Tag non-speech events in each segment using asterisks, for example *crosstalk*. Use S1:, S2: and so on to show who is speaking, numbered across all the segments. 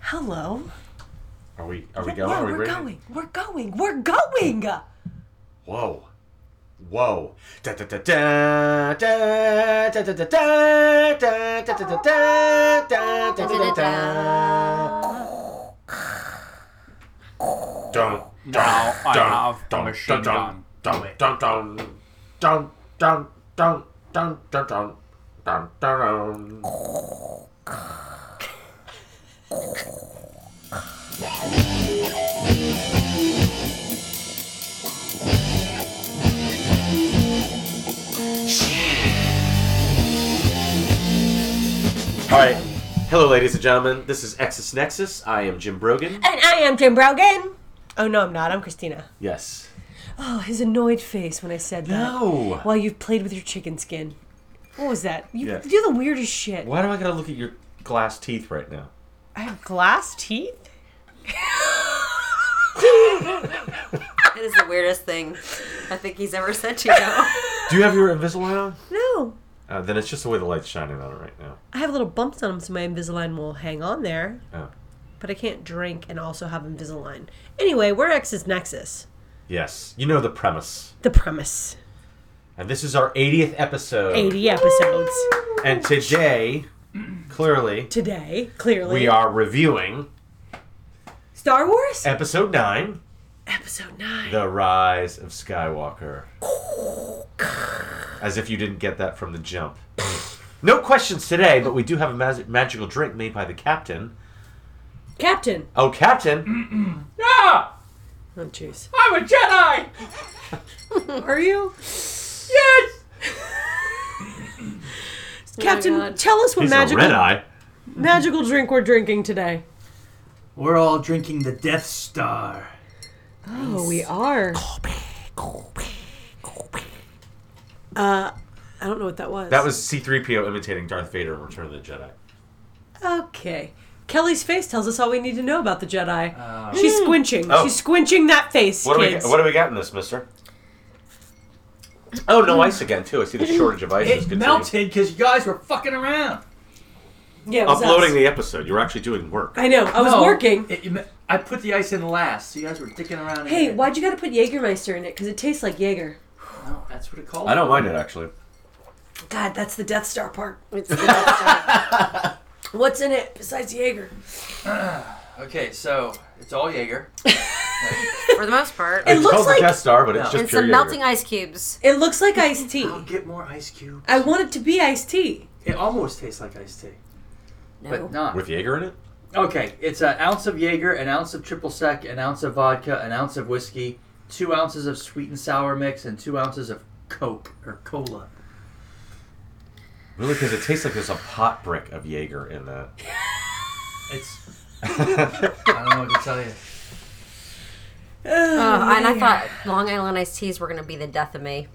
S1: Hello.
S2: Are we? Are we
S1: Yeah,
S2: going?
S1: yeah,
S2: are we
S1: we're
S2: ready?
S1: going. We're going. We're going.
S2: Whoa. Whoa. Da da da da da da da da da da da da da da da da da da da Dun, dun,
S3: Now I
S2: dun,
S3: have a
S2: dun,
S3: machine
S2: dun,
S3: gun.
S2: dun, dun, dun, dun, dun, dun, dun, dun, dun, dun, dun, dun. All right. Hello, ladies and gentlemen. This is Exus Nexus. I am Jim Brogan.
S1: And I am Jim Brogan. Oh, no, I'm not. I'm Christina.
S2: Yes.
S1: Oh, his annoyed face when I said that.
S2: No.
S1: While you've played with your chicken skin. What was that? You
S2: Yeah.
S1: do the weirdest shit.
S2: Why do I gotta look at your glass teeth right now?
S1: I have glass teeth?
S4: It is the weirdest thing I think he's ever said to *laughs* you.
S2: Do you have your Invisalign on?
S1: No.
S2: Uh, then it's just the way the light's shining on it right now.
S1: I have little bumps on them so my Invisalign will hang on there.
S2: Oh.
S1: But I can't drink and also have Invisalign. Anyway, we're Ex's Nexus.
S2: Yes. You know the premise.
S1: The premise.
S2: And this is our 80th episode.
S1: 80 episodes.
S2: And today, clearly,
S1: Today, clearly.
S2: we are reviewing
S1: Star Wars?
S2: episode 9
S1: Episode 9.
S2: The Rise of Skywalker. As if you didn't get that from the jump. No questions today, but we do have a mas- magical drink made by the captain.
S1: Captain.
S2: Oh, Captain!
S3: Yeah!
S1: Oh, jeez.
S3: I'm a Jedi!
S1: *laughs* Are you?
S3: Yes!
S1: *laughs* Captain,
S4: God.
S1: tell us what
S2: He's a red
S1: magical,
S2: eye.
S1: magical drink we're drinking today.
S5: We're all drinking the Death Star.
S1: Oh, we are. Uh, I don't know what that was.
S2: That was C3PO imitating Darth Vader in Return of the Jedi.
S1: okay. Kelly's face tells us all we need to know about the Jedi. She's squinching.
S2: Oh.
S1: She's squinching that face,
S2: What do, we,
S1: kids.
S2: got- what do we got in this, mister? Oh, no ice again, too. I see the shortage of ice. is
S5: It
S2: continuing.
S5: melted because you guys were fucking around.
S1: yeah, it was
S2: Uploading
S1: us.
S2: the episode. You're actually doing work.
S1: I know. I was
S5: No,
S1: working.
S5: it- it me- I put the ice in last, so you guys were dicking around. in
S1: Hey,
S5: it.
S1: why'd you gotta put Jägermeister in it? Because it tastes like Jaeger.
S5: No, that's what it called.
S2: I don't mind it, actually.
S1: God, that's the Death Star part.
S4: It's the best time.
S1: *laughs* What's in it besides Jaeger?
S5: Okay, so it's all Jaeger.
S4: For the most part.
S1: It
S2: it's
S1: looks
S2: called
S1: like-
S2: the Death Star, but it's
S5: No.
S2: just
S4: And
S2: pure
S4: some melting
S2: Jaeger.
S4: ice cubes.
S1: It looks like iced tea.
S4: Oh,
S5: I'll get more ice cube.
S1: I want it to be iced tea.
S5: It almost tastes like iced tea,
S4: No.
S5: but not.
S2: With Jaeger in it?
S5: okay, it's an ounce of Jaeger, an ounce of triple sec, an ounce of vodka, an ounce of whiskey, two ounces of sweet and sour mix, and two ounces of Coke or cola.
S2: Really? Because it tastes like there's a pot brick of Jaeger in that.
S5: It's. I don't know what to tell you.
S4: Oh, and I thought Long Island iced teas were going to be the death of me.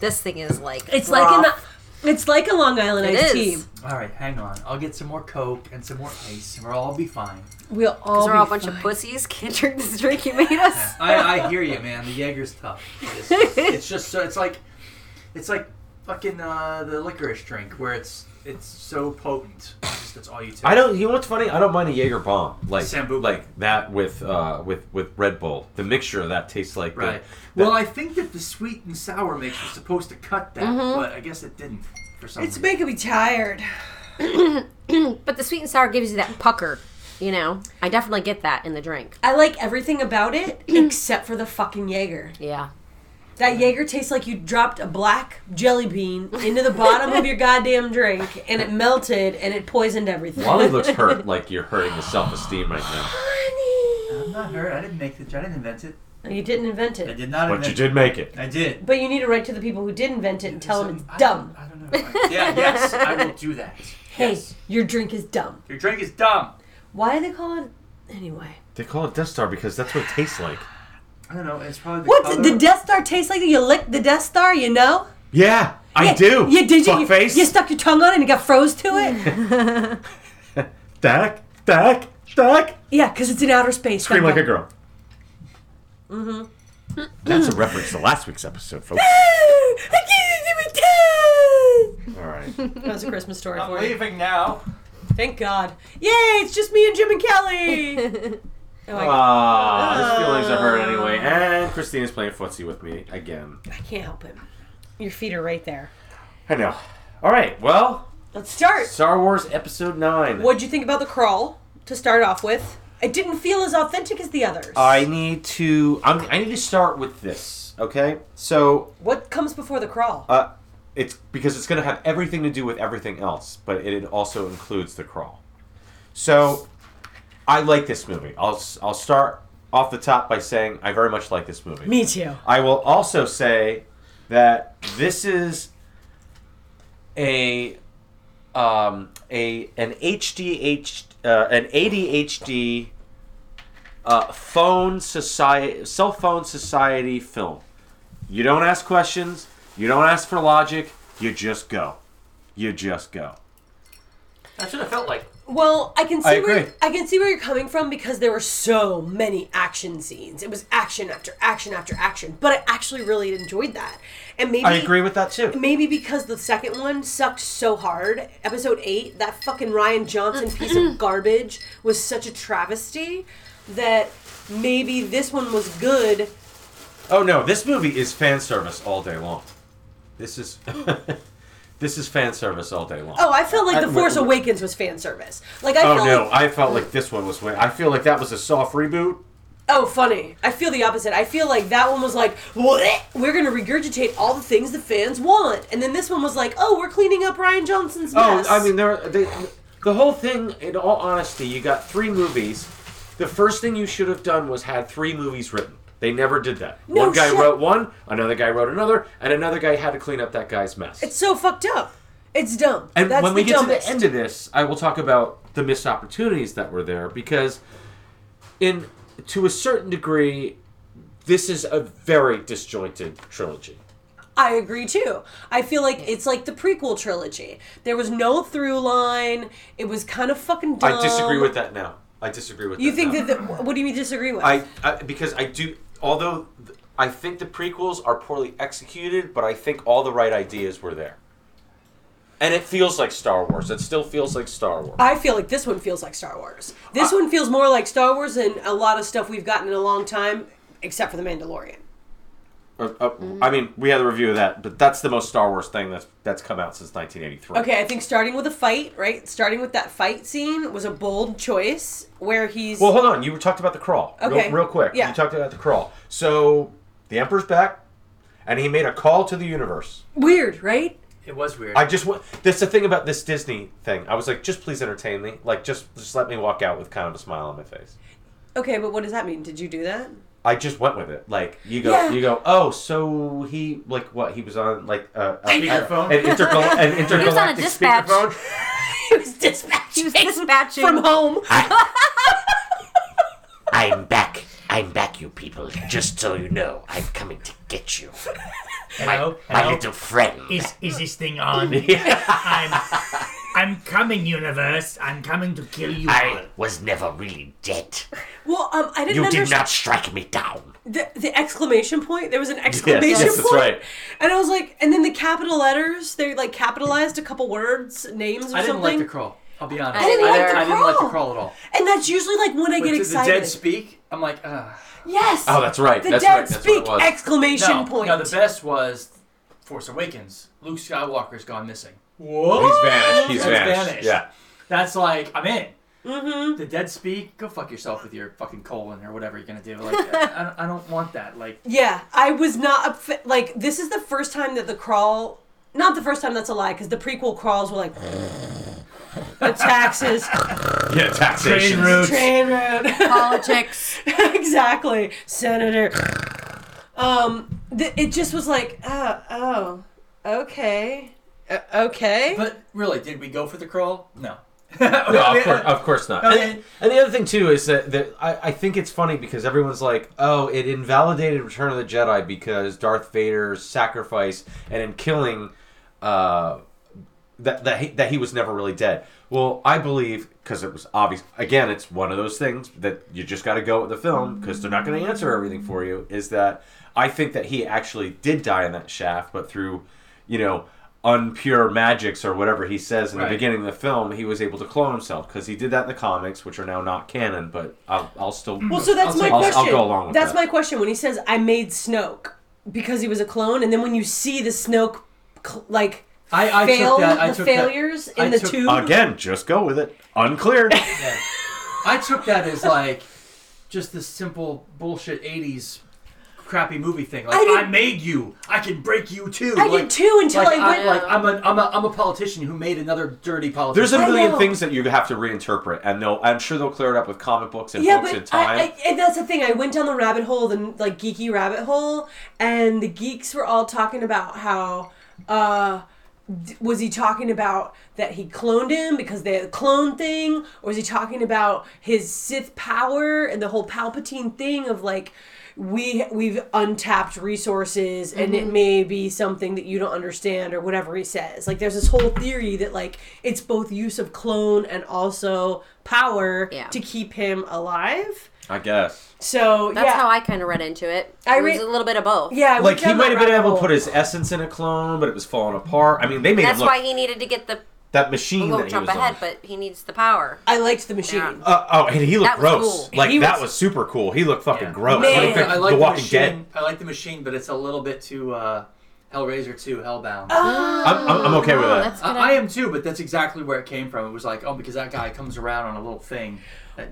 S4: This thing is like.
S1: It's like
S4: raw.
S1: an, it's like a Long Island
S4: It
S1: iced tea.
S4: is.
S5: All right, hang on. I'll get some more Coke and some more ice, and we'll all be fine.
S1: We'll all
S4: These are all a
S1: be
S4: bunch of
S1: fine.
S4: pussies. Can't drink this drink you made us.
S5: *laughs* I, I hear you, man. The Jaeger's tough. It's, it's just so it's like it's like fucking uh, the licorice drink where it's it's so potent. It's just that's all you
S2: *laughs*
S5: take.
S2: I don't. You know what's funny? I don't mind a Jaeger bomb, like
S5: Sambuca.
S2: like that with uh with with Red Bull. The mixture of that tastes like the-
S5: Right.
S2: that-
S5: Well, I think that the sweet and sour mix was supposed to cut that,
S1: Mm-hmm.
S5: but I guess it didn't for some reason.
S1: making me tired.
S4: *clears throat* But the sweet and sour gives you that pucker. You know, I definitely get that in the drink.
S1: I like everything about
S4: *clears throat*
S1: it except for the fucking Jaeger.
S4: Yeah.
S1: That Jaeger tastes like you dropped a black jelly bean into the bottom of
S4: *laughs*
S1: your goddamn drink and it melted and it poisoned everything.
S2: Wally looks hurt, like you're hurting his self esteem right now.
S1: Honey.
S5: I'm not hurt. I didn't make the. I didn't invent it.
S1: *laughs* You didn't invent
S5: I
S1: it.
S5: did not.
S2: But
S5: invent
S2: you did make it.
S5: It. I did.
S1: But you need to write to the people who did invent it and tell them
S5: So,
S1: it's dumb.
S5: I don't, I don't know. yeah. Yes. I will do that.
S1: *laughs* Hey,
S5: Yes.
S1: your drink is dumb.
S5: Your drink is dumb.
S1: Why do they call it anyway?
S2: They call it Death Star because that's what it tastes like.
S5: I don't know. It's probably the
S2: Uh,
S1: What
S5: color.
S1: the Death Star tastes like? You licked the Death Star, you know?
S2: Yeah, I
S1: Yeah,
S2: do.
S1: You did you, you,
S2: Fuckface.
S1: you stuck your tongue on it and it got froze to it?
S2: Dak, Dak, Dak.
S1: *laughs* yeah, because it's in outer space.
S2: Scream like
S1: *laughs* Duncan.
S2: a girl. Mm-hmm. That's
S1: *laughs*
S2: a reference to last week's episode, folks. All right.
S1: That was a Christmas story *laughs*
S3: I'm
S1: for you.
S3: leaving now.
S1: Thank God. Yay, it's just me and Jim and Kelly. *laughs* oh, I,
S2: Ah, his feelings are hurt anyway. And Christina's playing footsie with me again.
S1: I can't help him. Your feet are right there.
S2: I know. All right, well,
S1: Let's start.
S2: Star Wars Episode 9.
S1: What'd you think about the crawl to start off with? It didn't feel as authentic as the others.
S2: I need to. I'm, I need to start with this, okay? So
S1: what comes before the crawl?
S2: Uh, it's because it's going to have everything to do with everything else, but it also includes the crawl. So, I like this movie. I'll s- I'll start off the top by saying I very much like this movie.
S1: me too.
S2: I will also say that this is a um, a an HDH uh, an ADHD uh, phone society cell phone society film. You don't ask questions. You don't ask for logic. You just go. You just go.
S3: That's what it felt like.
S1: Well, I can see
S2: I
S1: where
S2: agree.
S1: I can see where you're coming from because there were so many action scenes. It was action after action after action, but I actually really enjoyed that. And maybe
S2: I agree with that too.
S1: maybe because the second one sucked so hard. Episode 8, that fucking Ryan Johnson piece *clears throat* of garbage was such a travesty that maybe this one was good.
S2: Oh no, this movie is fan service all day long. This is *laughs* this is fan service all day long.
S1: Oh, I felt like
S2: I-
S1: The Force
S2: w- w-
S1: Awakens was fan service. Like I
S2: Oh
S1: felt
S2: no,
S1: like
S2: I felt like this one was way. I feel like that was a soft reboot.
S1: Oh, funny. I feel the opposite. I feel like that one was like, "Bleh, we're going to regurgitate all the things the fans want. And then this one was like, oh, we're cleaning up Ryan Johnson's mess.
S2: Oh, I mean, there they, the whole thing. In all honesty, you got three movies. The first thing you should have done was had three movies written. They never did that.
S1: No
S2: one guy
S1: shit.
S2: wrote one, another guy wrote another, and another guy had to clean up that guy's mess.
S1: it's so fucked up. It's dumb.
S2: And
S1: That's
S2: when we
S1: the
S2: get
S1: dumbest.
S2: to the end of this, I will talk about the missed opportunities that were there because, in to a certain degree, this is a very disjointed trilogy.
S1: I agree too. I feel like it's like the prequel trilogy. There was no through line. It was kind of fucking dumb.
S2: I disagree with that now. I disagree with
S1: Um, You
S2: that
S1: think
S2: now.
S1: that? The, what do you mean disagree with?
S2: I, I because I do. Although th- I think the prequels are poorly executed, but I think all the right ideas were there. And it feels like Star Wars. It still feels like Star Wars.
S1: I feel like this one feels like Star Wars. This one feels more like Star Wars than a lot of stuff we've gotten in a long time, except for the Mandalorian.
S2: Uh, uh, I mean, we had a review of that, but that's the most Star Wars thing that's that's come out since 1983.
S1: Okay, I think starting with a fight, right? Starting with that fight scene was a bold choice where he's
S2: Well, hold on. You talked about the crawl.
S1: Okay.
S2: Real, real quick.
S1: Yeah.
S2: You talked about the crawl. So the Emperor's back, and he made a call to the universe.
S1: weird, right?
S5: It was weird.
S2: I just want. That's the thing about this Disney thing. I was like, just please entertain me. Like, just just let me walk out with kind of a smile on my face.
S1: Okay, but what does that mean? Did you do that?
S2: I just went with it. Like you go,
S1: Yeah.
S2: you go. Oh, so he like what he was on like uh, a
S5: Speakerphone?
S2: an, intergal- an intergalactic
S4: *laughs* He was on a dispatch.
S2: speakerphone.
S1: he was dispatching.
S4: He was dispatching.
S1: from home.
S6: I'm back. I'm back, you people. Just so you know, I'm coming to get you.
S7: Hello?
S6: My
S7: Hello?
S6: little friend.
S7: Is, is this thing on? *laughs* I'm, I'm coming, universe. I'm coming to kill you all.
S6: I was never really dead.
S1: Well, um, I didn't
S6: You did
S1: understand
S6: not strike me down.
S1: the, the exclamation point. There was an exclamation
S2: Yes, yes, that's
S1: point.
S2: right.
S1: And I was like, and then the capital letters, they like capitalized a couple words, names, or
S5: I didn't
S1: something.
S5: like the crawl. I'll be honest.
S4: I didn't
S1: like the
S5: I didn't like the
S1: crawl.
S5: crawl at all.
S1: and that's usually like when I
S5: But
S1: get
S5: did
S1: excited.
S5: the dead speak? I'm like, ah.
S1: yes.
S2: Oh, that's right.
S1: The
S2: that's
S1: dead
S2: right. That's
S1: speak
S2: what it was.
S1: exclamation
S5: No,
S1: point.
S5: no, the best was Force Awakens. Luke Skywalker's gone missing. Whoa!
S2: He's vanished. He's
S5: He's
S2: vanished.
S5: vanished.
S2: Yeah.
S5: That's like, I'm in. Mm-hmm. The dead speak? Go fuck yourself with your fucking colon or whatever you're gonna do. Like, I, I don't want that. Like,
S1: Yeah, I was not upf- like this is the first time that the crawl. Not the first time that's a lie because the prequel crawls were like the taxes,
S2: Yeah. Taxation.
S7: Train route.
S1: train road, *laughs*
S4: politics.
S1: exactly, senator. Um, th- it just was like, oh, oh, okay, uh, okay.
S5: but really, did we go for the crawl? No. *laughs*
S2: No, of course, of course not.
S5: Okay.
S2: And, and the other thing too is that, that I, I think it's funny because everyone's like, "Oh, it invalidated Return of the Jedi because Darth Vader's sacrifice and him killing uh, that that he, that he was never really dead." Well, I believe because it was obvious. Again, it's one of those things that you just got to go with the film because they're not going to answer everything for you. Is that I think that he actually did die in that shaft, but through you know unpure magics or whatever he says in
S5: Right.
S2: the beginning of the film, he was able to clone himself because he did that in the comics, which are now not canon. But I'll, I'll still.
S1: Well, so that's
S2: I'll
S1: my
S2: I'll-
S1: question.
S2: I'll, go along with
S1: that's
S2: that.
S1: my question. When he says, "I made Snoke because he was a clone," and then when you see the Snoke, cl- like
S5: I, I
S1: fail
S5: took that. I
S1: the
S5: took
S1: failures
S5: that. I
S1: in the
S5: took-
S1: tube.
S2: Again, just go with it.
S1: *laughs*
S2: Unclear.
S5: That, I took that as like just this simple bullshit '80s crappy movie thing. Like
S1: I did-
S5: I, made you. I can break you too.
S1: I
S5: like,
S1: did too until
S5: Like,
S1: I went.
S5: I like I'm a, I'm a I'm a politician who made another dirty politician.
S2: There's a
S1: I
S2: million
S1: know.
S2: things that you have to reinterpret, and they'll. I'm sure they'll clear it up with comic books and
S1: yeah,
S2: books in
S1: but
S2: time.
S1: I, I, and that's the thing. I went down the rabbit hole, the like geeky rabbit hole, and the geeks were all talking about how. uh d- was he talking about that he cloned him because they had a clone thing or was he talking about his sith power and the whole palpatine thing of like we we've untapped resources and
S4: Mm-hmm.
S1: it may be something that you don't understand or whatever he says like there's this whole theory that like it's both use of clone and also power
S4: Yeah.
S1: to keep him alive
S2: I guess.
S1: so
S4: That's
S1: yeah
S4: how I kind of read into it.
S1: I
S4: I read
S1: re-
S4: a little bit of both.
S1: yeah I went
S2: like he
S1: down
S2: might
S1: that
S2: have been
S1: rabbit
S2: able
S1: hole.
S2: to put his essence in a clone, but it was falling apart. I mean, they made
S4: That's
S2: him look
S4: why he needed to get the.
S2: that
S4: We
S2: machine that
S4: won't
S2: he was
S4: jump ahead,
S2: on.
S4: but he needs the power.
S1: I liked the machine.
S4: Yeah.
S2: Uh, oh, and he looked
S4: That was
S2: gross.
S4: cool.
S2: Like
S1: He
S2: that
S1: was-
S2: was super cool. He looked fucking
S5: Yeah.
S2: gross.
S1: Man.
S2: He looked *laughs* like
S5: I like
S2: the
S5: the,
S2: Walking
S5: machine.
S2: Dead.
S5: I like the machine, but it's a little bit too uh, Hellraiser 2, Hellbound.
S1: Oh,
S2: I'm, I'm, I'm okay with
S4: Oh,
S2: that.
S4: that's good.
S5: I, I am too, but that's exactly where it came from. It was like, oh, because that guy comes around on a little thing that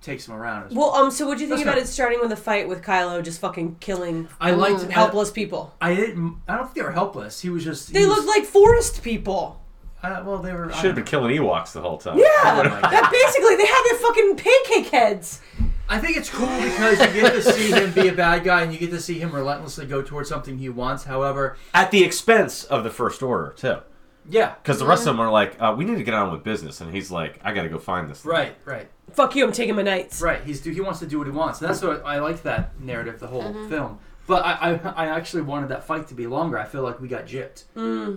S5: takes him around.
S1: Well, um, so what do you think
S5: That's
S1: about
S5: not-
S1: it starting with a fight with Kylo just fucking killing
S5: I liked
S1: helpless people?
S5: I, I didn't. I don't think they were helpless. He was just.
S1: They
S5: he
S1: looked
S5: was,
S1: like forest people.
S5: uh, well, they were. I
S2: Should have
S5: don't
S2: been killing Ewoks the whole time.
S1: Yeah,
S5: my
S1: *laughs*
S5: God.
S1: that basically they had their fucking pancake heads.
S5: I think it's cool because you get to see him be a bad guy and you get to see him relentlessly go towards something he wants. However,
S2: At the expense of the First Order too,
S5: yeah,
S2: because the rest of them are like, uh, we need to get on with business, and he's like, I got to go find this. thing."
S5: right, right,
S1: Fuck you, I'm taking my nights.
S5: right. He's do he wants to do what he wants, and that's what I liked that narrative the whole
S1: Mm-hmm.
S5: film. But I, I, I actually wanted that fight to be longer. I feel like we got gypped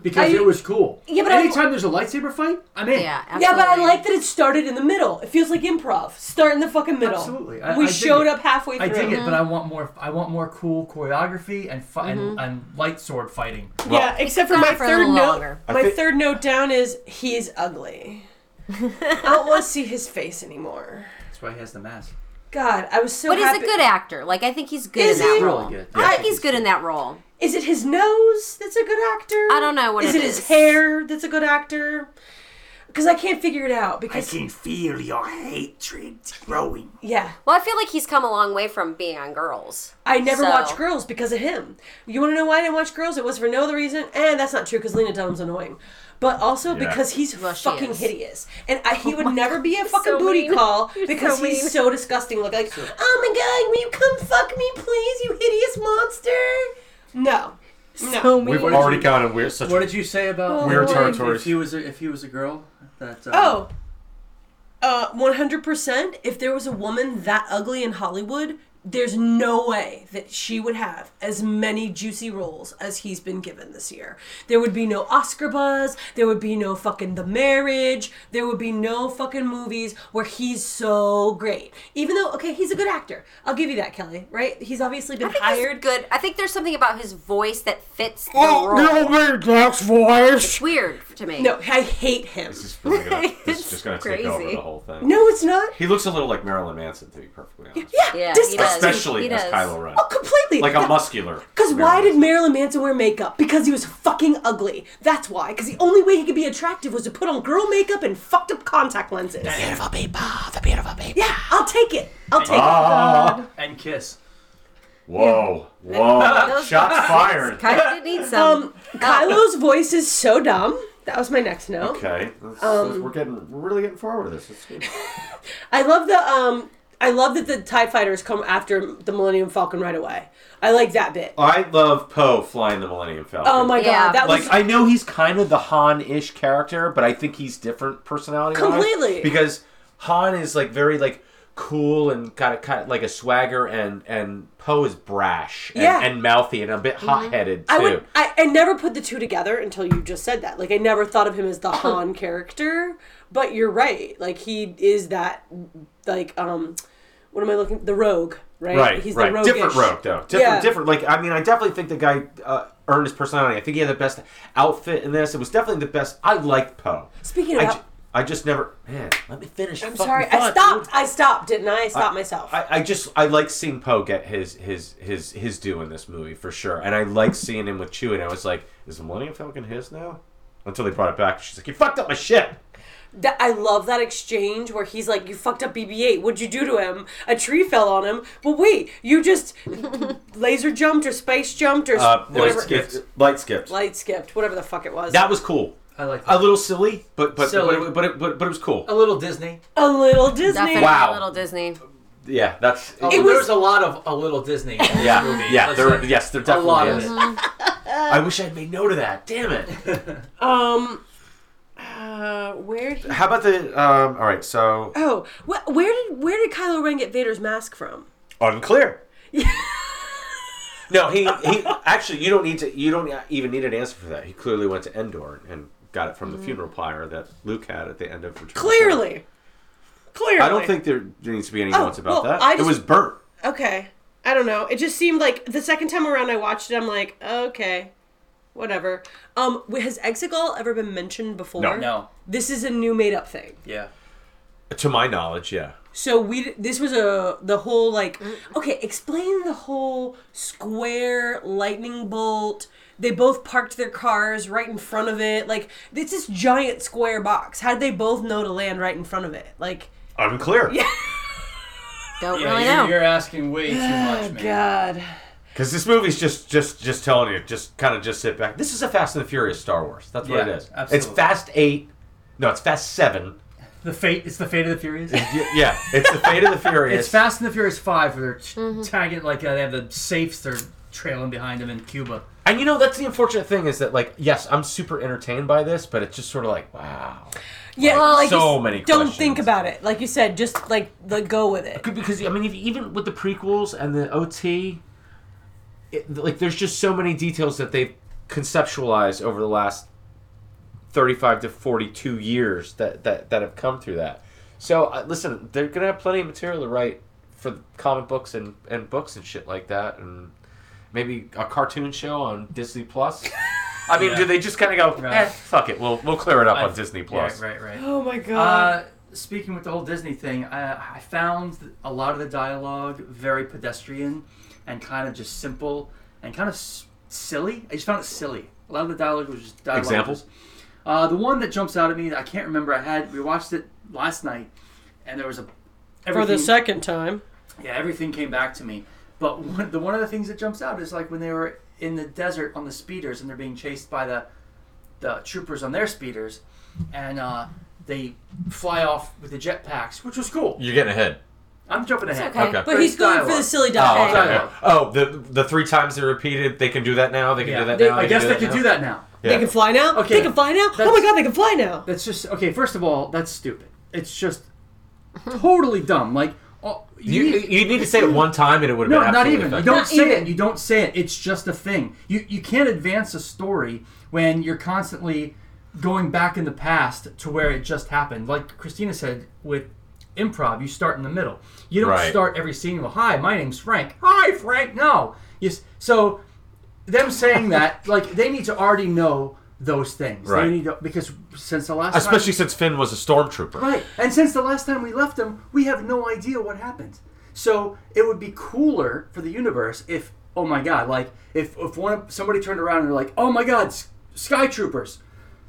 S5: because
S1: Mm. I-
S5: it was cool.
S1: Yeah, but I-
S5: anytime there's a lightsaber fight, I'm
S4: Yeah,
S5: in.
S1: Yeah, but I
S4: absolutely.
S1: like that it started in the middle. It feels like improv. Start in the fucking middle.
S5: Absolutely. I-
S1: we
S5: I dig
S1: showed
S5: it.
S1: up halfway through.
S5: I dig it, but I want more. I want more cool choreography and fi-
S1: Mm-hmm.
S5: and, and light sword fighting.
S1: yeah, except for
S4: It's
S1: my
S4: on for a
S1: third
S4: little
S1: note.
S4: longer.
S2: I
S1: My
S2: thi-
S1: third note down is he's ugly. I don't want to see his face anymore.
S5: That's why he has the mask.
S1: God, I was so.
S4: But he's a
S1: happy.
S4: good actor. Like I think he's good
S1: Is
S4: in that
S1: he?
S4: role.
S5: Really good.
S4: I
S5: Yeah,
S4: think he's good in that role.
S1: Is it his nose that's a good actor?
S4: I don't know what
S1: is
S4: it
S1: it his
S4: is.
S1: hair that's a good actor? Because I can't figure it out. Because
S5: feel your hatred growing.
S1: yeah,
S4: Well, I feel like he's come a long way from being on Girls.
S1: I never
S4: So-
S1: watched Girls because of him. You want to know why I didn't watch Girls? It was for no other reason, and that's not true because Lena Dunham's annoying. But also
S2: Yeah.
S1: because he's
S4: Well, she
S1: fucking
S4: is. Oh
S1: hideous, and I,
S4: *laughs*
S1: he would never be a fucking
S4: so
S1: booty
S4: mean. *laughs*
S1: call
S4: You're
S1: because
S4: so
S1: he's
S4: mean.
S1: so disgusting. Like, like, oh my god, will you come fuck me, please, you hideous monster? No, no.
S2: We've
S5: What did
S2: already
S5: you-
S2: gone in weird such
S5: What did you say about
S1: Weird
S5: if-
S2: territories.
S5: If he was a, if he was a girl, that uh,
S1: Oh. Uh, 100%. If there was a woman that ugly in Hollywood, there's no way that she would have as many juicy roles as he's been given this year. There would be no Oscar buzz. There would be no fucking The Marriage. There would be no fucking movies where he's so great. Even though, okay, he's a good actor. I'll give you that, Kelly, right? He's obviously been
S4: I think he's
S1: hired.
S4: good. I think there's something about his voice that fits the role.
S7: Jack's voice.
S4: It's weird to me.
S1: No, I hate him.
S2: This is really
S4: *laughs*
S2: gonna, this is
S4: It's
S2: just gonna take
S4: crazy.
S2: over the whole thing.
S1: No, it's not.
S2: He looks a little like Marilyn Manson, to be perfectly honest.
S1: Yeah,
S4: Yeah, he
S1: disgusting.
S4: does.
S2: Especially
S4: He
S2: as
S4: does.
S2: Kylo Ren,
S1: Oh, completely.
S2: like a
S1: That-
S2: muscular.
S1: Because
S2: Marilyn
S1: why did
S2: Manson.
S1: Marilyn Manson wear makeup? Because he was fucking ugly. That's why. Because the only way he could be attractive was to put on girl makeup and fucked up contact lenses.
S6: Beautiful people, the beautiful people.
S1: Yeah, I'll take it. I'll take
S2: Ah,
S5: *laughs* and kiss.
S2: whoa, whoa!
S4: *laughs* Those-
S2: Shots
S1: *laughs*
S2: fired.
S4: *laughs* Kylo did need
S1: it.
S4: some.
S1: Um, Kylo's voice is so dumb. That was my next note.
S2: Okay, Let's- let's-
S4: Um,
S2: we're getting we're really getting forward with this. It's good.
S1: I love the um. I love that the Tie Fighters come after the Millennium Falcon right away. I like that bit.
S2: I love Poe flying the Millennium Falcon.
S1: Oh my
S4: Yeah.
S1: god, that
S2: Like
S1: was
S2: I know he's kind of the Han-ish character, but I think he's different personality.
S1: Completely.
S2: because Han is like very like cool and got a kind of like a swagger, and and Poe is brash and,
S1: Yeah. Mm-hmm.
S2: and mouthy and a bit hot-headed too.
S1: I would. I, I never put the two together until you just said that. Like I never thought of him
S2: *laughs*
S1: as the Han character, but you're right. Like he is that. Like um, what am I looking? The rogue. right?
S2: Right,
S1: He's
S2: right.
S1: the roguish.
S2: different rogue though. Different,
S1: Yeah.
S2: different. Like I mean, I definitely think the guy uh, earned his personality. I think he had the best outfit in this. It was definitely the best. I liked Poe.
S1: Speaking
S2: I,
S1: of,
S2: ju- I just never. Man, let me finish.
S1: I'm sorry, I stopped. I stopped, didn't I? I stopped myself.
S2: I, I just I like seeing Poe get his his his his due in this movie for sure, and I like seeing him with Chewie. And I was like, is the Millennium Falcon his now? Until they brought it back, she's like, you fucked up my ship.
S1: That- I love that exchange where he's like, "You fucked up BB-8. What'd you do to him? A tree fell on him. But wait, you just laser jumped or space jumped or s-
S2: Uh, it was
S1: whatever,
S2: skipped. Light skipped.
S1: light skipped, whatever the fuck it was.
S2: That was cool.
S5: I like
S2: A little silly, but but
S5: Silly.
S2: but, it, but, it, but but it was cool.
S5: a little Disney.
S1: a little Disney.
S4: Definitely
S2: Wow.
S4: a little Disney.
S2: Yeah, that's
S5: Oh,
S1: It
S5: there
S1: was-
S5: was a lot of a little Disney. In this
S2: yeah
S5: movie.
S2: yeah.
S5: Let's
S2: There,
S5: say.
S2: yes, there
S5: a
S2: definitely
S5: lot of
S2: is.
S5: it.
S2: I wish I'd made note of that. Damn it.
S1: Um, uh, where? He-
S2: *laughs* How about the? Um, all right, so
S1: oh, wh- where did where did Kylo Ren get Vader's mask from?
S2: unclear. no, he he. Actually, you don't need to. You don't even need an answer for that. He clearly went to Endor and got it from the funeral pyre that Luke had at the end of Return. of the Jedi.
S1: Mm. Clearly, clearly.
S2: I don't think there there needs to be any
S1: Oh,
S2: notes
S1: well,
S2: about that.
S1: I
S2: It
S1: just-
S2: was burnt.
S1: Okay. I don't know. It just seemed like the second time around I watched it, I'm like, okay, whatever. Um, wh- has Exegol ever been mentioned before?
S2: No.
S5: No.
S1: This is a new made up thing.
S5: Yeah.
S2: To my knowledge, yeah.
S1: So we d- this was a the whole like okay, explain the whole square lightning bolt. They both parked their cars right in front of it. Like it's this giant square box. How did they both know to land right in front of it? Like
S2: Unclear.
S4: Don't
S5: Yeah,
S4: really
S5: you're,
S4: know.
S5: you're asking way too much, man.
S1: Ah, God.
S2: Because this movie's just just just telling you, just kind of just sit back. This is a Fast and the Furious Star Wars. That's what
S5: Yeah,
S2: it is. It's
S5: absolutely.
S2: Fast Eight. No, it's Fast Seven.
S5: The fate. It's the fate of the Furious.
S2: Y- yeah, it's the Fate of
S1: *laughs*
S2: the Furious.
S5: it's Fast and the Furious Five, where they're t-
S1: Mm-hmm.
S5: tagging like uh, they have the safes they're trailing behind them in Cuba.
S2: And you know, that's the unfortunate thing is that, like, yes, I'm super entertained by this, but it's just sort of like, wow.
S1: Yeah,
S2: Well,
S1: like
S2: so
S1: just
S2: many
S1: Don't
S2: questions.
S1: think about it. Like you said, just like the go with it.
S2: Because, I mean, if, even with the prequels and the OT, it, like, there's just so many details that they've conceptualized over the last 35 to 42 years that, that, that have come through that. So, uh, listen, they're going to have plenty of material to write for the comic books and, and books and shit like that. And maybe a cartoon show on Disney
S5: *laughs*
S2: Plus. I mean,
S5: Yeah.
S2: do they just kind of go,
S5: Right.
S2: eh, fuck it, we'll, we'll clear it up on
S5: I-
S2: Disney Plus?
S5: Yeah, right, right.
S1: Oh my god.
S5: Uh, speaking with the whole Disney thing, I, I found a lot of the dialogue very pedestrian and kind of just simple and kind of s- silly. I just found it silly. A lot of the dialogue was just dialogue.
S2: Examples?
S5: Uh, the one that jumps out at me, I can't remember. I had we watched it last night, and there was a
S1: For the
S5: everything-
S1: second time.
S5: yeah, everything came back to me. But one, the one of the things that jumps out is like when they were in the desert on the speeders and they're being chased by the the troopers on their speeders, and uh, they fly off with the jetpacks, which was cool.
S2: You're getting ahead.
S5: I'm jumping ahead.
S4: okay.
S2: Okay.
S1: But he's going for the
S5: dialogue.
S1: silly
S2: Oh,
S1: dialogue.
S2: okay.
S5: Dialogue.
S2: oh, the the three times they repeated, they can do that now. They can
S5: Yeah.
S2: do that
S1: They-
S2: now.
S5: I guess they could
S2: now.
S5: do that now.
S1: They can fly now?
S5: Okay.
S1: They can fly now? oh my
S5: That's-
S1: god, they can fly now.
S5: That's just okay. First of all, that's stupid. It's just totally dumb. Like oh,
S2: You, you need to say it one time, and it would have
S5: No,
S2: been
S5: not
S2: absolutely
S5: even. You
S2: effective.
S5: don't
S4: Not
S5: say
S4: even.
S5: it. You don't say it. It's just a thing. You you can't advance a story when you're constantly going back in the past to where it just happened. Like Christina said with improv, you start in the middle. You don't
S2: Right.
S5: start every scene with "Hi, my name's Frank." "Hi, Frank." No. You, s- so them saying that, like they need to already know those things.
S2: Right.
S5: They need to, because since the last time,
S2: Especially since Finn was a stormtrooper.
S5: Right. And since the last time we left them, we have no idea what happened. So it would be cooler for the universe if, oh my god, like if if one of- somebody turned around and they're like, oh my god, s- sky troopers,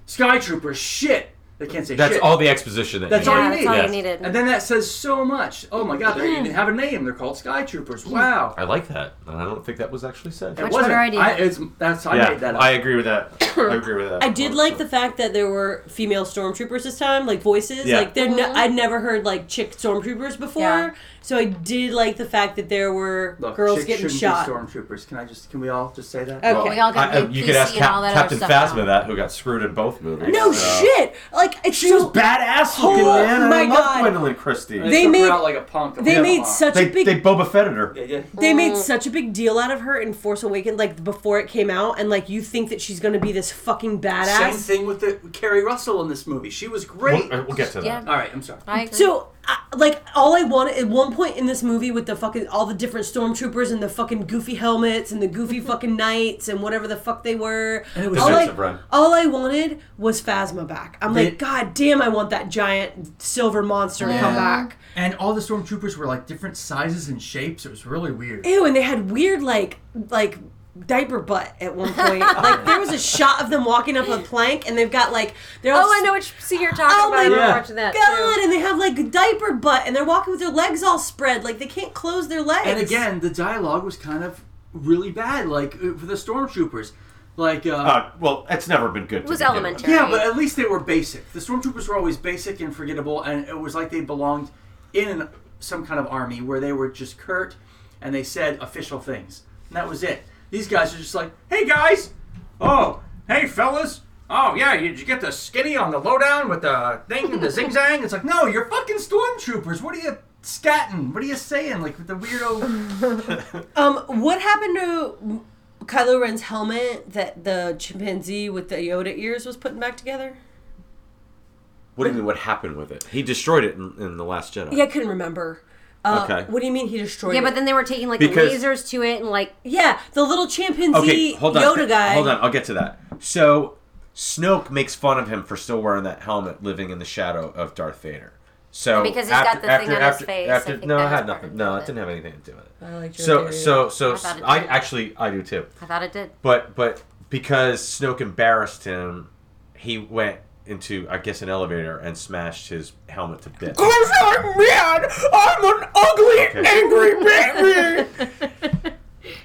S5: sky troopers, shit. They can't say
S2: That's
S5: shit.
S2: all the exposition that.
S5: That's
S2: you
S5: all
S2: need.
S4: Yeah,
S5: you
S4: that's
S5: need.
S4: all
S2: Yes.
S4: you needed.
S5: And then that says so much. Oh my god, they even have a name. They're called sky troopers. Wow.
S2: I like that, and I don't think that was actually said.
S5: It
S4: Much
S5: wasn't.
S4: better idea.
S5: I, it's, that's I made that up.
S2: agree with that. I agree with that.
S1: I did like the fact that there were female stormtroopers this time, like voices.
S2: Yeah.
S1: Like they're ne- I'd never heard like chick stormtroopers before,
S4: Yeah.
S1: so I did like the fact that there were
S5: Look,
S1: girls
S5: chicks
S1: getting
S5: shouldn't be
S1: shot.
S5: stormtroopers. Can I just? Can we all just say that?
S2: Uh,
S1: Okay.
S4: We all got
S2: I- I-
S4: to
S2: you
S4: PC
S2: could ask
S4: and all
S2: Cap-
S4: that
S2: Captain
S4: other stuff.
S2: Phasma that, who got screwed in both movies.
S1: no
S2: so-
S1: shit! Like it's
S2: She was
S1: so
S2: badass
S1: Oh
S2: looking, man.
S1: my
S2: I love
S1: God.
S2: Gwendolyn Christie.
S5: They,
S1: They
S5: took her
S1: made-
S5: out like a punk.
S1: they
S5: Yeah.
S1: made such
S2: They,
S1: a big
S2: they Boba Fetted her.
S5: Yeah, yeah.
S1: they made such a big deal out of her in Force Awakens, like before it came out, and like you think that she's gonna be this fucking badass.
S5: Same thing with the with Carrie Russell in this movie. She was great.
S2: uh, We'll, we'll get to that.
S4: Yeah.
S5: All right, I'm sorry.
S4: I agree.
S1: So I, like all I wanted at one point in this movie with the fucking all the different stormtroopers and the fucking goofy helmets and the goofy fucking knights and whatever the fuck they were.
S5: And it was
S1: all, I,
S2: Defensive run.
S1: all I wanted was Phasma back. I'm
S5: They-
S1: like, God damn, I want that giant silver monster to come back.
S5: And all the stormtroopers were like different sizes and shapes. It was really weird.
S1: Ew, and they had weird like like diaper butt at one point. like there was a shot of them walking up a plank and they've got like they're all
S4: Oh, I know which scene you're talking
S1: Oh
S4: about. I
S1: my
S4: remember
S2: Yeah.
S4: watching that.
S1: God,
S4: too.
S1: and they have like diaper butt, and they're walking with their legs all spread, like they can't close their legs.
S5: And again, the dialogue was kind of really bad, like uh, for the stormtroopers. Like, uh,
S2: Uh, well, it's never been good.
S4: It was
S2: to begin
S4: elementary.
S5: yeah, but at least they were basic. The stormtroopers were always basic and forgettable, and it was like they belonged in an, some kind of army where they were just curt and they said official things. And that was it. These guys are just like, hey guys,
S3: Oh, hey fellas. Oh yeah, you- did you get the skinny on the lowdown with the thing and the zigzag?
S5: it's like, no, you're fucking stormtroopers. What are you scatting? What are you saying? Like with the weirdo.
S1: um, what happened to Kylo Ren's helmet that the chimpanzee with the Yoda ears was putting back together?
S2: What do you mean? What happened with it? He destroyed it in, in the Last Jedi.
S1: Yeah, I couldn't remember. Uh,
S2: Okay.
S1: What do you mean he destroyed?
S4: Yeah, but
S1: it?
S4: then they were taking like
S2: Because-
S4: lasers to it and like
S1: yeah, the little chimpanzee
S2: Okay, hold on.
S1: Yoda guy.
S2: Hold on, I'll get to that. So Snoke makes fun of him for still wearing that helmet, living in the shadow of Darth Vader. So
S4: Oh, Because he's got
S2: after,
S4: the thing
S2: after,
S4: on his
S2: after,
S4: face, I
S2: After,
S4: think
S2: no,
S4: that
S2: it had
S4: was part
S2: nothing.
S4: of
S2: No,
S4: it.
S2: it didn't have anything to do with it.
S1: I like your
S2: so,
S1: theory.
S2: so so
S4: I thought it
S2: I
S4: did.
S2: actually I do too.
S4: I thought it did.
S2: But but because Snoke embarrassed him, he went into I guess an elevator and smashed his helmet to bits.
S6: Because I'm mad! I'm an ugly, angry man!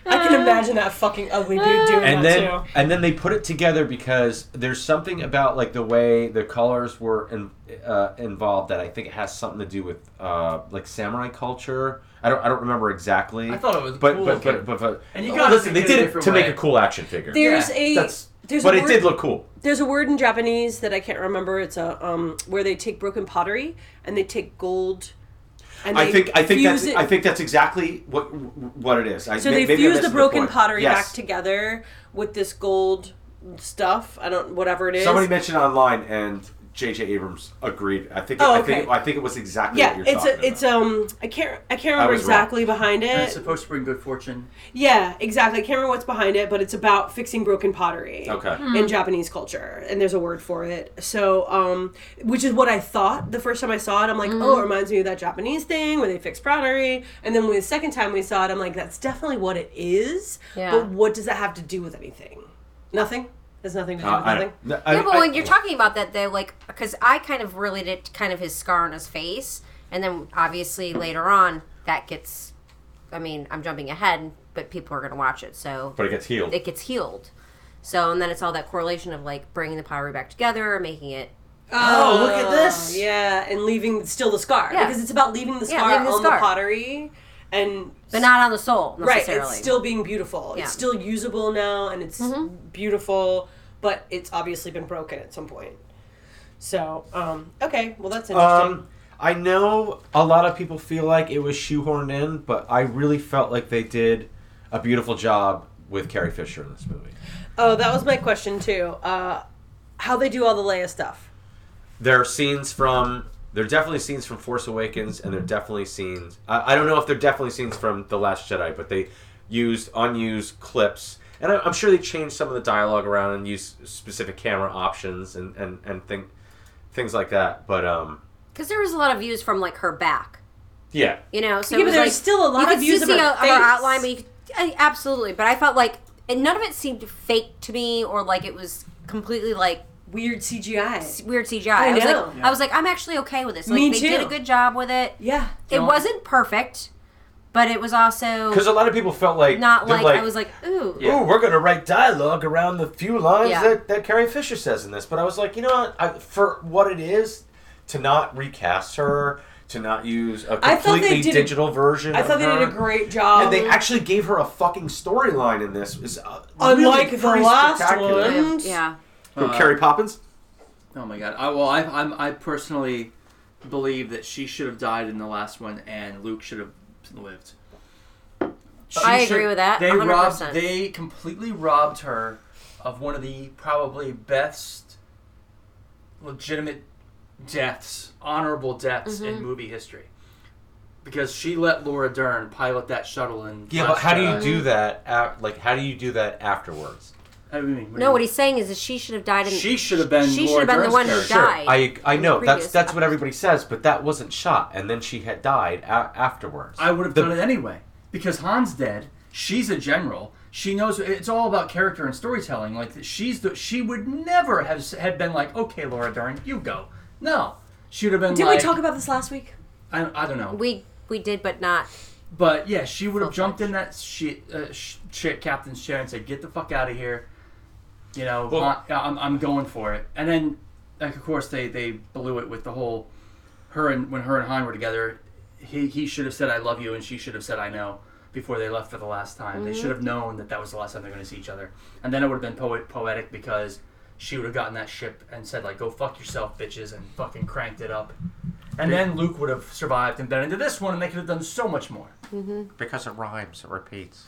S1: I can imagine that fucking ugly dude doing
S2: *laughs* and
S1: that
S2: then
S1: too.
S2: and then they put it together because there's something about like the way the colors were in, uh, involved that I think it has something to do with uh, like samurai culture. I don't I don't remember exactly.
S3: I thought it was
S2: but
S3: cool
S2: but, but
S3: looking.
S2: but but
S5: And you
S2: Oh,
S5: gotta
S2: listen, they
S5: think it
S2: did
S5: a
S2: it
S5: different
S2: to make
S5: way.
S2: a cool action figure.
S1: There's
S5: Yeah,
S1: a
S2: That's
S1: there's
S2: but
S1: a
S2: it
S1: word-
S2: did look cool.
S1: there's a word in Japanese that I can't remember. It's a um where they take broken pottery and they take gold. And
S2: I think I think
S1: fuse
S2: that's
S1: it-
S2: I think that's exactly what what it is. I,
S1: so
S2: may-
S1: they
S2: maybe I
S1: fuse the
S2: missed
S1: broken
S2: point.
S1: pottery
S2: Yes.
S1: back together with this gold stuff. I don't whatever it is.
S2: Somebody mentioned online and. J.J. Abrams agreed. I think.
S1: Oh,
S2: I think.
S1: okay.
S2: I think it was exactly what
S1: yeah,
S2: you're
S1: it's
S2: talking
S1: a it's
S2: about.
S1: um I can't I can't remember
S2: was wrong.
S1: exactly behind
S5: And it's
S1: it.
S5: supposed to bring good fortune.
S1: Yeah, exactly. I can't remember what's behind it, but it's about fixing broken pottery.
S2: Okay.
S1: In Japanese culture, and there's a word for it. So, um, which is what I thought the first time I saw it. I'm like, oh, it reminds me of that Japanese thing where they fix pottery. And then when the second time we saw it, I'm like, that's definitely what it is.
S4: Yeah.
S1: But what does that have to do with anything? Nothing. There's nothing to do
S2: Uh,
S1: with
S2: I
S1: nothing.
S2: don't- I-
S4: yeah, but
S2: I-
S4: when you're talking about that, though, like, because I kind of related it to kind of his scar on his face, and then obviously later on that gets, I mean, I'm jumping ahead, but people are going to watch it, so
S2: but it gets healed.
S4: it gets healed. So and then it's all that correlation of like bringing the pottery back together, making it
S1: Oh,
S5: look at this.
S1: Yeah, and leaving still the scar
S4: Yeah.
S1: because it's about leaving the
S4: Yeah,
S1: scar
S4: leaving the
S1: on
S4: scar.
S1: the pottery and
S4: but not on the soul
S1: Right,
S4: necessarily.
S1: it's still being beautiful.
S4: Yeah.
S1: It's still usable now, and it's beautiful, but it's obviously been broken at some point. So, um, okay, well that's interesting.
S2: Um, I know a lot of people feel like it was shoehorned in, but I really felt like they did a beautiful job with Carrie Fisher in this movie.
S1: oh, that was my question too. Uh, how they do all the Leia stuff?
S2: There are scenes from. There are definitely scenes from Force Awakens, and there are definitely scenes. I, I don't know if they're definitely scenes from The Last Jedi, but they used unused clips. And I, I'm sure they changed some of the dialogue around and used specific camera options and, and, and thing, things like that. But um,
S4: because there was a lot of views from like her back,
S2: yeah.
S4: you know. So
S1: Yeah, but
S4: it was,
S1: there's
S4: like,
S1: still a lot
S4: you could
S1: of views
S4: still
S1: of
S4: see
S1: her
S4: a-
S1: face.
S4: outline, but you could, I, absolutely. But I felt like and none of it seemed fake to me, or like it was completely like
S1: Weird
S4: s-
S1: CGI.
S4: weird CGI.
S1: I
S4: I, was
S1: know.
S4: like, I was like, I'm actually okay with this. Like,
S1: Me
S4: they did
S1: too.
S4: a good job with it.
S1: Yeah,
S4: It wasn't perfect, but it was also
S2: Because a lot of people felt like
S4: not
S2: they're
S4: like, I was like, ooh,
S5: Yeah.
S2: Ooh, we're gonna write dialogue around the few lines
S4: Yeah.
S2: that, that Carrie Fisher says in this. But I was like, you know what? I, for what it is, to not recast her, to not use a
S1: I thought they
S2: completely
S1: did a-
S2: digital version.
S1: I
S2: of
S1: thought they
S2: her,
S1: did a Um, great job.
S2: Uh-huh. And they actually gave her a fucking storyline in this. Is uh,
S1: Unlike
S2: really
S1: the
S2: pretty
S1: last
S2: spectacular.
S1: one.
S4: yeah,
S1: Mm.
S4: yeah.
S2: Who, Carrie Poppins.
S5: Oh my god. I well, I I'm, I personally believe that she should have died in the last one, and Luke should have lived. She
S4: I agree with that,
S5: They
S4: 100%.
S5: robbed. They completely robbed her of one of the probably best legitimate deaths, honorable deaths
S4: Mm-hmm.
S5: in movie history. Because she let Laura Dern pilot that shuttle and
S2: Yeah, but how do you do that? At, like, how do you do that afterwards?
S5: What do you mean?
S4: No, what
S5: do
S4: he's saying is that she should have died. In,
S5: She should have been
S4: She should
S5: Laura
S4: have been the
S5: Dern's
S4: one who
S5: character.
S2: Sure,
S4: died.
S2: I I
S4: in
S2: know
S4: the
S2: that's
S4: previous
S2: that's what
S4: episode.
S2: everybody says, but that wasn't shot, and then she had died a- afterwards.
S5: I would have
S2: The-
S5: done it anyway because Han's dead. She's a general. She knows it's all about character and storytelling. Like she's the she would never have s- had been like, okay, Laura Dern, you go. No, she would have been.
S1: Did
S5: like,
S1: we talk about this last week?
S5: I, I don't know.
S4: We we did, but not.
S5: But yeah, she would have jumped in that shit, uh, sh- shit captain's chair and said, "Get the fuck out of here." You know,
S2: Well-
S5: I, am I'm going for it. And then, like, of course, they they blew it with the whole her and when her and Han were together. He he should have said "I love you" and she should have said "I know" before they left for the last time. They should have known that that was the last time they're going to see each other. And then it would have been poet poetic because she would have gotten that ship and said like, "Go fuck yourself, bitches," and fucking cranked it up. And then Luke would have survived and been into this one, and they could have done so much more.
S6: Because it rhymes, it repeats.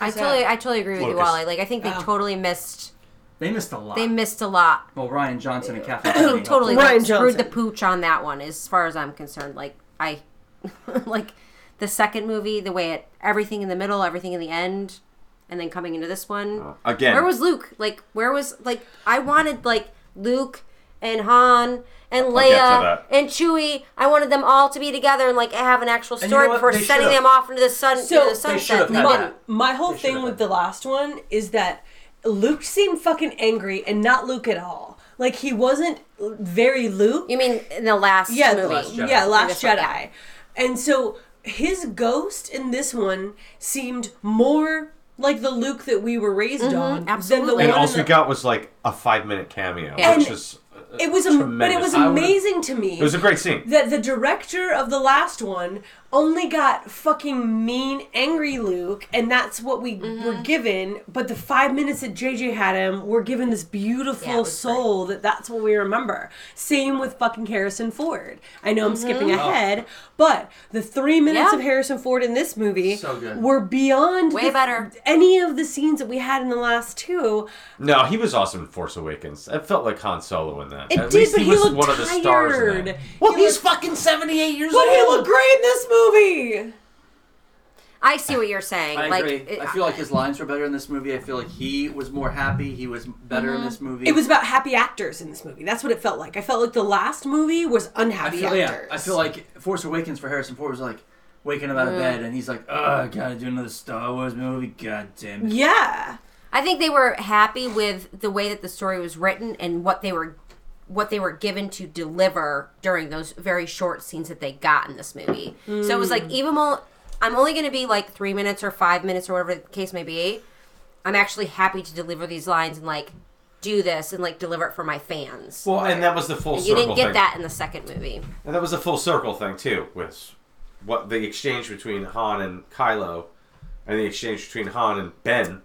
S4: I
S1: that?
S4: totally I totally agree with you,
S6: Lucas.
S4: Wally. Like I think they
S1: Oh.
S4: totally missed.
S5: They missed a lot.
S4: They missed a lot.
S5: well, Ryan Johnson and Kathleen Kennedy
S4: *coughs*
S5: helped.
S4: totally
S1: Ryan
S4: like, screwed
S1: Johnson.
S4: the pooch on that one as far as i'm concerned like i *laughs* like the second movie the way it everything in the middle everything in the end and then coming into this one
S2: again.
S4: where was luke like where was like i wanted like luke and han and
S2: I'll get to
S4: Leia
S2: that.
S4: and Chewie, I wanted them all to be together and like have an actual
S5: you know
S4: story
S5: what?
S4: before
S5: They
S4: setting
S5: should've.
S4: them off into the sun,
S1: So-
S4: into the
S1: They
S4: sunset.
S5: should've
S4: They
S5: had
S1: my,
S5: Yeah.
S4: didn't.
S1: my whole
S5: They
S1: thing
S5: should've
S1: with the last one is that Luke seemed fucking angry and not Luke at all. Like he wasn't very Luke.
S4: You mean in the last
S1: yeah,
S4: movie?
S1: Last
S5: Jedi.
S1: yeah,
S4: That's
S1: Last
S4: right,
S1: Jedi. And so his ghost in this one seemed more like the Luke that we were raised on
S4: Mm-hmm. absolutely.
S1: than the
S2: and
S1: one.
S2: all
S1: in
S2: we
S1: the-
S2: got was like a five minute cameo,
S1: And
S2: which was uh,
S1: it was, am- but it was
S2: tremendous. I
S5: would've-
S1: amazing to me.
S2: it was a great scene.
S1: that the director of the last one only got fucking mean, angry Luke, and that's what we
S4: Mm-hmm.
S1: were given. But the five minutes that JJ had him, we're given this beautiful
S4: Yeah, it was
S1: soul that that's what we remember. Same with fucking Harrison Ford. I know I'm skipping
S2: Oh.
S1: ahead, but the three minutes
S4: Mm-hmm. Yeah.
S1: of Harrison Ford in this movie
S5: So good.
S1: were beyond
S4: Way
S1: the-
S4: better.
S1: any of the scenes that we had in the last two.
S2: No, he was awesome in Force Awakens. It felt like Han Solo in that.
S1: It
S2: At
S1: did,
S2: least
S1: but
S2: he
S1: he
S2: was
S1: looked
S2: one
S1: tired.
S2: of the stars. In that.
S6: Well,
S1: He
S6: he's
S1: looked-
S6: fucking 78 years
S1: but
S6: old.
S1: he looked great in this movie.
S4: I see what you're saying.
S5: I
S4: like,
S5: agree.
S4: it-
S5: I feel like his lines were better in this movie. I feel like he was more happy. He was better in this movie.
S1: It was about happy actors in this movie. That's what it felt like. I felt like the last movie was
S5: I
S1: unhappy
S5: feel, yeah,
S1: actors.
S5: I feel like Force Awakens for Harrison Ford was like waking him out of bed, and he's like, "Oh, I gotta do another Star Wars movie. God damn it."
S1: yeah,
S4: I think they were happy with the way that the story was written and what they were what they were given to deliver during those very short scenes that they got in this movie. So it was like even though I'm only going to be like 3 minutes or 5 minutes or whatever the case may be, I'm actually happy to deliver these lines and like do this and like deliver it for my fans.
S2: Well, and that was the full
S4: And you
S2: circle
S4: didn't get
S2: thing.
S4: that in the second movie.
S2: And that was the full circle thing too, was what the exchange between Han and Kylo, and the exchange between Han and Ben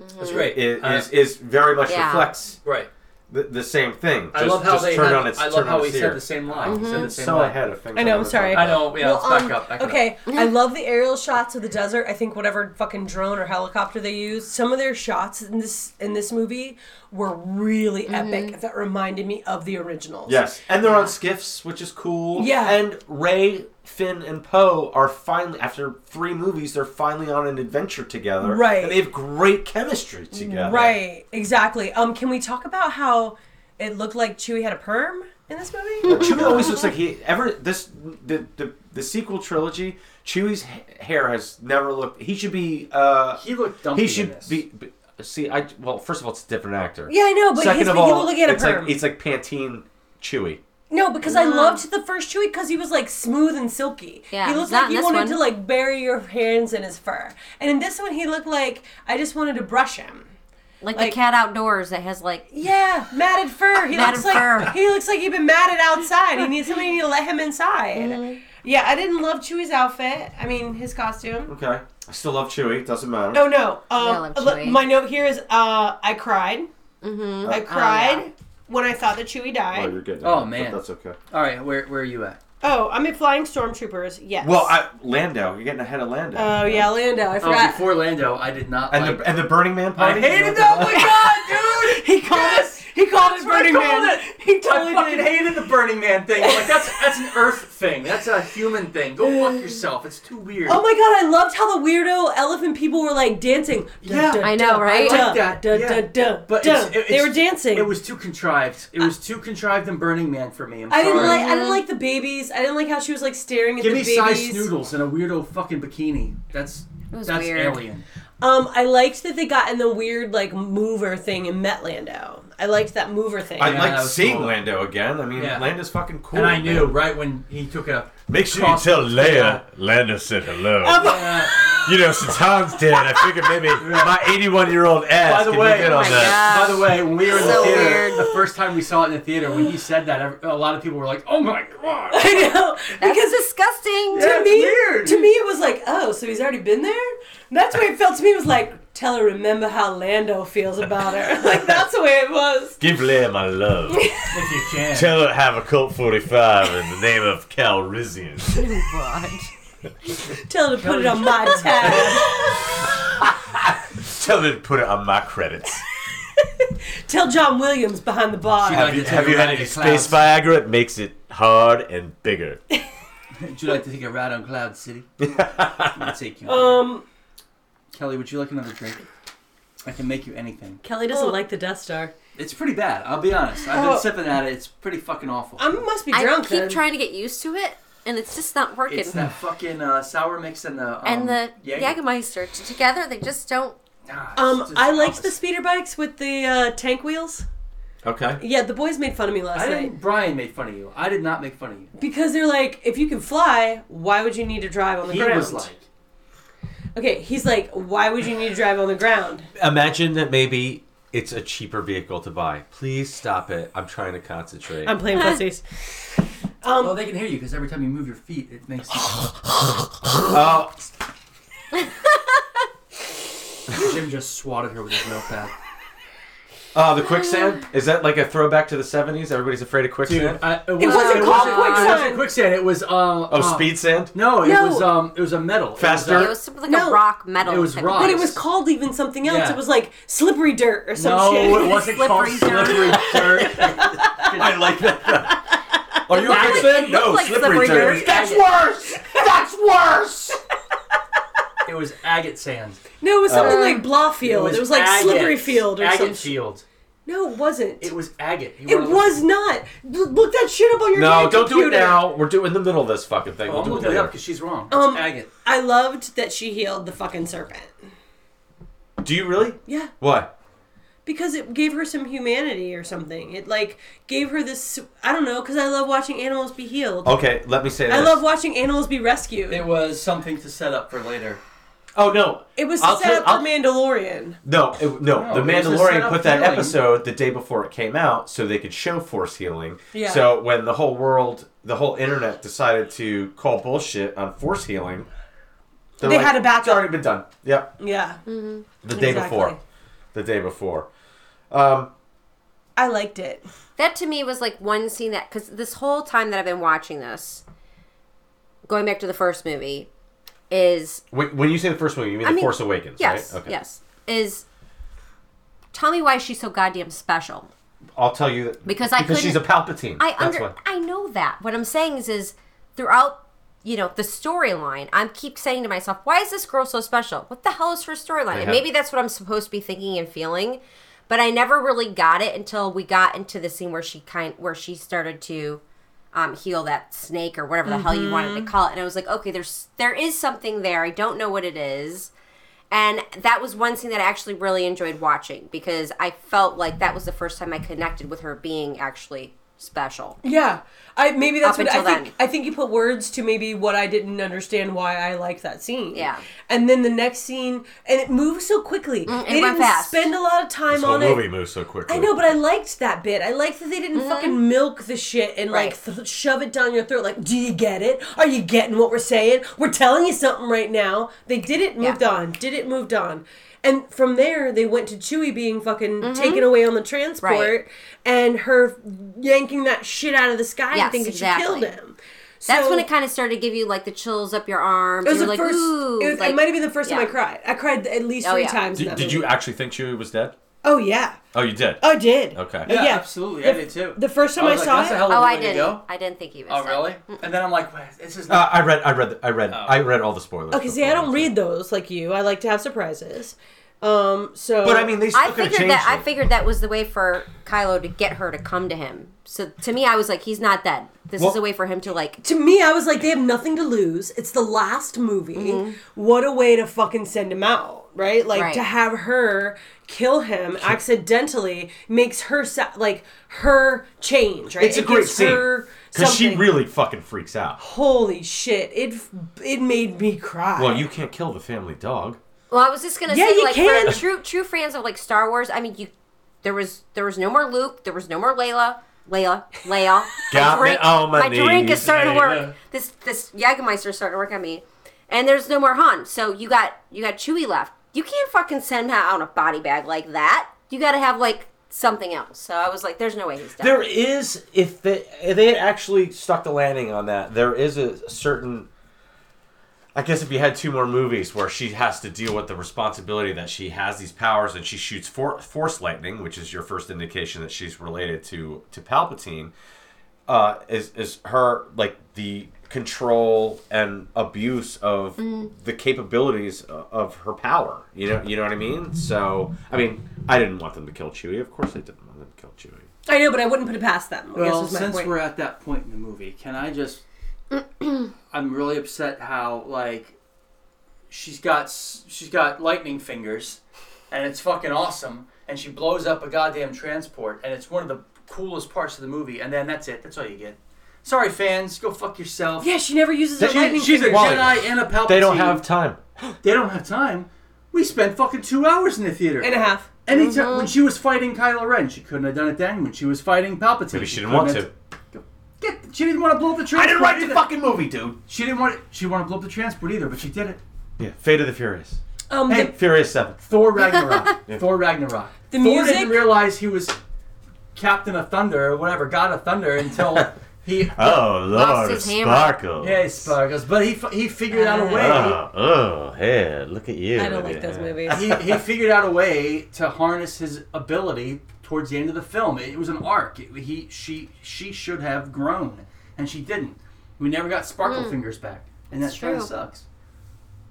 S5: That's great.
S2: is
S5: I-
S2: is, is very much
S4: Yeah.
S2: reflects
S5: right.
S2: the, the same thing.
S5: I
S2: Just-
S5: love how
S2: just
S5: they.
S2: turned
S5: Had,
S2: on its
S5: I love
S2: turned
S5: how
S2: on
S5: he
S2: its
S5: said
S2: ear.
S5: the same line. He said the same
S2: So
S5: line.
S2: ahead of things.
S1: I know, I'm
S2: wanna
S1: sorry.
S2: talk
S5: I
S2: about.
S5: know. Yeah, let's back up. Back it
S1: um,
S5: up.
S1: okay, I love the aerial shots of the desert. I think whatever fucking drone or helicopter they used, some of their shots in this in this movie were really epic. That reminded me of the originals.
S2: Yes, and they're on skiffs, which is cool.
S1: Yeah.
S2: and Ray, Finn, and Poe are finally after three movies, they're finally on an adventure together.
S1: Right.
S2: and they have great chemistry together.
S1: Right, exactly. Um, can we talk about how it looked like Chewie had a perm in this
S5: *laughs*
S1: movie?
S2: Chewie always looks like he ever this the the, the sequel trilogy. Chewie's ha- hair has never looked. He should be. uh
S5: He looked dumpy.
S2: He
S5: in
S2: should
S5: this.
S2: be. be- See, I well, first of all, it's a different actor.
S1: Yeah, I know, but
S2: Second
S1: his-
S2: of
S1: he
S2: all,
S1: looked like he had a
S2: it's
S1: perm.
S2: like it's like Pantene Chewy.
S1: No, because I loved the first Chewie because he was like smooth and silky.
S4: Ah. Yeah,
S1: he
S4: he's
S1: looked
S4: not
S1: like
S4: in
S1: you
S4: this
S1: wanted
S4: one.
S1: to like bury your hands in his fur, and in this one he looked like I just wanted to brush him.
S4: Like,
S1: Like-
S4: the cat outdoors that
S1: *laughs*
S4: has like
S1: Yeah, matted fur. He
S4: Matted
S1: looks like
S4: fur.
S1: he looks like he'd been matted outside. He needs somebody to let him inside.
S4: Mm-hmm.
S1: Yeah, I didn't love Chewie's outfit. I mean, his costume.
S2: Okay, I still love Chewy. Doesn't matter.
S1: Oh no! Um,
S4: love
S1: l-
S4: Chewie.
S1: my note here is uh, I cried. Mm-hmm. I cried
S4: yeah.
S1: when I thought that Chewie
S2: Oh,
S1: died.
S2: you're good.
S5: Oh,
S2: But
S5: man.
S2: that's okay.
S5: All right, where where are you at?
S1: Oh, I'm in Flying Stormtroopers. Yes.
S2: Well, I, Lando, you're getting ahead of Lando.
S1: Oh yeah, Lando. I
S5: Oh,
S1: forgot.
S5: before Lando, I did not.
S2: and
S5: like,
S2: the and the Burning Man
S5: I *laughs*
S2: party.
S5: hated that. Oh my god,
S1: *laughs*
S5: dude!
S1: He called us. He called it Burning
S5: I called
S1: Man.
S5: it.
S1: He totally
S5: I fucking
S1: did.
S5: hated the Burning Man thing. I'm like that's that's an Earth thing. That's a human thing. Go fuck yourself. It's too weird.
S1: Oh my god, I loved how the weirdo elephant people were like dancing.
S5: Yeah.
S1: Duh,
S4: I know,
S1: duh,
S4: right?
S1: duh,
S5: Like that,
S1: duh,
S5: yeah.
S1: duh, duh,
S5: But
S1: duh.
S5: it's- it-
S1: they
S5: it's-
S1: were dancing.
S5: It was too contrived. It was too contrived and Burning Man for me. I'm
S1: I
S5: sorry.
S1: didn't like. I didn't like the babies. I didn't like how she was like staring at
S5: Give
S1: the
S5: me
S1: babies.
S5: size noodles and a weirdo fucking bikini. That's
S4: was
S5: that's
S4: weird.
S5: alien.
S1: Um, I liked that they got in the weird like mover thing in Metlando. I liked that mover thing. *laughs*
S2: I
S5: Yeah,
S2: like
S5: that was
S2: seeing
S5: cool.
S2: Lando again. I mean,
S5: Yeah.
S2: Lando's fucking cool.
S5: And I knew
S2: man.
S5: right when he took a
S8: Make sure you
S5: Cross- uh,
S8: tell Leia Lando said
S5: *laughs*
S8: hello. you know, since Han's dead, I figured maybe my 81 year old ass
S5: By the
S8: can
S5: way, oh
S8: be good on
S5: by
S8: that.
S4: that.
S5: the way, when we were in the
S4: So
S5: theater,
S4: weird.
S5: the first time we saw it in the theater, when he said that, ev- a lot of people were like, "Oh my
S1: *laughs*
S5: god!"
S1: I know
S4: That's
S1: because
S4: disgusting.
S1: to me, *laughs*
S5: weird.
S1: to me, it was like, oh, so he's already been there. And that's the way it felt to me. It was like, tell her remember how Lando feels about her. *laughs* Like that's the way it was.
S8: Give Leia my
S5: *laughs*
S8: love.
S5: If you can,
S8: Tell her to have a Colt 45 in the name of Calrissian.
S1: Tell her to put it on my tab.
S8: Tell her to put it on my credits.
S1: tell John Williams behind the bar.
S5: She-
S8: Have you,
S5: Like,
S8: have you had
S5: it's
S8: any
S5: a ride
S8: space Viagra? It makes it hard and bigger.
S5: would you like to take a ride on Cloud *laughs* City? I'll take you.
S1: um,
S5: Kelly, would you like another drink? I can make you anything.
S1: Kelly doesn't
S4: Oh.
S1: like the Death Star.
S5: It's pretty bad. I'll be honest. I've been
S1: Oh.
S5: sipping at it. It's pretty fucking awful.
S1: I must be
S4: I
S1: drunk.
S4: keep
S1: then.
S4: trying to get used to it, and it's just not working.
S5: it's that fucking uh, sour mix and the um,
S4: and the
S5: Jaeger.
S4: Jagermeister t- together, they just don't.
S5: Ah, it's
S1: Um,
S5: just
S1: I liked the
S5: opposite.
S1: speeder bikes with the uh, tank wheels.
S2: Okay.
S1: Yeah, the boys made fun of me last
S5: I
S1: night
S5: didn't. Brian made fun of you. I did not make fun of you.
S1: because they're like, if you can fly, why would you need to drive on the
S5: He
S1: ground?
S5: was like,
S1: okay, he's like, why would you need to drive on the ground?
S2: Imagine that maybe it's a cheaper vehicle to buy. Please stop it. I'm trying to concentrate.
S1: I'm
S4: *laughs*
S1: playing pussies. Um,
S5: "Oh, they can hear you because every time you move your feet, it makes." *laughs*
S2: oh,
S5: Jim just swatted her with his notepad.
S2: oh, the quicksand? Is that like a throwback to the 70s? Everybody's afraid of quicksand?
S5: I, it,
S1: wasn't
S5: it
S1: called
S5: wasn't- It
S1: quicksand.
S5: wasn't quicksand. It was um.
S2: oh,
S5: uh,
S2: speed sand?
S5: No, it
S1: No.
S5: was um. It was a metal. It was,
S2: Faster?
S5: uh,
S4: It
S2: *laughs*
S4: was something like
S1: No.
S4: a rock metal.
S5: It was
S4: type of
S5: rock.
S1: but
S4: thing.
S1: it was called even something else.
S5: Yeah.
S1: It was like slippery dirt or some
S5: no,
S1: shit.
S5: it wasn't
S4: Slippery
S5: called
S4: dirt.
S5: slippery dirt.
S8: I like that. Are you a
S4: It
S8: quicksand? No,
S4: looked like
S8: slippery
S4: slippery
S8: turd.
S4: dirt.
S8: That's worse! That's worse!
S5: It was agate sand.
S1: *laughs* No, it was something like blah field. It was, like
S5: agate.
S1: slippery field or
S5: agate
S1: something.
S5: field.
S1: No, it wasn't.
S5: It was agate. You
S1: It
S5: wanna-
S1: was not. L- Look that shit up on your
S2: No,
S1: damn
S2: don't do it
S1: computer.
S2: now. We're doing in the middle of this fucking thing.
S5: Oh,
S2: we'll
S5: I'm
S2: do it
S5: looking it
S2: later.
S5: up because she's wrong. It's
S1: Um,
S5: agate.
S1: I loved that she healed the fucking serpent.
S2: Do you really?
S1: Yeah.
S2: What?
S1: because it gave her some humanity or something. It like gave her this. I don't know because I love watching animals be healed.
S2: Okay, let me say this.
S1: I love watching animals be rescued.
S5: It
S1: It,
S5: was something to set up for later.
S2: Oh, no.
S1: was
S2: I'll
S1: set
S2: tell-
S1: up for
S2: I'll-
S1: Mandalorian.
S2: No, it, no,
S5: No,
S2: The
S5: it was a
S2: Mandalorian
S5: setup
S2: put that
S5: feeling.
S2: episode the day before it came out so they could show force healing.
S1: Yeah.
S2: So when the whole world, the whole internet decided to call bullshit on force healing,
S1: They had a backup.
S2: It's already been done. Yep.
S1: Yeah,
S2: The day
S1: Exactly.
S2: before. The day before. Um,
S1: I liked it.
S4: that to me was like one scene that because this whole time that I've been watching this, going back to the first movie, is
S2: wh- when you say the first movie, you mean
S4: I
S2: The
S4: mean,
S2: Force Awakens,
S4: yes,
S2: right?
S4: yes, is tell me why she's so goddamn special.
S2: I'll tell you that
S4: Because I
S2: because she's a
S4: couldn't-
S2: Palpatine.
S4: I
S2: That's
S4: under
S2: why.
S4: I know that. What I'm saying is is throughout you know the storyline, I keep saying to myself, why is this girl so special? What the hell is her storyline? And
S2: Uh-huh.
S4: maybe that's what I'm supposed to be thinking and feeling, but I never really got it until we got into the scene where she kind where she started to um, heal that snake or whatever the hell you wanted to call it, and I was like, okay, there's there is something there. I don't know what it is. And that was one scene that I actually really enjoyed watching because I felt like that was the first time I connected with her being actually special.
S1: Yeah, I maybe that's
S4: Up
S1: what I
S4: until
S1: think. I
S4: then.
S1: think you put words to maybe what I didn't understand why I liked that scene.
S4: Yeah.
S1: and then the next scene, and it moves so quickly.
S4: Mm, it
S1: they
S4: went
S1: didn't
S4: fast.
S1: spend a lot of time
S8: This whole
S1: on it.
S8: Oh, movie moves so quickly.
S1: I know, but I liked that bit. I liked that they didn't fucking milk the shit and like
S4: Mm-hmm. Right.
S1: th- shove it down your throat. Like, do you get it? Are you getting what we're saying? We're telling you something right now. They did it, moved
S4: Yeah.
S1: on. Did it, moved on. And from there, they went to Chewie being fucking taken away on the transport
S4: Mm-hmm. Right.
S1: and her yanking that shit out of the sky
S4: Yes,
S1: and thinking she
S4: exactly.
S1: killed him.
S4: That's
S1: So-
S4: when it kind of started to give you like the chills up your arms.
S1: It was
S4: you
S1: the
S4: were like,
S1: first.
S4: Ooh,
S1: it, was- it
S4: like-
S1: might have been the first time I
S4: yeah.
S1: cried. I cried at least
S4: Oh,
S1: three
S4: yeah.
S1: times. in
S2: Did,
S1: that
S2: did you
S1: movie.
S2: actually think she was dead?
S1: Oh yeah.
S8: Oh, you did.
S2: Uh,
S1: Oh, I did.
S8: Okay.
S1: Yeah,
S5: Yeah,
S1: yeah.
S5: absolutely. I
S1: The-
S5: did too.
S1: the first time I
S5: was
S1: saw
S5: like, That's
S1: it-
S5: a hell of
S4: Oh,
S5: a
S4: I
S5: way to
S4: didn't.
S5: go.
S4: I didn't think he was.
S5: Oh,
S4: that.
S5: really? And then I'm like, wait, this is
S2: Uh,
S5: not.
S2: I read. I read. I read. I
S8: Oh.
S2: read all the spoilers.
S1: Okay, see, I don't read those like you. I like to have surprises. Um, so.
S2: But I mean, they still
S4: I
S2: could have
S4: figured
S2: changed
S4: that. I
S2: it.
S4: figured that was the way for Kylo to get her to come to him. So to me, I was like, he's not dead. This is
S2: Well-
S4: a way for him to like.
S1: To me, I was like, they have nothing to lose. It's the last movie.
S2: Mm-hmm.
S1: What a way to fucking send him out, right? Like
S4: Right.
S1: to have her kill him accidentally makes her sa- like her change, right?
S2: It's a great
S1: gives
S2: scene.
S1: her
S2: because she
S1: something.
S2: really fucking freaks out.
S1: holy shit! It f- it made me cry.
S2: Well, you can't kill the family dog.
S4: Well, I was just gonna
S1: Yeah,
S4: say,
S1: you
S4: like,
S1: can.
S4: for true true fans of like Star Wars, I mean, you there was there was no more Luke, there was no more Layla, Layla,
S2: *laughs*
S4: Leia.
S8: Got
S4: My drink-
S8: me on my
S4: drink is
S8: knees,
S4: starting to
S5: Leia.
S4: work. This this Jägermeister is starting to work on me, and there's no more Han. So you got you got Chewie left. You can't fucking send him out on a body bag like that. You got to have like something else. So I was like, there's no way he's dead.
S2: There is, if they if they had actually stuck the landing on that, there is a certain. I guess if you had two more movies where she has to deal with the responsibility that she has these powers and she shoots for, force lightning, which is your first indication that she's related to to Palpatine, uh, is is her like the control and abuse of the capabilities o- of her power. You know, you know what I mean. So, I mean, I didn't want them to kill Chewie. Of course, I didn't want them to kill Chewie.
S1: I know, but I wouldn't put it past them. I guess
S5: Well,
S1: was my
S5: since
S1: point.
S5: we're at that point in the movie, can
S1: *clears throat*
S5: I just? I'm really upset how like she's got s- she's got lightning fingers, and it's fucking awesome, and she blows up a goddamn transport, and it's one of the coolest parts of the movie, and then that's it. That's all you get. Sorry, fans, go fuck yourself.
S1: yeah, she never uses her
S2: She-
S1: lightning.
S5: she's a
S1: finger.
S2: Wally.
S5: Jedi and a Palpatine.
S2: They don't have time.
S5: They don't have time. We spent fucking two hours in the theater.
S1: and a half. Mm-hmm.
S5: Anytime when she was fighting Kylo Ren, she couldn't have done it then. When she was fighting Palpatine,
S2: Maybe she didn't
S5: couldn't
S2: want
S5: have-
S2: to.
S5: Get, she didn't want to blow up the transport. either.
S2: movie, dude.
S5: She didn't want. It, she wanted to blow up the transport either, but she did it.
S2: Yeah, Fate of the Furious.
S1: Um,
S5: Hey,
S1: the,
S2: Furious 7.
S5: Thor Ragnarok. Thor Ragnarok.
S1: The
S5: Thor
S1: music-
S5: didn't realize he was Captain of Thunder or whatever, God of Thunder, until he.
S8: Oh
S4: Lost
S8: Lord,
S4: his hammer.
S8: sparkle.
S5: Yeah, he sparkles, but he fi- he figured out a way.
S2: Ah.
S8: Oh, oh, hey, look at you.
S1: I don't like those movies.
S5: he, he figured out a way to harness his ability towards the end of the film. It, was an arc. It- he she she should have grown, and she didn't. We never got Sparkle
S1: Hmm.
S5: Fingers back, and that
S4: It's
S5: kind of
S4: true.
S5: sucks.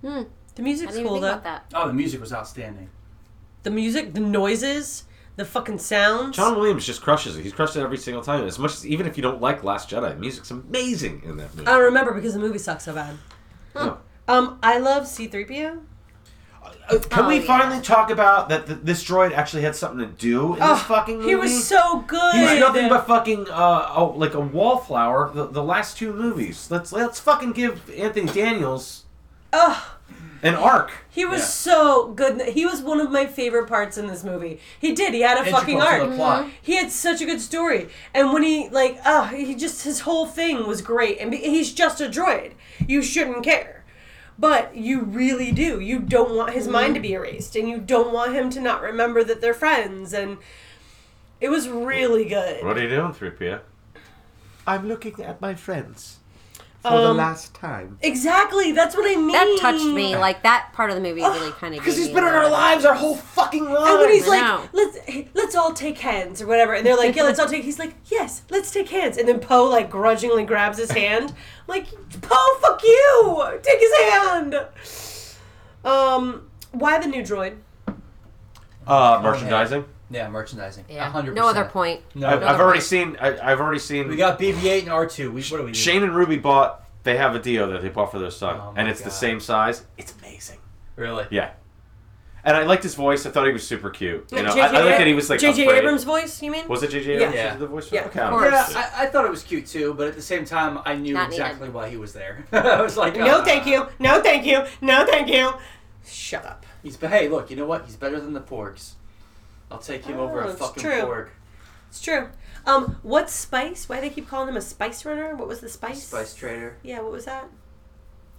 S1: the
S4: I
S1: music's
S4: didn't even
S1: cool
S4: think
S1: though.
S4: about that.
S5: Oh, the music was outstanding.
S1: The music, the noises, the fucking sounds.
S2: John Williams just crushes it. He's crushed it every single time. As much as even if you don't like Last Jedi, the music's amazing in that movie.
S1: I don't remember because the movie sucks so bad.
S2: No.
S1: Um, I love C-3PO.
S2: Uh, Can
S4: Oh,
S2: we
S4: yeah.
S2: finally talk about that th- this droid actually had something to do in this fucking movie?
S1: He was so good.
S2: He was nothing but fucking uh, oh, like a wallflower. The, the last two movies. Let's let's fucking give Anthony Daniels
S1: Ugh.
S2: an arc.
S1: He was
S5: Yeah.
S1: so good. He was one of my favorite parts in this movie. He did. He had a fucking Mm-hmm.
S5: Integral to
S1: arc.
S5: the plot.
S1: He had such a good story, and when he like, ah, he just his whole thing was great. And be- he's just a droid. You shouldn't care, but you really do. You don't want his mind to be
S4: Mm-hmm.
S1: erased, and you don't want him to not remember that they're friends. And it was really good.
S2: What are you doing, 3PO?
S6: I'm looking at my friends.
S2: For the
S1: Um,
S2: last time.
S1: Exactly. That's what I mean.
S4: That touched me. Like that part of the movie really kind of
S2: Because he's been in our lives our whole fucking lives.
S1: And when he's
S4: I
S1: like,
S4: know.
S1: let's let's all take hands or whatever, and they're like, yeah, let's all take. He's like, yes, let's take hands. And then Poe like grudgingly grabs his hand, I'm like Poe, fuck you, take his hand. Um, why the new droid?
S2: Uh, merchandising.
S6: Oh,
S5: Yeah, merchandising.
S4: Yeah.
S5: 100%.
S4: No other point.
S5: No,
S2: I've,
S5: no.
S2: I've already seen. I, I've already seen.
S5: We got BB-8 and R2. We, what do we do?
S2: Shane and Ruby bought. They have a deal that they bought for their son,
S5: Oh my
S2: and it's the
S5: God.
S2: same size. It's amazing.
S5: Really?
S2: Yeah, and I liked his voce. I thought he was super cute. You know,
S1: J.J.
S2: I, I liked
S1: Ab-
S2: that he was like
S1: J.J.
S2: afraid.
S1: Abrams' voice. You mean?
S2: Was it J.J.
S1: Yeah.
S2: Abrams
S5: Yeah.
S2: who did the voice?
S1: Yeah,
S2: okay, I
S4: of
S2: don't
S4: course.
S2: know.
S5: Yeah, I, I thought it was cute too, but at the same time, I knew
S4: Not needed.
S5: exactly why he was there. *laughs* I was like,
S1: no,
S5: uh,
S1: thank you. No, thank you. No, thank you. Shut up.
S5: He's but hey, look, you know what? He's better than the porgs. I'll take him over
S1: Oh,
S5: a
S1: it's
S5: fucking
S1: true.
S5: porg.
S1: It's true. Um, what spice? Why they keep calling him a spice runner? What was the spice?
S5: Spice Trader.
S1: Yeah, what was that?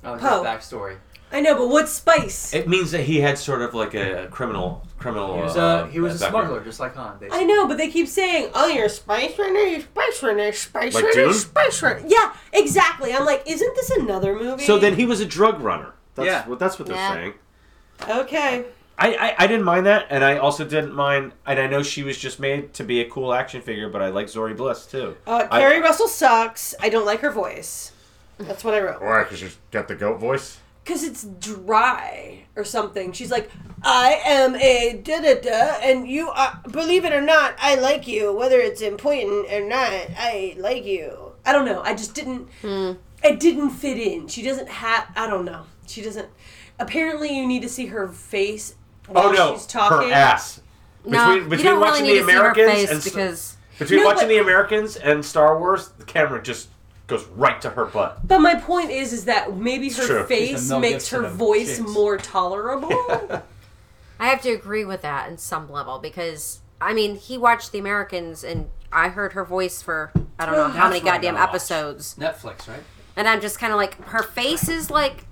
S5: I like
S1: Poe.
S5: his backstory.
S1: I know, but what spice?
S2: It means that he had sort of like a criminal, criminal.
S5: He was
S2: uh,
S5: a he was a
S2: background.
S5: smuggler, just like Han. Basically.
S1: I know, but they keep saying, "Oh, you're Spice Runner, you're Spice Runner, Spice
S2: Like
S1: Runner,
S2: Dune?
S1: Spice Runner." Yeah, exactly. I'm like, isn't this another movie?
S2: So then he was a drug runner. That's
S5: Yeah.
S2: what that's what they're
S4: Yeah.
S2: saying.
S1: okay,
S2: I, I, I didn't mind that, and I also didn't mind. And I know she was just made to be a cool action figure, but I like Zori Bliss too.
S1: Uh,
S2: I-
S1: Carrie Russell sucks. I don't like her voice. That's what I wrote.
S8: Why? Because she's got the goat voice.
S1: Because it's dry or something. She's like, I am a da da da, and you are, believe it or not, I like you. Whether it's important or not, I like you. I don't know. I just didn't, it didn't fit in. She doesn't have, I don't know. She doesn't, apparently, you need to see her face while
S2: oh no,
S1: she's talking.
S2: her ass.
S4: No, you don't really
S2: watching
S4: need to see her face
S2: and s-
S4: because
S2: between
S1: No,
S2: watching
S1: but-
S2: the Americans and Star Wars, the camera just goes right to her butt.
S1: But my point is, is that maybe her
S2: Sure.
S1: face
S9: She's a Mel
S1: makes her
S9: Gibson of
S1: voice
S9: chicks.
S1: more tolerable.
S2: *laughs*
S4: I have to agree with that in some level because I mean he watched The Americans and I heard her voice for I don't
S1: *sighs*
S4: know how many
S9: what I
S4: goddamn
S9: gotta watch.
S4: episodes,
S9: Netflix, right?
S4: and I'm just kind of like her face is like.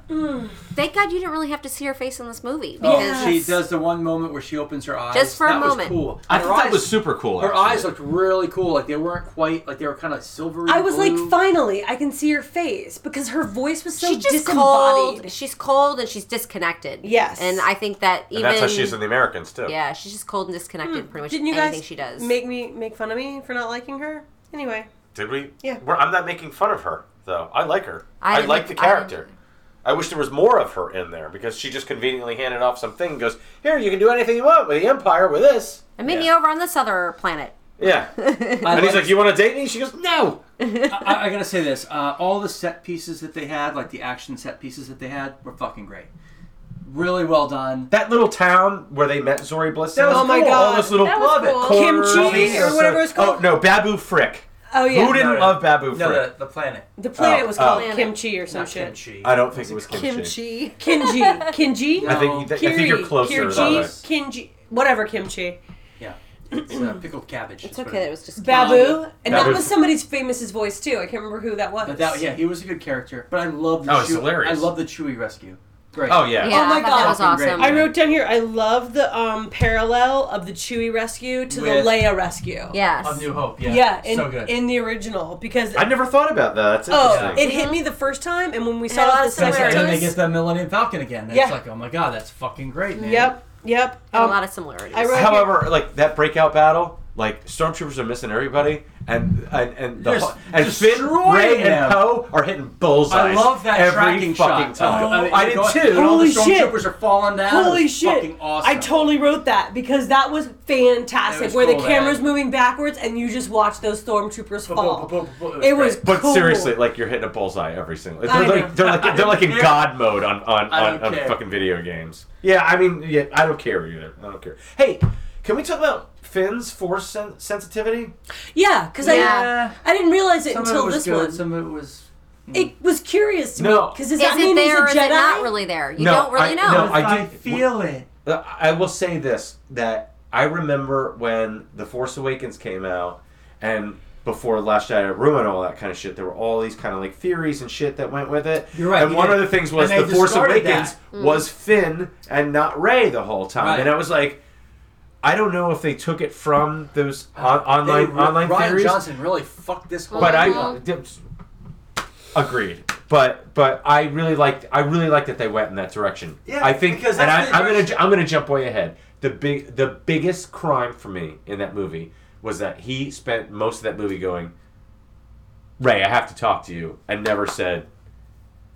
S4: *sighs* Thank God you didn't really have to see her face in this movie
S1: Oh.
S4: because
S5: Oh,
S9: She does the one moment where she opens her eyes.
S4: Just for a
S9: that
S4: moment.
S9: Was cool.
S2: I
S9: Her
S2: thought that
S9: eyes-
S2: was super cool.
S9: her
S5: Her
S2: actually.
S5: eyes looked really cool. Like they weren't quite like they were kind of silvery.
S1: I was like,
S5: blue.
S1: finally, I can see her face because her voice was so
S4: she's just
S1: disembodied.
S4: cold. She's cold and she's disconnected.
S1: Yes.
S4: and I think that even
S2: And that's how she is in the Americans too.
S4: yeah, she's just cold and disconnected. Pretty much
S1: Hmm. Didn't you
S4: anything
S1: guys
S4: she does.
S1: make me make fun of me for not liking her? Anyway,
S2: Did we?
S1: Yeah.
S2: We're, I'm not making fun of her though. I like her.
S4: I
S2: I,
S4: didn't-
S2: like the
S4: I didn't-
S2: character. I, wish there was more of her in there because she just conveniently handed off something and goes, "Here, you can do anything you want with the Empire with this."
S4: and meet me over on this other planet.
S1: *laughs*
S2: Yeah.
S9: I
S2: and he's
S9: like-
S2: like, "You want to date me?" She goes, "No."
S9: I,
S5: I gotta say this: uh, all the set pieces that they had, like the action set pieces that they had, were fucking great. Really well done.
S2: That little town where they met Zori Bliss. That
S1: was Oh my cool. God.
S2: All this little
S1: That was
S2: Love it.
S1: cool.
S2: corners.
S1: Kimchi or whatever it's called.
S2: Oh no, Babu Frick.
S1: Oh yeah,
S2: Who didn't
S9: No, no.
S2: love Babu
S9: no,
S2: Frick?
S9: the, the planet.
S1: the planet
S2: Oh,
S1: was called
S4: oh.
S1: kimchi or some
S9: Not
S1: shit.
S9: kimchi.
S2: I don't think it was Kimchi.
S4: Kimchi.
S1: Kimchi, kimchi.
S2: *laughs* I think I think you're closer.
S1: Kimchi,
S2: that way.
S1: kimchi, whatever kimchi.
S9: Yeah. It's uh, pickled cabbage.
S4: It's okay. That it was just
S1: Babu, and that
S2: Babu.
S1: was somebody's famous's voice too. I can't remember who that was.
S5: But that, yeah, he was a good character. But I love the
S2: Oh, it's
S5: Chewie-
S2: hilarious.
S5: I love the Chewy rescue. Great.
S2: Oh yeah.
S4: Yeah,
S1: Oh my
S4: I thought that
S1: God.
S4: was
S5: Fucking great.
S4: awesome.
S1: I wrote down here. I love the um, parallel of the Chewie rescue to
S9: With-
S1: the Leia rescue.
S4: Yes.
S9: Of New Hope, yeah.
S1: yeah, in,
S9: so good.
S1: in the original because
S2: I never thought about that. That's
S1: oh,
S2: interesting.
S1: it hit me the first time, and when we
S4: had a
S1: saw
S4: lot
S1: it
S4: of
S9: That's
S1: the second
S4: similarities.
S9: until they
S1: time,
S9: get the Millennium Falcon again. That's
S1: Yeah.
S9: like, oh my god, that's fucking great, man.
S1: yep, yep.
S4: Had a
S1: Um,
S4: lot of similarities.
S1: I wrote-
S2: However, like that breakout battle, like stormtroopers are missing everybody, and and and the,
S5: Just
S2: and Finn,
S5: destroying
S2: Ray,
S5: them.
S2: and Poe are hitting bullseyes.
S5: I love that
S2: every
S5: tracking
S2: fucking
S5: shot.
S2: time.
S5: Oh,
S2: I did
S5: God.
S2: too.
S5: And all the
S1: Holy shit.
S5: stormtroopers are falling down. It
S1: Holy
S5: was
S1: shit!
S5: Fucking awesome.
S1: I totally wrote that because that was fantastic.
S5: It was
S1: where
S5: cool,
S1: the camera's
S5: man.
S1: moving backwards and you just watch those stormtroopers fall.
S5: bu- bu- bu- bu-
S1: it
S5: it was
S1: was
S5: great.
S2: But
S1: cool.
S2: seriously, like you're hitting a bullseye every single. They're
S1: I know.
S2: like they're
S5: *laughs*
S2: like they're like in
S5: care.
S2: god mode on on,
S5: I
S2: on,
S5: don't
S2: on
S5: care.
S2: fucking video games. Yeah, I mean, yeah, I don't care either. I don't care. Hey, can we talk about Finn's force sen- sensitivity?
S1: yeah, because
S4: Yeah.
S1: I I didn't realize it
S9: Some of
S1: until
S9: it was
S1: this
S9: good,
S1: one.
S9: some of it was.
S1: it was curious to
S2: No.
S1: me because does
S4: is
S1: that
S4: it
S1: mean he's
S4: there
S1: a
S4: or is it
S1: Jedi?
S4: not really there? You
S2: No,
S4: don't really
S2: I-
S4: know.
S2: no, I do-
S9: it.
S2: Uh, I will say this that I remember when The Force Awakens came out and before Last Jedi Ruin and all that kind of shit, there were all these kind of like theories and shit that went with it.
S9: You're right,
S2: And
S9: you
S2: one
S9: did.
S2: of the things was
S9: And
S2: The
S9: they
S2: Force
S9: discarded
S2: Awakens was Finn and not Ray the whole time,
S9: Right.
S2: and I was like. I don't know if they took it from those on- online
S5: They-
S2: online
S5: Ryan
S2: theories,
S5: Johnson really fucked this whole
S2: but
S5: thing
S2: I
S5: up.
S2: agreed. But but I really liked I really liked that they went in that direction.
S9: Yeah,
S2: I think
S9: because
S2: and I,
S9: that's the
S2: I'm gonna
S9: direction-
S2: ju- I'm gonna jump way ahead. The big the biggest crime for me in that movie was that he spent most of that movie going, Ray, I have to talk to you, and never said,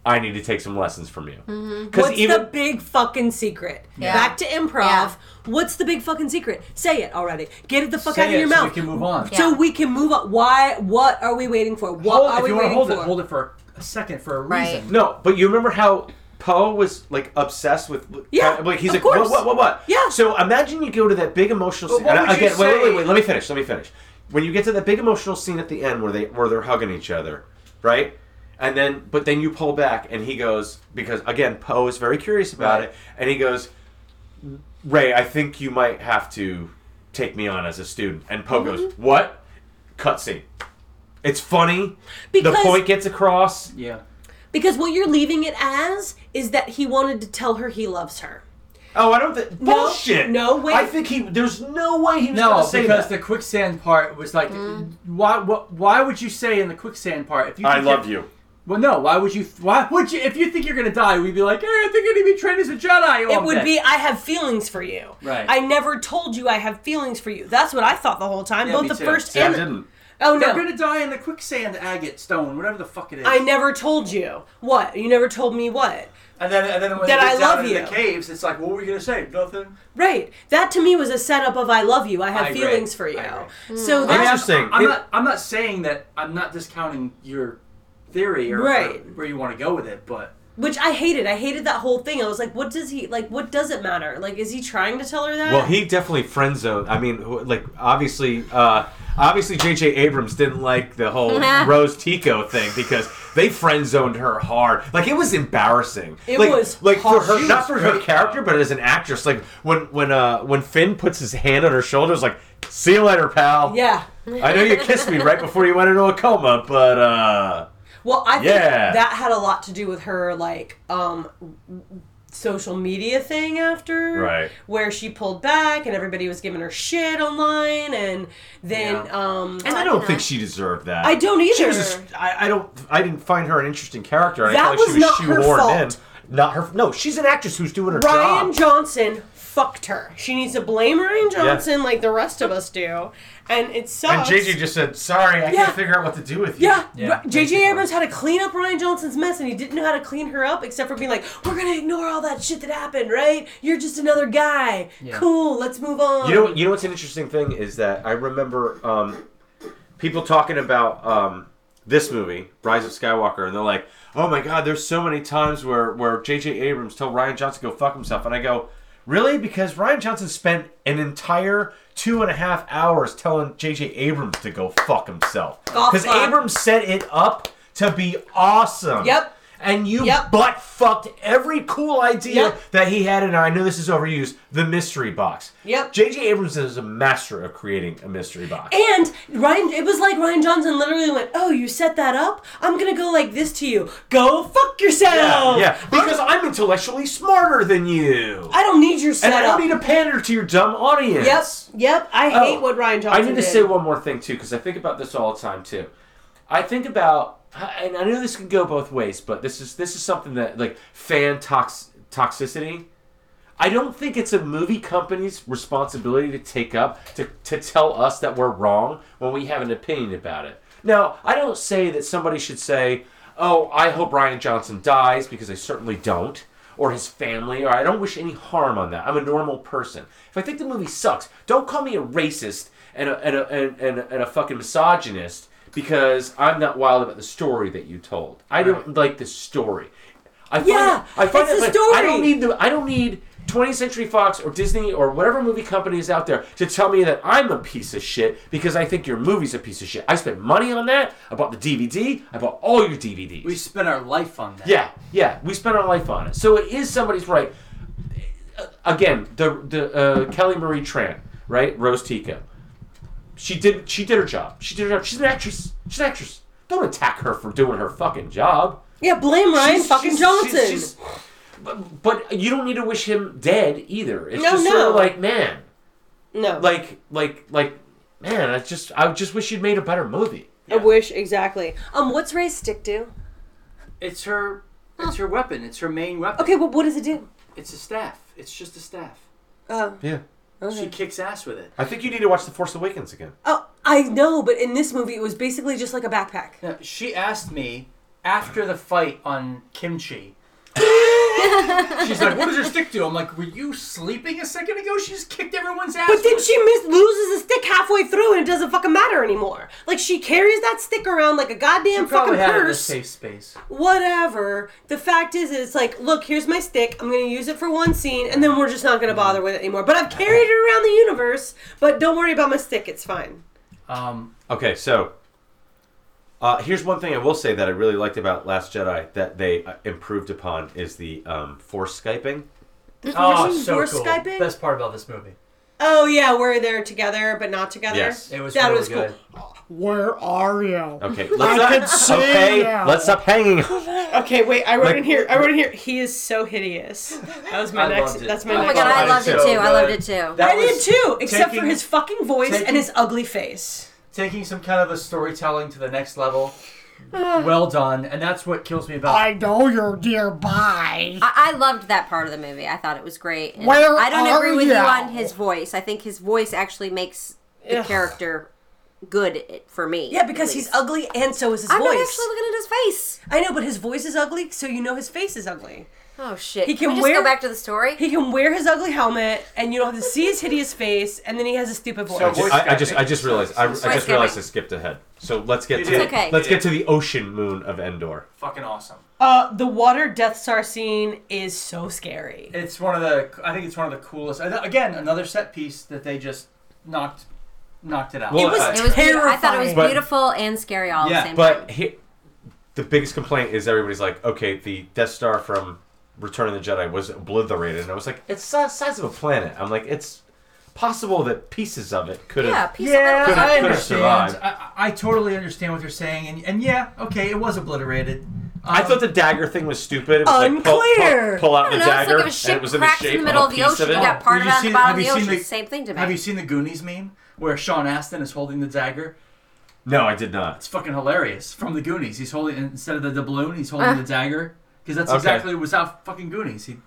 S2: I need to take some lessons from you. Because
S1: Mm-hmm. What's the
S2: even
S1: big fucking secret?
S4: Yeah.
S1: Back to improv.
S4: Yeah.
S1: What's the big fucking secret? Say it already. Get it the fuck out
S5: Say
S1: of your
S5: it so
S1: mouth.
S5: we can move on.
S4: Yeah.
S1: So we can move on. Why? What are we waiting for? What
S5: Hold-
S1: are
S5: if
S1: we
S5: you want
S1: waiting
S5: to hold
S1: for?
S5: it, hold it for a second for a
S4: Right.
S5: reason.
S2: No, but you remember how Poe was like obsessed with
S1: Yeah,
S2: like he's
S1: of
S2: like
S1: course.
S2: what what what what.
S1: Yeah.
S2: So imagine you go to that big emotional
S9: But
S2: scene.
S9: what
S2: and
S9: would you
S2: again, wait, wait,
S9: say-
S2: wait, wait. Let me finish. Let me finish. When you get to that big emotional scene at the end where they where they're hugging each other, right? And then but then you pull back and he goes because again Poe is very curious about
S5: Right.
S2: it and he goes, Ray, I think you might have to take me on as a student. And Poe goes, what? Cutscene. It's funny.
S1: Because-
S2: the point gets across.
S5: Yeah.
S1: because what you're leaving it as is that he wanted to tell her he loves her.
S2: Oh, I don't think
S1: No,
S2: bullshit.
S1: no way.
S2: I think he. There's no way he was
S5: No,
S2: going to say
S5: because
S2: that.
S5: the quicksand part was like, why? What? Why would you say in the quicksand part if you?
S2: I
S5: could
S2: love
S5: get-
S2: you.
S5: Well, no. Why would you? Why would you? If you think you're gonna die, we'd be like, "Hey, I think I need to be trained as a Jedi."
S1: It would be I have feelings for you.
S5: Right.
S1: I never told you I have feelings for you. That's what I thought the whole time.
S5: Yeah,
S1: both
S5: me
S1: the
S5: too.
S1: first
S2: See, I
S1: and
S2: didn't.
S1: oh
S5: They're
S1: no,
S5: gonna die in the quicksand agate stone, whatever the fuck it is.
S1: I never told you what. You never told me what.
S5: And then, and then when
S1: That
S5: they
S1: I
S5: get down
S1: love
S5: into
S1: you.
S5: the caves, it's like, what were you gonna say? Nothing.
S1: Right. That to me was a setup of I love you. I have
S5: I agree.
S1: feelings for you.
S5: I
S1: So that's
S2: Interesting.
S5: I'm
S2: It-
S5: not. I'm not saying that. I'm not discounting your theory or, or
S1: Right.
S5: where you want to go with it, but
S1: which I hated. I hated that whole thing. I was like, what does he like? What does it matter? Like, is he trying to tell her that?
S2: Well, he definitely friend zoned. I mean, wh- like obviously, uh, obviously J.J. Abrams didn't like
S1: *laughs*
S2: the whole Rose Tico thing because they friend zoned her hard. Like it was embarrassing.
S1: It
S2: like,
S1: was
S2: like for
S1: hard.
S2: her,
S1: She
S2: not
S1: was
S2: for her character, but as an actress. Like when when uh when Finn puts his hand on her shoulder, it's like, "See you later, pal."
S1: yeah.
S2: I know you kissed me right before you went into a coma, but uh,
S1: Well, I think
S2: Yeah.
S1: that had a lot to do with her like um social media thing after
S2: Right.
S1: where she pulled back and everybody was giving her shit online and then um
S2: I don't think she deserved that.
S1: I don't
S2: She was
S1: either.
S2: a s- I, I don't. I didn't find her an interesting character. and I
S1: That
S2: felt like she
S1: was
S2: was
S1: not her
S2: shoehorned
S1: fault.
S2: in. Not her. No, she's an actress who's doing her
S1: Ryan
S2: job.
S1: Johnson fucked her. She needs to blame Ryan Johnson like the rest of us do. And it
S2: and
S1: sucks.
S2: JJ just said, "Sorry, I
S1: Yeah.
S2: can't figure out what to do with you."
S1: yeah,
S9: Yeah,
S1: Ra- J.J. Abrams had to clean up Ryan Johnson's mess, and he didn't know how to clean her up, except for being like, "We're gonna ignore all that shit that happened, right? You're just another guy. Cool, let's move on."
S2: You know. You know what's an interesting thing is that I remember um, people talking about um, this movie, Rise of Skywalker, and they're like, "Oh my God, there's so many times where where J.J. Abrams told Ryan Johnson to go fuck himself," and I go, "Really?" Because Ryan Johnson spent an entire two and a half hours telling J.J. Abrams to go fuck himself
S1: Golf
S2: because
S1: clap.
S2: Abrams set it up to be awesome.
S1: Yep.
S2: And you
S1: Yep.
S2: butt fucked every cool idea
S1: Yep.
S2: that he had in, I know this is overused, the mystery box.
S1: Yep.
S2: J.J. Abrams is a master of creating a mystery box.
S1: And Ryan, it was like Ryan Johnson literally went, "Oh, you set that up? I'm gonna go like this to you. Go fuck yourself.
S2: yeah, yeah, because I'm intellectually smarter than you.
S1: um, I don't need your
S2: and I
S1: setup.
S2: don't need to pander to your dumb audience.
S1: Yep, yep. I hate
S2: Oh,
S1: what Ryan
S2: I
S1: Johnson
S2: need to
S1: did.
S2: say one more thing too, because I think about this all the time too. I think about, and I know this can go both ways, but this is this is something that like fan tox toxicity. I don't think it's a movie company's responsibility to take up to, to tell us that we're wrong when we have an opinion about it. Now, I don't say that somebody should say, "Oh, I hope Ryan Johnson dies," because I certainly don't, or his family, or I don't wish any harm on that. I'm a normal person. If I think the movie sucks, don't call me a racist and a, and a, and, and, and a fucking misogynist because I'm not wild about the story that you told. I don't like the story. I find
S1: Yeah,
S2: it- I find
S1: it's
S2: it
S1: the
S2: like- I
S1: story.
S2: don't need the I don't need 20th Century Fox or Disney or whatever movie company is out there to tell me that I'm a piece of shit because I think your movie's a piece of shit. I spent money on that. I bought the DVD. I bought all your DVDs.
S5: we spent our life on that.
S2: yeah, yeah. We spent our life on it. So it is somebody's right. Uh, Again, the the uh, Kelly Marie Tran, right? Rose Tico. She did she did her job. She did her job. She's an actress. She's an actress. Don't attack her for doing her fucking job.
S1: yeah, blame Ryan
S2: She's-
S1: fucking
S2: she's-
S1: Johnson.
S2: she's- she's- but, but you don't need to wish him dead either. It's
S1: No,
S2: just sort of
S1: no.
S2: like, man,
S1: no,
S2: like, like, like, man, I just, I just wish you'd made a better movie.
S1: I wish exactly. Um, what's Ray's stick do?
S5: It's her. It's her weapon. It's her main weapon.
S1: Okay, well, what does it do?
S5: It's a staff. It's just a staff.
S1: Oh,
S2: Yeah,
S5: She kicks ass with it.
S2: I think you need to watch The Force Awakens again.
S1: oh, I know, but in this movie, it was basically just like a backpack.
S5: Now, she asked me after the fight on
S1: *laughs*
S5: kimchi. She's like, "What does her stick do?" I'm like, "Were you sleeping a second ago? She just kicked everyone's ass."
S1: But then
S5: with it."
S1: she mis- loses a stick halfway through, and it doesn't fucking matter anymore. Like she carries that stick around like a goddamn fucking
S5: probably had it in a
S1: purse.
S5: safe space.
S1: Whatever. The fact is, it's like, look, here's my stick. I'm gonna use it for one scene, and then we're just not gonna bother with it anymore. But I've carried it around the universe. But don't worry about my stick. It's fine.
S5: Um,
S2: Okay, so uh, here's one thing I will say that I really liked about Last Jedi that they uh, improved upon is the um, Force skyping.
S5: oh,
S1: Force-
S5: so
S1: Force
S5: cool.
S1: Skyping?
S5: Best part about this movie.
S1: Oh yeah, we're there together, but not together.
S2: Yes.
S5: It was
S1: that
S5: really
S1: was cool.
S5: good.
S7: Where are you?
S2: Okay, let's I
S7: could see you.
S2: let's stop hanging.
S1: Okay, wait. I wrote
S2: Like-
S1: in here. I wrote in here. He is so hideous. That was my
S5: I
S1: next.
S5: loved it.
S1: That's my
S4: Oh my
S1: next.
S4: god, I
S5: I
S4: loved it
S5: so
S4: too. I
S5: good.
S4: loved it too.
S5: That
S1: I did
S5: was
S1: too, except for
S5: taking-
S1: his fucking voice and
S5: taking-
S1: his ugly face. *sighs*
S5: taking some kind of a storytelling to the next level. well done, and that's what kills me about.
S6: know you're nearby.
S4: I, I loved that part of the movie. I thought it was great. And
S6: Where
S4: I don't
S6: are
S4: agree with you
S6: you?
S4: on his voice. I think his voice actually makes the
S1: Ugh.
S4: character good i- for me.
S1: Yeah, because he's ugly and so is his
S4: I'm
S1: voice.
S4: not actually looking at his face.
S1: I know, but his voice is ugly, so you know his face is ugly.
S4: Oh shit!
S1: He
S4: He
S1: can
S4: can, we just
S1: wear-
S4: go back to the story.
S1: He can wear his ugly helmet, and you don't have to see his hideous face, and then he has a stupid voice.
S2: I ju- I, I just, I just realized, I, I
S4: Right,
S2: just
S4: skip
S2: realized
S4: it.
S2: I skipped ahead. So let's get
S10: It's
S2: to,
S4: okay.
S2: let's get to the ocean moon of Endor.
S10: Fucking awesome.
S1: uh, the water Death Star scene is so scary.
S5: It's one of the. I think it's one of the coolest. I th- Again, another set piece that they just knocked, knocked it out.
S2: Well,
S1: it was
S2: uh,
S4: It was beautiful. I thought it was
S1: terrifying.
S2: But-
S4: beautiful and scary all at
S5: Yeah,
S4: the same time.
S2: But he, the biggest complaint is everybody's like, okay, the Death Star from Return of the Jedi was obliterated, and I was like, it's the size of a planet. I'm like, it's possible that pieces of it could have.
S4: yeah, piece
S5: Yeah,
S4: of
S2: Could've-
S5: I
S2: could've
S5: understand.
S2: survived.
S5: I, I totally understand what you're saying, and, and yeah, okay, it was obliterated.
S2: I
S5: Um,
S2: thought the dagger thing was stupid. It was like pull- pull,
S1: Unclear.
S2: pull, out
S4: I
S2: the
S4: don't know. It's
S2: dagger,
S4: like if a
S2: and
S4: ship
S2: it was in the
S4: cracks in
S2: shape
S4: the middle
S2: of a
S4: of the
S2: piece
S4: ocean,
S2: of
S4: you
S2: it.
S4: got part
S5: Did
S4: of
S5: you
S4: it on the
S5: see-
S4: bottom
S5: have
S4: of the
S5: you seen
S4: ocean.
S5: the-
S4: Same thing to me.
S5: Have you seen the Goonies meme where Sean Astin is holding the dagger?
S2: No, I did not.
S5: It's fucking hilarious. From the Goonies, he's holding instead of the doubloon, he's holding the dagger because that's
S2: Okay.
S5: exactly what's out fucking Goonies. He,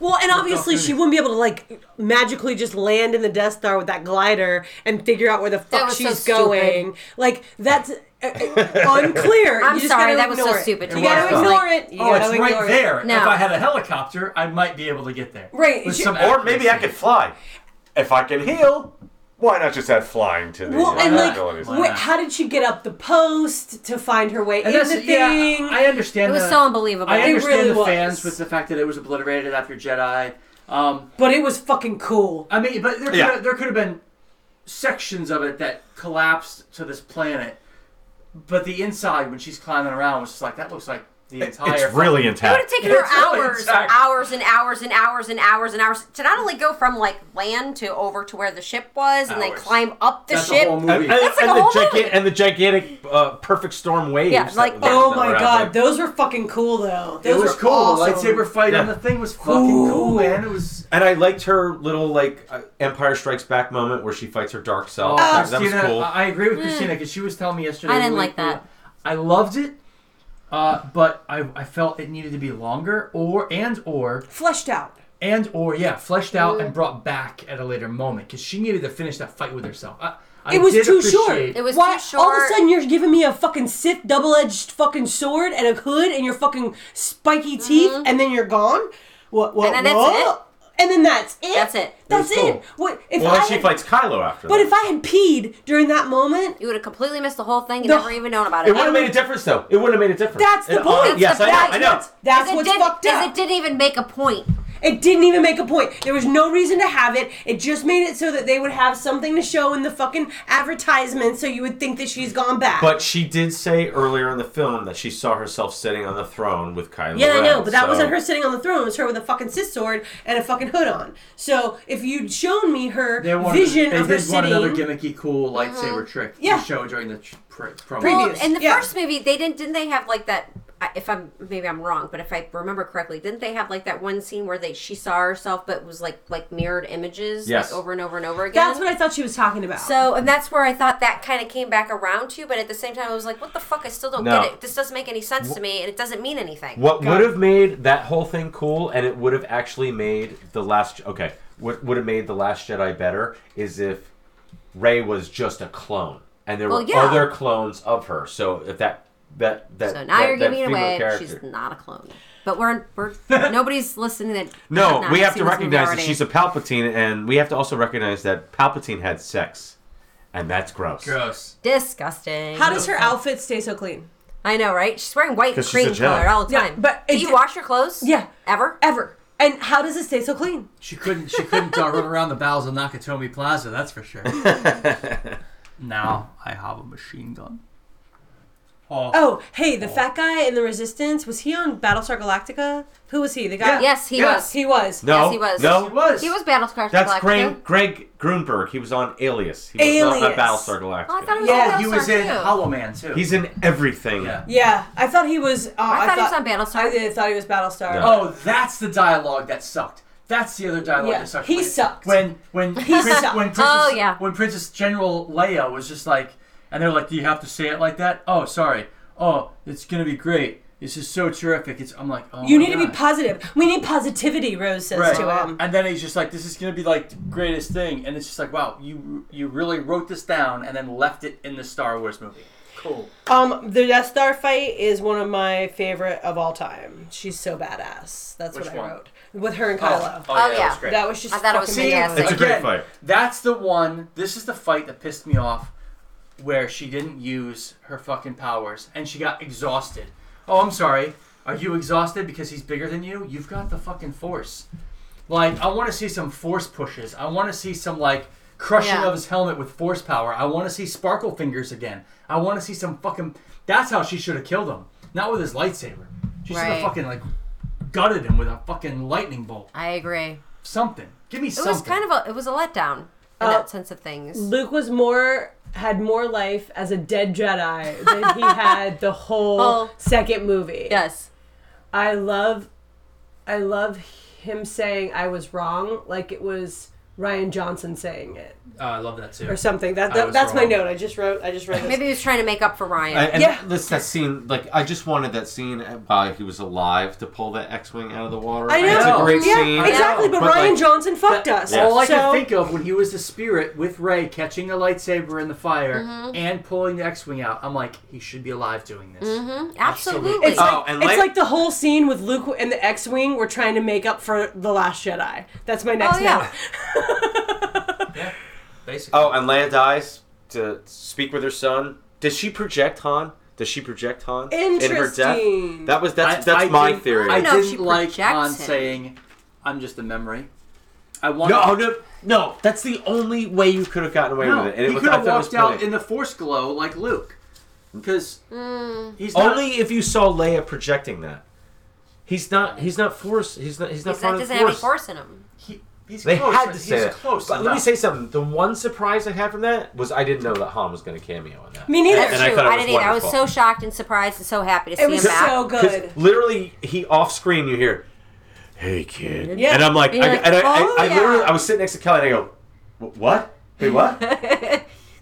S1: Well, and obviously she wouldn't be able to like magically just land in the Death Star with that glider and figure out where the fuck
S4: was so
S1: she's
S4: stupid.
S1: going. Like that's uh, uh, unclear.
S4: I'm
S1: you just
S4: sorry,
S1: gotta
S4: that was so
S1: ignore it.
S4: stupid.
S1: You
S5: It
S1: gotta
S5: was dumb.
S1: ignore it. You
S5: oh,
S1: gotta
S5: it's
S1: ignore
S5: right
S1: it.
S5: there.
S4: No.
S5: If I had a helicopter, I might be able to get there.
S1: Right,
S5: With
S1: you-
S5: some
S2: Or maybe I
S5: accuracy.
S2: could fly. If I can heal,
S11: Why not just add flying to the uh,
S1: Well, and
S11: abilities?
S1: like, wait,
S5: not?
S1: how did she get up the post to find her way
S5: And
S1: in
S5: that's
S1: the
S5: yeah,
S1: thing?
S5: I understand.
S4: It was
S5: the-
S4: so unbelievable.
S5: I understand
S1: really
S5: the
S1: was.
S5: fans with the fact that it was obliterated after Jedi. Um,
S1: but it was fucking cool.
S5: I mean, but there could
S2: Yeah.
S5: have there could have been sections of it that collapsed to this planet, but the inside when she's climbing around was just like that looks like the entire.
S2: it's really
S4: It would have
S2: intact.
S4: taken her
S5: It's really
S4: hours,
S5: dark.
S4: hours and hours and hours and hours and hours to not only go from like land to over to where the ship was and then
S5: Hours.
S4: climb up the
S5: That's a
S4: ship.
S5: whole movie.
S4: That's like
S2: and
S4: a whole
S2: the giga-
S4: movie.
S2: and the gigantic uh, perfect storm waves.
S4: Yeah,
S2: that
S4: like-
S2: were- that
S1: Oh
S2: were
S1: my
S2: out
S1: god,
S2: there.
S1: those were fucking cool though.
S5: It
S1: Those
S5: was
S1: were
S5: cool.
S1: Awesome.
S5: The lightsaber fight on
S2: Yeah.
S5: the thing was fucking cool, man. It was.
S2: And I liked her little like uh, Empire Strikes Back moment where she fights her dark self. that, that was
S5: Christina,
S2: cool.
S5: I I agree with Christina because she was telling me yesterday.
S4: I didn't
S5: we-
S4: like that.
S5: I loved it, uh, but I, I felt it needed to be longer or and or
S1: fleshed out.
S5: and or yeah fleshed out and brought back at a later moment because she needed to finish that fight with herself. I, I
S1: It was
S5: did
S1: too
S5: appreciate-
S1: short.
S4: It was
S1: Why,
S4: too
S1: All of a
S4: short.
S1: sudden, you're giving me a fucking Sith double edged fucking sword and a hood and your fucking spiky teeth, and then you're gone. What? What?
S4: Mm-hmm. And then that's
S1: what? And then that's it.
S4: That's it.
S1: That's
S2: It was
S1: it.
S2: cool.
S1: What if
S2: well,
S1: I?
S2: and she
S1: had-
S2: fights Kylo after
S1: but
S2: that.
S1: if I had peed during that moment,
S4: You would have completely missed the whole thing and
S1: The-
S4: never even known about
S2: it
S4: it.
S2: would have made a difference, though. It would have made a difference.
S1: That's the
S2: It-
S1: point. That's
S2: yes,
S1: the
S2: I know. I know.
S1: fact. That's
S4: Is it
S1: what's
S4: didn't-
S1: fucked
S4: is
S1: up.
S4: It didn't even make a point.
S1: It didn't even make a point. There was no reason to have it. It just made it so that they would have something to show in the fucking advertisement, so you would think that she's gone back.
S2: But she did say earlier in the film that she saw herself sitting on the throne with Kylo.
S1: Yeah, I
S2: Ren,
S1: know, but that
S2: so-
S1: wasn't her sitting on the throne. It was her with a fucking Sith sword and a fucking hood on. So if you'd shown me her
S5: They wanted,
S1: vision
S5: they
S1: of her
S5: did want
S1: sitting,
S5: another gimmicky, cool lightsaber trick
S1: Yeah.
S5: to show during the tr- pr- promo.
S1: Previous.
S4: Well, in the
S1: yeah.
S4: first movie, they didn't didn't they have like that? I- If I'm maybe I'm wrong, but if I remember correctly, didn't they have like that one scene where they she saw herself but was like like mirrored images
S2: Yes.
S4: like over and over and over again?
S1: that's what I thought she was talking about.
S4: So, and that's where I thought that kind of came back around to, but at the same time, I was like, what the fuck? I still don't
S2: No.
S4: get it. This doesn't make any sense to me, and it doesn't mean anything.
S2: What would have made that whole thing cool, and it would have actually made the last okay, what would have made the Last Jedi better is if Ray was just a clone, and there
S4: Well,
S2: were
S4: yeah.
S2: other clones of her. So if that that that
S4: So now
S2: that,
S4: you're
S2: that
S4: giving it
S2: female
S4: away.
S2: character-
S4: She's not a clone. But we're,
S2: *laughs*
S4: we're nobody's listening. That
S2: no,
S4: not
S2: we have
S4: seen
S2: to
S4: this
S2: recognize that
S4: already.
S2: she's a Palpatine, and we have to also recognize that Palpatine had sex, and that's gross.
S5: Gross.
S4: disgusting.
S1: How does her outfit stay so clean?
S4: I know, right? She's wearing white
S11: 'Cause she's
S4: cream
S11: a Jedi.
S4: color all the
S1: Yeah,
S4: time.
S1: but
S4: do
S1: it
S4: you
S1: di-
S4: wash your clothes?
S1: Yeah.
S4: ever?
S1: Ever. And how does it stay so clean?
S5: She couldn't. She couldn't uh, run around the bowels of Nakatomi Plaza. That's for sure. now I have a machine gun. Oh,
S1: Oh, hey, the fat guy in the Resistance, was he on Battlestar Galactica? Who was he? The guy?
S4: Yes, he
S5: Yeah.
S4: was.
S1: He was.
S2: No,
S4: Yes, he was.
S2: no,
S5: it was.
S4: He was Battlestar
S2: That's Greg,
S4: Galactica.
S2: Greg Grunberg. He was on Alias. He was not on
S1: Alias.
S2: Battlestar Galactica.
S4: Oh, I thought it was
S1: Yeah,
S4: on
S5: He
S4: Battlestar
S5: was in
S4: too.
S5: Hollow Man too.
S2: He's in everything.
S5: Yeah.
S1: Yeah, I thought he was. Uh,
S4: I,
S1: I,
S4: thought
S1: thought
S4: he was on
S1: I
S4: Battlestar.
S1: did- thought he was Battlestar.
S2: Yeah.
S5: Oh, that's the dialogue that sucked. That's the other dialogue
S1: Yeah,
S5: that sucked.
S1: he
S5: When-
S1: sucked.
S5: When when Prince,
S1: sucked.
S5: when Princess,
S4: Oh, yeah.
S5: when Princess General Leia was just like, and they're like, "Do you have to say it like that?" Oh, sorry. oh, it's gonna be great. This is so terrific. It's I'm like, oh
S1: you
S5: my
S1: need to be
S5: God.
S1: positive. We need positivity, Rose says
S5: Right.
S1: to him.
S5: And then he's just like, "This is gonna be like the greatest thing," and it's just like, "Wow, you you really wrote this down and then left it in the Star Wars movie." Cool.
S1: Um, the Death Star fight is one of my favorite of all time. She's so badass. That's
S5: Which
S1: what
S5: one?
S1: I wrote with her and
S5: Oh.
S1: Kylo.
S5: Oh, yeah, that Yeah. was great.
S1: That was just.
S4: I thought it was
S1: fucking
S4: fantastic.
S1: amazing.
S5: Again, That's the one. This is the fight that pissed me off, where she didn't use her fucking powers and she got exhausted. Oh, I'm sorry. Are you exhausted because he's bigger than you? You've got the fucking force. Like, I want to see some force pushes. I want to see some like crushing
S4: Yeah.
S5: of his helmet with force power. I want to see sparkle fingers again. I want to see some fucking. That's how she should have killed him. Not with his lightsaber. She should
S4: Right.
S5: have fucking like gutted him with a fucking lightning bolt.
S4: I agree.
S5: Something. Give me
S4: It
S5: something.
S4: was kind of a it was a letdown in
S1: Uh,
S4: that sense of things.
S1: Luke was more had more life as a dead Jedi *laughs* than he had the whole
S4: Oh.
S1: second movie.
S4: Yes.
S1: I love I love him saying I was wrong like it was Ryan Johnson saying it
S5: Oh, I love that too.
S1: or something. That,
S2: I
S1: that
S2: was
S1: that's my
S2: wrong.
S1: note. I just wrote I just wrote this.
S4: Maybe he was trying to make up for Ryan.
S2: And, and this that scene, like I just wanted that scene while he was alive to pull that X-wing out of the water.
S1: I know.
S2: it's a great
S1: yeah,
S2: scene.
S1: Exactly, but,
S2: like,
S1: Ryan Johnson fucked us.
S5: All I
S1: so,
S5: can think of when he was the spirit with Ray catching the lightsaber in the fire
S4: Mhm.
S5: and pulling the X-wing out, I'm like, he should be alive doing this.
S4: Mm-hmm.
S5: Absolutely.
S4: Absolutely.
S1: It's, like,
S2: Oh, and
S1: it's
S2: like-
S1: like the whole scene with Luke and the X-wing. We're trying to make up for the Last Jedi. That's my next
S4: Oh, yeah.
S1: note.
S5: Basically.
S2: Oh, and Leia dies to speak with her son. Does she project Han? Does she project Han in her
S1: Interesting.
S2: death? That was that's
S5: I-
S2: that's
S5: I
S2: my
S5: didn't-
S2: theory.
S5: I
S4: don't know if she
S5: didn't like
S4: projects
S5: Han
S4: him.
S5: saying, "I'm just a memory." I want
S2: no, no, no. That's the only way you could have gotten away
S5: No,
S2: with it.
S5: he
S2: was-
S5: could
S2: I
S5: have
S2: thought it was
S5: walked out
S2: brilliant.
S5: in the Force glow like Luke, because he's not,
S2: Only if you saw Leia projecting that. He's not. He's not force. He's not. He's not
S4: He's not
S2: part uh, of
S4: doesn't have any
S2: force.
S4: force in him.
S5: he, he's
S2: They
S5: close.
S2: had to say
S5: he's
S2: that.
S5: close.
S2: But let me
S5: enough.
S2: say something. The one surprise I had from that was I didn't know that Han was going to cameo in that.
S1: Me neither.
S4: That's
S2: And I
S4: true.
S2: thought it
S4: I,
S2: was
S4: didn't either. I was
S2: wonderful.
S4: so shocked and surprised and so happy to see
S1: It was
S4: him back.
S1: so good.
S2: Literally, he off screen. You hear, "Hey kid,"
S1: Yeah.
S2: and I'm like,
S4: And
S2: I,
S4: you're like,
S2: and I,
S4: "Oh,
S2: I, I
S4: yeah."
S2: literally, I was sitting next to Kelly, and I go, "Wh- "What? Wait,
S4: *laughs*
S2: what?"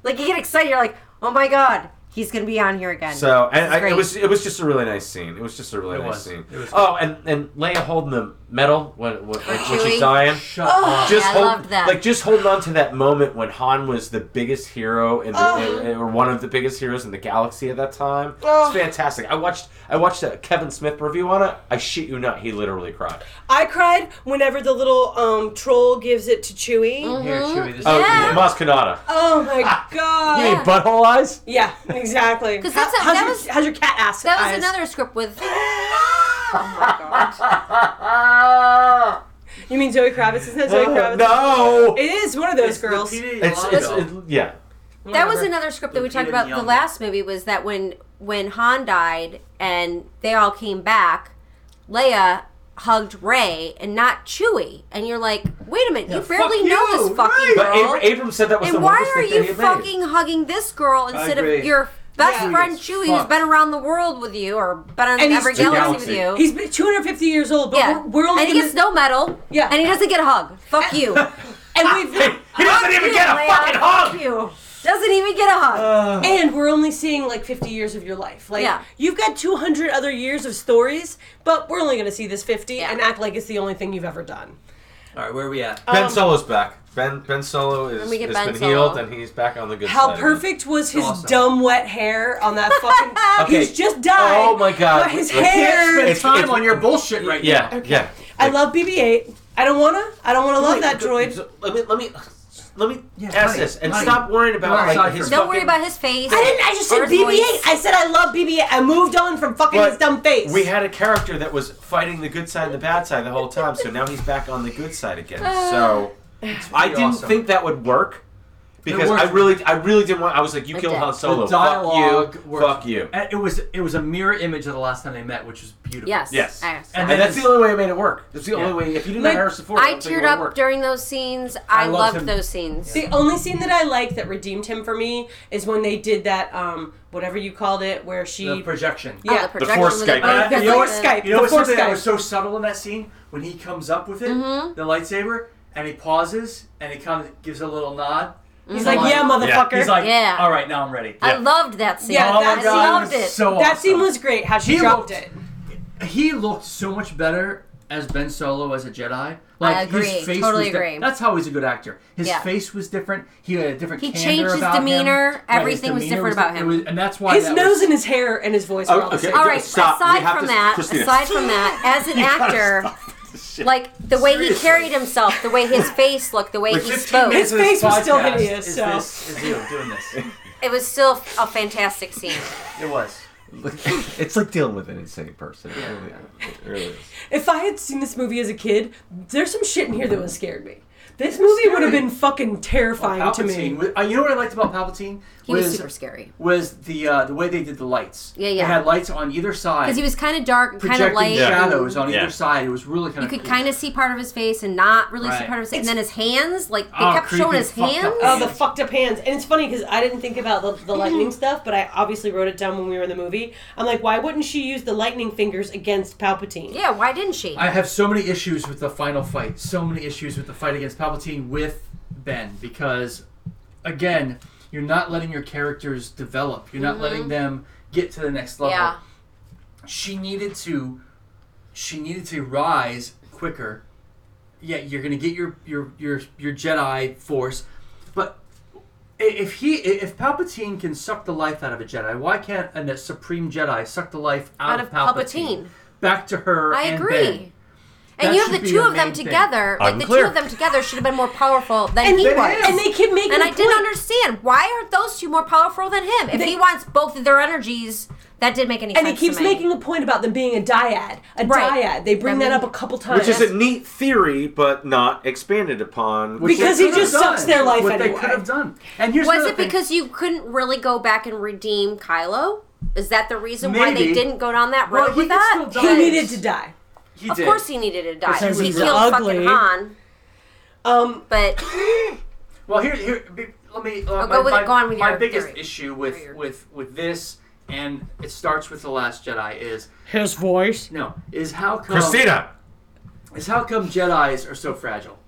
S4: like you get excited, you're like, oh my god, he's gonna be on here again.
S2: So
S4: This
S2: and
S4: is
S2: I,
S4: great.
S2: it was it was just a really nice scene. It was just a really nice
S5: was.
S2: scene.
S5: It was
S2: oh, and and Leia holding the medal when when, when
S4: Chewie.
S2: she's dying.
S5: Shut up.
S2: Just
S4: Yeah, I
S2: hold,
S4: loved that.
S2: Like just holding on to that moment when Han was the biggest hero in the, in- or one of the biggest heroes in the galaxy at that time.
S1: Oh.
S2: It's fantastic. I watched I watched a Kevin Smith review on it. I shit you not, he literally cried.
S1: I cried whenever the little um, troll gives it to Chewie.
S4: Mm-hmm.
S5: Here, Chewie, this
S2: Oh,
S5: is
S4: Yeah.
S2: Maz Kanata.
S1: Oh
S2: Ah.
S1: my god!
S4: Yeah.
S2: Butthole eyes.
S1: Yeah, exactly.
S4: 'Cause
S1: How-
S4: that's a-
S1: how's,
S4: that
S1: your,
S4: was-
S1: how's your cat ass?
S4: that was
S1: eyes?
S4: another script with. *laughs* *laughs* oh my god.
S1: You mean Zoe Kravitz? Isn't that Zoe Kravitz?
S2: Oh, no.
S1: It is one of those
S5: the
S1: girls.
S5: PD
S2: It's,
S5: line,
S2: it's,
S5: though.
S2: it, yeah.
S4: That was
S1: Whatever.
S4: another script that we talked
S5: Lupita
S4: about the
S5: Nyong'o.
S4: last movie was that when when Han died and they all came back, Leia hugged Ray and not Chewie, and you're like, wait a minute, you barely
S5: fuck
S4: know
S5: you,
S4: this fucking
S2: But
S4: girl,
S2: Abr- Abram said that was the
S4: and why
S2: worst
S4: are
S2: thing that
S4: you
S2: he had made.
S4: fucking hugging this girl instead
S5: agree.
S4: of your best
S1: Yeah.
S4: friend
S5: Yes,
S4: Chewie,
S5: fuck.
S4: who's been around the world with you or been on
S1: And he's
S4: every
S1: too-
S4: galaxy,
S5: Galaxy.
S4: with you?
S1: He's been 250 years old, but
S4: yeah,
S1: we're, we're only
S4: and he
S1: gonna-
S4: gets no medal.
S1: Yeah.
S4: and he doesn't get a hug.
S1: *laughs*
S4: Fuck you.
S1: and we've
S2: He doesn't even get a
S4: Leia,
S2: fucking hug.
S4: Fuck you. Doesn't even get a hug.
S1: and we're only seeing like 50 years of your life. Like
S4: Yeah.
S1: you've got 200 other years of stories, but we're only going to see this 50
S4: Yeah.
S1: and act like it's the only thing you've ever done.
S5: All right, where are we at?
S2: Ben Solo's back. Ben Ben Solo is,
S4: And we um, get
S2: has
S4: Ben
S2: been
S4: Solo.
S2: healed and he's back on the good side.
S1: How
S2: again.
S1: perfect was his
S5: Awesome.
S1: dumb wet hair on
S4: *laughs*
S1: that fucking?
S2: Okay.
S1: He's just died.
S2: Oh my God.
S1: But his
S2: Let's-
S1: hair.
S5: Spend
S2: It's-
S5: time
S2: it's-
S5: on your bullshit right
S2: Yeah,
S5: now.
S2: yeah.
S1: I love BB-8. I don't wanna. I don't wanna love that droid.
S2: Let me let me let me
S5: Yeah,
S2: ask
S5: honey,
S2: this and
S5: honey.
S2: stop worrying about
S5: Right.
S2: like his.
S4: Don't worry
S2: fucking-
S4: about his face.
S1: I didn't. I just said
S4: or his
S1: BB-8.
S4: voice.
S1: I said I love BB-8. I moved on from fucking
S2: But
S1: his dumb face.
S2: We had a character that was fighting the good side and the bad side the whole time, so now he's back on the good side again.
S4: Ah.
S2: So I didn't
S5: awesome.
S2: think that would work because I
S5: worked.
S2: really I really didn't want. I was like, you
S4: It
S2: killed
S4: did.
S2: Han Solo.
S5: The
S2: fuck
S5: dialogue
S2: you.
S5: worked.
S2: Fuck you.
S5: And It was it was a mirror image of the last time they met, which was beautiful.
S4: Yes.
S2: Yes.
S4: I, asked
S5: And
S4: that.
S2: And that's the only way I made it work. That's the
S5: Yeah.
S2: only way. If you didn't
S1: Like,
S2: have Harrison Ford, I
S4: I
S2: don't think it
S4: teared
S2: would
S4: up
S2: work.
S4: during those scenes. I,
S5: loved
S4: loved
S5: him.
S4: those scenes.
S1: The only scene that I liked that redeemed him for me is when they did that, um, whatever you called it, where she.
S5: The projection.
S1: Yeah.
S4: the
S1: The
S4: projection
S2: Force
S4: with the
S2: Skype.
S4: both
S1: Uh,
S4: of
S1: you know
S4: like
S1: what,
S4: the-
S1: Skype?
S5: You know
S1: The
S5: what's
S1: Force
S5: something that
S1: Skype.
S5: was so subtle in that scene when he comes up with it, the lightsaber, and he pauses and he comes gives a little nod,
S1: He's like, "Yeah, motherfucker."
S5: He's like,
S1: Yeah.
S5: all right, now I'm ready.
S4: I loved that scene.
S1: Yeah,
S5: Oh
S1: that
S5: my
S1: scene,
S5: God, it was so
S1: that
S5: awesome.
S1: scene was great. How she
S5: He
S1: dropped
S5: looked-
S1: it.
S5: He looked so much better as Ben Solo as a Jedi.
S4: I agree.
S5: His face
S4: Totally
S5: was di-
S4: agree.
S5: That's how he's a good actor. His
S4: Yeah.
S5: face was different. He had a different.
S4: He
S5: candor
S4: changed his
S5: about him.
S4: demeanor.
S5: Right, his
S4: Everything was
S5: demeanor
S4: different about
S5: it
S4: him.
S5: and that's why
S1: his
S5: that
S1: nose
S5: was-
S1: and his hair and his voice. were all the same.
S4: All right. Aside from that, aside from that, as an
S1: You gotta
S4: actor, like the way he carried himself, the way
S5: *laughs*
S4: his face looked, the way he spoke,
S5: Is this, is you doing this?
S4: It was still a fantastic scene.
S5: It
S1: *laughs*
S5: was.
S2: it's like dealing with an insane person. It really, it really is.
S1: If I had seen this movie as a kid, there's some shit in here that would have scared me. This movie would have been fucking terrifying to me.
S5: Palpatine. was- uh, you know what I liked about Palpatine?
S4: He was super scary.
S5: Was the uh, the way they did the lights?
S4: Yeah, yeah.
S5: They had lights on either side.
S4: Because he was kind of dark, kind
S5: projecting
S4: of light.
S5: shadows on
S4: Yeah.
S5: either side. It was really kind
S4: You
S5: of.
S4: could kind of see part of his face and not really see
S5: Right.
S4: part of his face. And then his hands, like they
S5: Oh,
S4: kept showing
S5: creepy
S4: his
S5: fucked up
S4: hands.
S1: Oh, the fucked up hands. And it's funny because I didn't think about the, the lightning stuff, but I obviously wrote it down when we were in the movie. I'm like, why wouldn't she use the lightning fingers against Palpatine?
S4: Yeah, why didn't she?
S5: I have so many issues with the final fight. So many issues with the fight against Palpatine with Ben because, again, you're not letting your characters develop. You're not
S4: Mm-hmm.
S9: Mhm.
S5: letting them get to the next level.
S9: Yeah.
S5: She needed to, she needed to rise quicker. Yeah, you're gonna get your your your your Jedi force, but i- if he i- if Palpatine can suck the life out of a Jedi, why can't a a supreme Jedi suck the life out,
S4: Out
S5: of
S4: of
S5: Palpatine?
S4: Palpatine.
S5: Back to her.
S4: I
S5: and
S4: agree.
S5: Ben.
S4: And
S5: That
S4: you have
S5: should
S4: the
S5: be
S4: two
S5: your
S4: of them
S5: main thing.
S4: together. Like the two
S5: Unclear.
S4: of them together should have been more powerful than
S1: And
S4: he
S1: they-
S4: was.
S1: and they keep making
S4: And
S1: the
S4: I didn't understand why aren't those two more powerful than him? If
S1: They-
S4: he wants both of their energies, that did make any
S1: And he
S4: sense.
S1: keeps
S4: to me.
S1: making the point about them being a dyad. A dyad. They bring that up a couple times.
S2: Which is a neat theory, but not expanded upon.
S1: Which Because they he could just have sucks done. their life
S2: What
S1: anyway.
S5: could have done. And here's
S4: was
S5: another
S4: it
S5: thing.
S4: because you couldn't really go back and redeem Kylo? Is that the reason why they
S5: Maybe.
S4: didn't go down that
S5: Well,
S4: road
S5: he
S4: with
S5: could
S4: that?
S5: still die. He needed
S1: to die.
S5: He
S4: of
S5: did.
S4: course, he needed to die.
S5: Because
S4: He
S5: he was
S4: killed
S5: ugly.
S4: fucking Han.
S1: Um,
S4: but
S5: Well, here, here, be- let me. Uh,
S4: Oh, go
S5: my,
S4: with it,
S5: my-
S4: go on with
S5: my
S4: your
S5: biggest
S4: theory.
S5: issue with with with this, and it starts with the Last Jedi, is
S1: his voice.
S5: No, is how come
S8: Christina!
S5: is how come Jedi's are so fragile.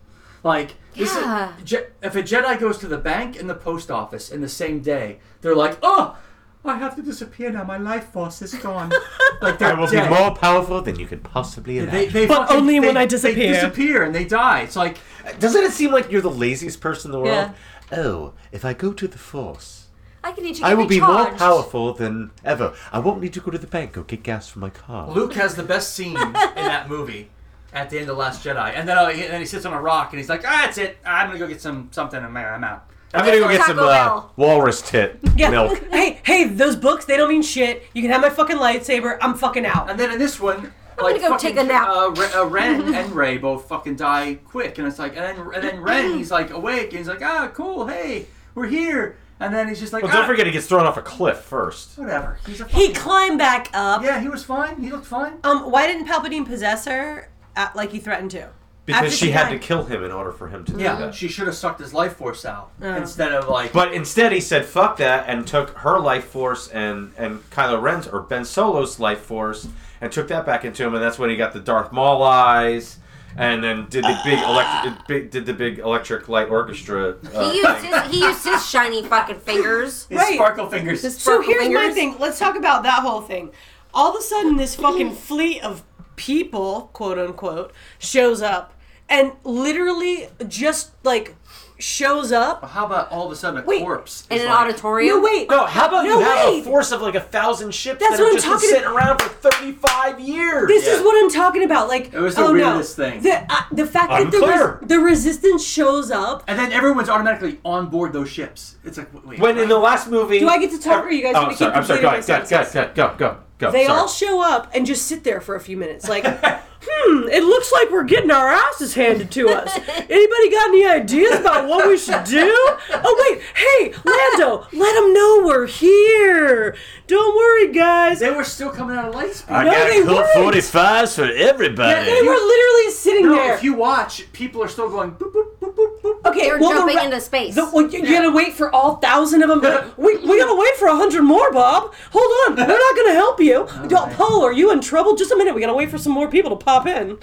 S5: Like this
S4: Yeah.
S5: is, Je- if a Jedi goes to the bank and the post office in the same day, they're like, oh. I have to disappear now. My life force is
S4: *laughs*
S5: gone. like they're
S6: I will
S5: dead.
S6: be more powerful than you could possibly imagine.
S5: They, they fucking- they- They disappear and they die. It's like,
S6: doesn't it seem like you're the laziest person in the world?
S5: Yeah.
S6: Oh, if I go to the force,
S4: I can need you.
S6: I will be more
S4: charged.
S6: powerful than ever. I won't need to go to the bank or get gas for my car.
S5: Luke has the best scene
S1: *laughs*
S5: in that movie at the end of Last Jedi, and then, uh, he, and then he sits on a rock and he's like, "Ah, that's it. I'm gonna go get some something, and I'm out."
S6: I'm gonna go get some uh, walrus
S2: *laughs*
S6: tit
S1: Yeah.
S6: milk.
S1: hey, hey, those books, they don't mean shit. You can have my fucking lightsaber. I'm fucking out.
S5: And then in this one,
S1: I'm
S5: like,
S1: gonna go
S5: fucking,
S1: take a nap.
S5: Uh, Re- uh,
S1: *laughs*
S5: Ren and Ray both fucking die quick, and it's like, and then and then Ren, he's like awake, and he's like, "Ah, cool. Hey, we're here." And then he's just like,
S2: Well, don't
S5: "Ah,
S2: forget he gets thrown off a cliff first.
S5: whatever." He's a
S1: He climbed back up.
S5: Yeah, he was fine. He looked fine.
S1: Um, why didn't Palpatine possess her uh, like he threatened to? After
S2: Because she had to
S1: died.
S2: kill him in order for him to do
S5: yeah,
S2: that.
S5: she should have sucked his life force out
S1: Oh.
S5: instead of like.
S2: But instead, he said "fuck that" and took her life force and and Kylo Ren's or Ben Solo's life force and took that back into him, and that's when he got the Darth Maul eyes, and then did the big electric big, did the big electric light orchestra. Uh,
S4: He used his he used his shiny fucking
S5: *laughs*
S4: fingers.
S1: His Right.
S5: sparkle fingers.
S4: His
S1: So
S4: sparkle
S1: here's my
S4: fingers.
S1: thing. Let's talk about that whole thing. All of a sudden, this
S5: *clears throat*
S1: fucking fleet of people, quote unquote, shows up and literally just like shows up.
S5: How about all of a sudden a corpse?
S1: In
S5: is
S1: an
S5: like-
S1: auditorium? No, wait.
S2: No, how about
S1: No,
S2: you have
S1: wait.
S2: a force of like a thousand ships
S1: That's
S2: that
S1: what
S2: have
S1: I'm
S2: just
S1: talking
S2: been sitting
S1: about.
S2: around for thirty-five years?
S1: This is what I'm talking about. Like,
S5: It was the
S1: oh,
S5: weirdest
S1: no.
S5: thing.
S1: The, uh, the fact
S5: Unclear.
S1: that the, res- the resistance shows up.
S5: And then everyone's automatically on board those ships. It's like, wait.
S2: When in the last movie,
S1: Do I get to talk, or you guys
S2: Oh,
S1: wanna
S2: sorry.
S1: keep
S2: I'm sorry. Go
S1: completing
S2: ahead. Go
S1: my
S2: ahead. Go ahead. Go go go.
S1: they
S2: sorry.
S1: all show up and just sit there for a few minutes, like, hmm, it looks like we're getting our asses handed to us. Anybody got any ideas about what we should do? Oh wait, hey, Lando, let them know we're here. Don't worry, guys.
S5: They were still coming out of light speed.
S1: No, they weren't.
S6: fives for
S1: Yeah,
S6: everybody.
S1: they were literally sitting
S5: no,
S1: there.
S5: If you watch, people are still going. Boop, boop, boop, boop, boop.
S1: Okay,
S4: They're
S1: well, the
S4: jumping
S1: ra-
S4: into space.
S1: The, well, you, you gotta wait for all thousand
S5: *laughs*
S1: of them. we, we gotta wait for a hundred more, Bob. Hold
S5: *laughs*
S1: on, we're not gonna help you. Don't, Paul, are you in trouble? Just a minute, we gotta wait for some more people to pop in.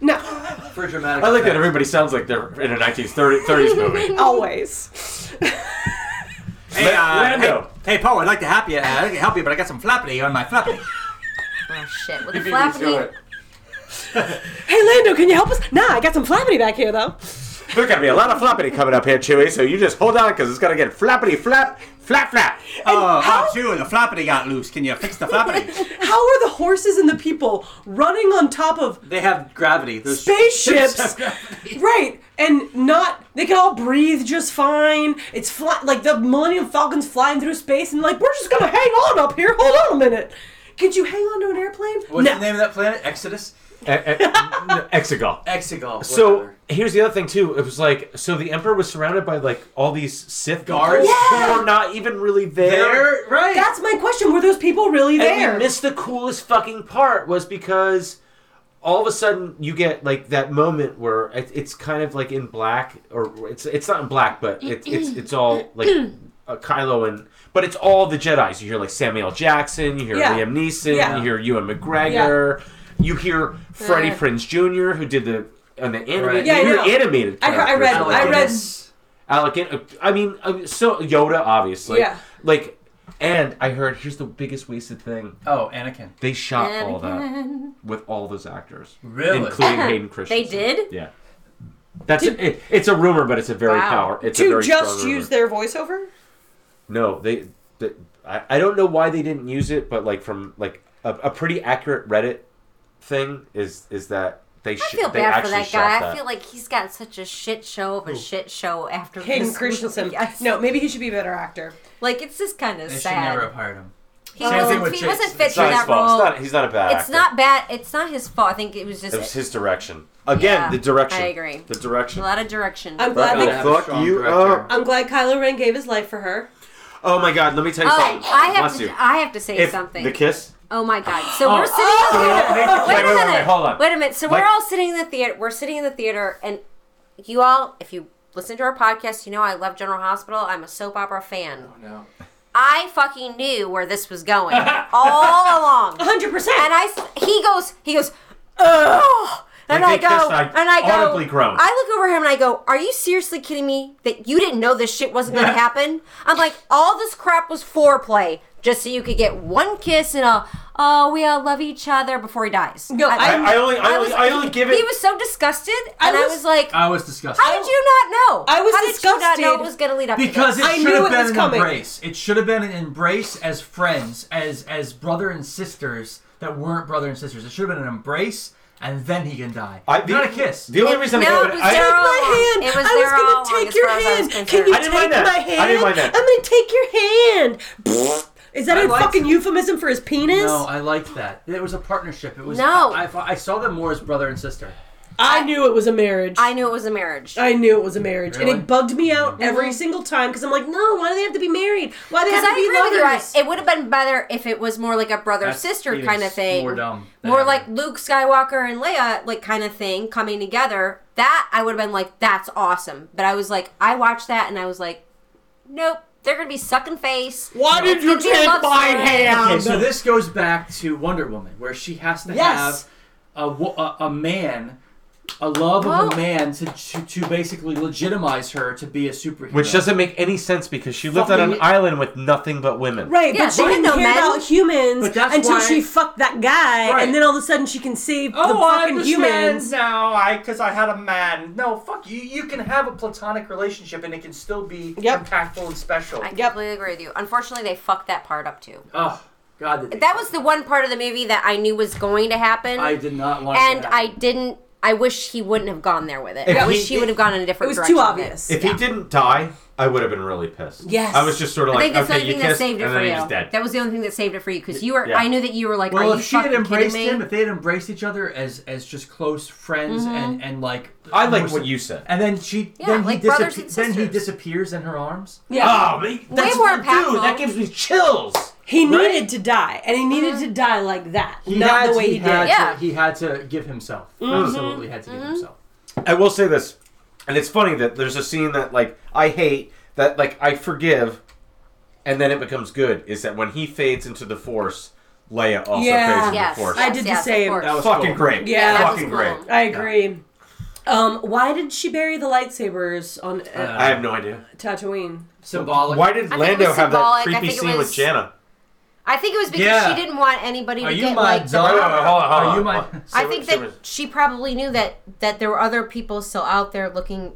S1: No.
S5: *laughs* For dramatic.
S2: I like that
S5: effect.
S2: everybody sounds like they're in a *laughs* 1930s movie.
S1: Always.
S3: Hey, uh,
S2: Lando.
S3: hey, hey, Poe, I'd like to help you. Uh, I can help you, but I got some flappity on my
S5: *laughs*
S3: flappity.
S4: Oh shit! With the
S3: You beat me to
S4: flappity.
S3: it.
S1: Hey, Lando, can you help us? Nah, I got some flappity back here, though.
S2: There's gonna be a lot of flappity coming up here, Chewie. So you just hold on, because it's gonna get flappity flap, flap flap.
S3: Oh, how too? The flappity got loose. Can you fix the flappity?
S5: *laughs*
S1: How are the horses and the people running on top of
S5: They have gravity.
S2: *laughs*
S5: Those *laughs*
S1: spaceships? right, and not they can all breathe just fine. It's fly, like the Millennium Falcon's flying through space, and like we're just gonna hang on up here. Hold on a minute. Could you hang on to an airplane?
S5: What's
S1: no.
S5: the name of that planet? Exodus.
S2: E- e- Exegol.
S5: Exegol.
S2: So
S5: whatever.
S2: here's the other thing too. It was like so the emperor was surrounded by like all these Sith
S5: Guards.
S2: guards who were not even really there.
S5: there, right?
S1: That's my question. Were those people really
S2: And
S1: there?
S2: we missed the coolest fucking part was because all of a sudden you get like that moment where it, it's kind of like in black or it's it's not in black but it, it's it's all
S1: *clears throat*
S2: like uh, Kylo and but it's all the Jedi's. You hear like Samuel Jackson, you hear
S1: Yeah.
S2: Liam Neeson,
S1: Yeah.
S2: you hear Ewan McGregor, you hear Freddie
S4: Yeah.
S2: Prinze Jr. who did the on the animated,
S5: Right.
S1: Yeah,
S2: you hear
S1: I know.
S2: animated.
S1: I heard- I
S2: characters
S1: read-
S2: like
S1: I
S2: that.
S1: read-
S5: Yes.
S2: Alec, in- I mean, um, so Yoda, obviously.
S1: Yeah.
S2: Like, and I heard here's the biggest wasted thing:
S5: Oh, Anakin.
S2: they shot all that
S4: Anakin.
S2: with all those actors,
S5: Really?
S2: including Hayden
S4: They
S2: Christensen.
S4: did.
S2: Yeah. That's it, it's a rumor, but it's a very
S4: Wow.
S2: power. It's a
S1: to
S2: very
S1: just
S2: strong
S1: use
S2: rumor.
S1: their voiceover?
S2: No, they. they I, I don't know why they didn't use it, but like from like a, a pretty accurate Reddit thing is is that they
S4: I
S2: sh-
S4: feel
S2: they
S4: bad for
S2: actually
S4: that
S2: shot
S4: guy.
S2: that.
S4: I feel like he's got such a shit show of a shit show after
S1: Hayden
S4: this.
S1: Christensen.
S4: *laughs* Yes.
S1: No, maybe he should be a better actor.
S4: Like it's just kind of
S5: They should never have
S4: sad.
S5: hired him.
S4: He
S5: Same thing
S4: wasn't,
S5: with
S4: he
S5: Chase.
S4: wasn't fit
S2: it's
S4: for
S2: not his
S4: that
S2: fault. It's
S4: role.
S2: not, he's not a bad
S4: It's
S2: actor.
S4: not bad. It's not his fault. I think it was just
S2: It was his direction. Again,
S4: Yeah,
S2: the direction.
S4: I agree.
S2: The direction.
S4: a lot of direction.
S1: I'm
S2: But
S1: glad.
S2: no,
S1: They,
S5: have a
S2: fuck
S5: strong
S2: you
S5: director.
S2: up.
S1: I'm glad Kylo Ren gave his life for her.
S2: Oh my god, let me tell you
S4: Oh,
S2: something.
S4: I have
S2: Matsu,
S4: to. I have to say
S2: if
S4: something.
S2: The kiss?
S4: Oh my god! So we're sitting.
S2: wait,
S4: wait,
S2: wait,
S4: a
S2: wait,
S4: minute.
S2: wait, hold on.
S4: Wait a minute. So
S2: Like-
S4: we're all sitting in the theater. We're sitting in the theater, and you all, if you listen to our podcast, you know I love General Hospital. I'm a soap opera fan. Oh no. I fucking knew where this was
S2: *laughs*
S4: going all along, and
S1: 100. percent
S4: I. s- He goes. He goes. Ugh. And I
S2: Like,
S4: go,
S2: they kissed, I
S4: and I go,
S2: audibly groaned.
S4: I look over him and I go, "Are you seriously kidding me? That you didn't know this shit wasn't going to happen?" I'm like, "All this crap was foreplay, just so you could get one kiss and a, oh, we all love each other before he dies."
S1: No, I-
S2: I, I only, I, only, I only give it.
S4: He was so disgusted,
S1: I
S4: and I
S1: was-
S4: was, like,
S5: I was disgusted.
S4: "How did you not know?
S1: I was
S4: How did you not
S1: disgusted
S4: know it was going to lead up
S5: Because
S4: to
S5: it
S4: this?
S1: I
S5: should
S1: knew
S5: have
S1: it
S5: been
S1: was
S5: an
S1: coming.
S5: embrace. It should have been an embrace as friends, as as brother and sisters that weren't brother and sisters. It should have been an embrace, and then he can die.
S2: I, the,
S5: not a kiss.
S2: The only reason
S4: no,
S2: I
S4: it
S2: gave it.
S4: was
S2: I,
S1: Take my hand.
S4: Daryl. wrong. It was
S1: I was
S4: there all
S1: gonna
S4: wrong,
S1: take
S4: as
S1: your
S4: far as I was
S1: hand. Can
S4: concerned.
S1: you
S4: I
S1: take
S2: didn't mind that.
S1: my
S2: I
S1: hand?
S2: didn't mind that.
S1: am gonna take your hand. Is that
S5: I
S1: a
S5: liked
S1: fucking
S5: it.
S1: euphemism for his penis?
S5: No, I liked that. It was a partnership. It was
S4: No.
S5: I, I, I saw them more as brother and sister.
S1: I knew it was a marriage.
S4: I Mm-hmm. knew it was a marriage."
S1: I knew it was a marriage, and
S5: Really?
S1: it bugged me out every single time because I'm like, no, why do they have to be married? Why do they have
S4: Because
S1: to
S4: I
S1: be
S4: agree with you. I-
S1: lovers?
S4: It would have been better if it was more like a brother
S5: That's
S4: sister
S5: even
S4: kind of thing.
S5: more dumb than
S4: More
S5: ever.
S4: like Luke Skywalker and Leia, like kind of thing, coming together. That I would have been like, that's awesome. But I was like, I watched that and I was like, nope, they're gonna be sucking face.
S12: Why did you
S4: It's gonna be a
S12: take
S4: love
S12: my
S4: story.
S12: hand?
S5: Okay, so this goes back to Wonder Woman, where she has to
S1: Yes.
S5: have a, wo- a, a man, a love
S4: Well-
S5: of a man to, to to basically legitimize her to be a superhero.
S2: which doesn't make any sense because she lived on an
S5: Fucking-
S2: island with nothing but women.
S1: Right,
S4: Yeah,
S1: but she
S4: they
S1: didn't
S4: know
S1: care
S4: men.
S1: about humans
S5: But that's
S1: until
S5: why-
S1: she fucked that guy,
S5: Right.
S1: and then all of a sudden she can save the
S5: Oh, I
S1: fucking
S5: understand
S1: humans.
S5: now. I because I had a man. No, fuck you. You can have a platonic relationship and it can still be
S1: Yep.
S5: impactful and special.
S4: I
S5: Ugh,
S4: completely agree with you. Unfortunately, they fucked that part up too.
S5: oh, God. did they-
S4: That was the one part of the movie that I knew was going to happen,
S5: I did not want.
S4: and
S5: to
S4: I didn't. I wish he wouldn't have gone there with it.
S2: If
S4: I wish
S2: he-
S4: he, would have gone in a
S1: It
S4: different.
S1: was
S4: direction
S1: too
S4: with it.
S1: obvious.
S2: If he didn't die, I would have been really pissed.
S1: Yes.
S2: I was just sort of
S4: I
S2: like,
S4: think that's the
S2: okay,
S4: only
S2: you
S4: thing that
S2: kissed, and
S4: saved it for
S2: then he was
S4: you.
S2: dead.
S4: That was the only thing that saved it for you because you were.
S2: Yeah.
S4: I knew that you were like,
S5: Well,
S4: are you
S5: if she had
S4: fucking
S5: embraced
S4: kidding me?
S5: him, if they had embraced each other as as just close friends and and like.
S2: I like
S5: was-
S2: what you said.
S5: And then she,
S4: Mm-hmm. Yeah,
S5: then he
S4: like brothers
S5: disappears.
S4: and
S5: Then he
S4: sisters.
S5: disappears in her arms.
S1: Yeah.
S2: Oh, man, that's
S4: more
S2: dude.
S4: impactful.
S2: That gives me chills.
S1: he needed to die, and he needed to die like that, not
S5: had-
S1: the way he, did.
S5: had to-
S4: Yeah. Mm-hmm.
S5: he had to give himself. Absolutely had to give himself.
S2: I will say this, and it's funny that there's a scene that like I hate that like I forgive, and then it becomes good. Is that when he fades into the force, Leia also
S1: yeah.
S2: pays him the force.
S1: I did the same.
S2: That was fucking great.
S1: Yeah,
S2: fucking great.
S1: I agree. Um, why did she bury the lightsabers on uh,
S2: I have no idea.
S1: Tatooine?
S5: Symbolic.
S2: Why did
S4: I think it
S2: Lando
S4: was
S2: have that
S4: symbolic. I
S2: creepy
S4: think it
S2: scene with
S4: was-
S2: Janna?
S4: I think it was because
S2: Yeah.
S4: she didn't want anybody
S5: Are
S4: to
S5: you
S4: get
S5: my
S4: like. the-
S2: Wait,
S5: Zara?
S2: wait, hold on, hold
S5: Are
S2: on.
S5: you my-
S2: Hold on.
S4: I
S2: So-
S4: think
S2: so-
S4: that she probably knew that that there were other people still out there looking.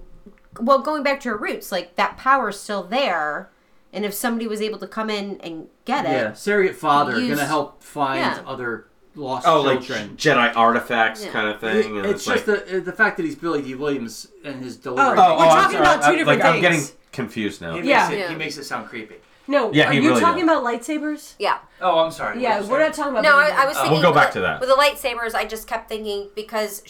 S4: Well, going back to her roots, like that power's still there, and if somebody was able to come in and get it,
S5: Yeah, surrogate father
S4: Use-
S5: gonna help find
S4: yeah.
S5: other lost
S2: oh, like
S5: children.
S2: Jedi artifacts
S4: Yeah.
S2: kind of
S5: It-
S2: thing. and
S5: it's just the uh, the fact that he's Billy D. Williams and his delivery.
S1: Oh, We're talking
S2: I'm sorry.
S1: about two
S2: I-
S1: different
S2: like, I'm
S1: things.
S2: getting confused now.
S5: He,
S1: Yeah.
S5: makes it,
S4: Yeah.
S5: he makes it sound creepy.
S1: No,
S2: Yeah,
S1: are
S2: he
S1: you
S2: really
S1: talking about lightsabers?
S4: yeah.
S5: Oh, I'm sorry.
S1: Yeah,
S5: What
S1: we're
S5: did
S1: not talking about.
S4: No, I,
S1: Billy
S4: I was
S2: Uh,
S4: thinking.
S2: we'll go
S4: with
S2: back
S4: the-
S2: to that.
S4: With the lightsabers, I just kept thinking because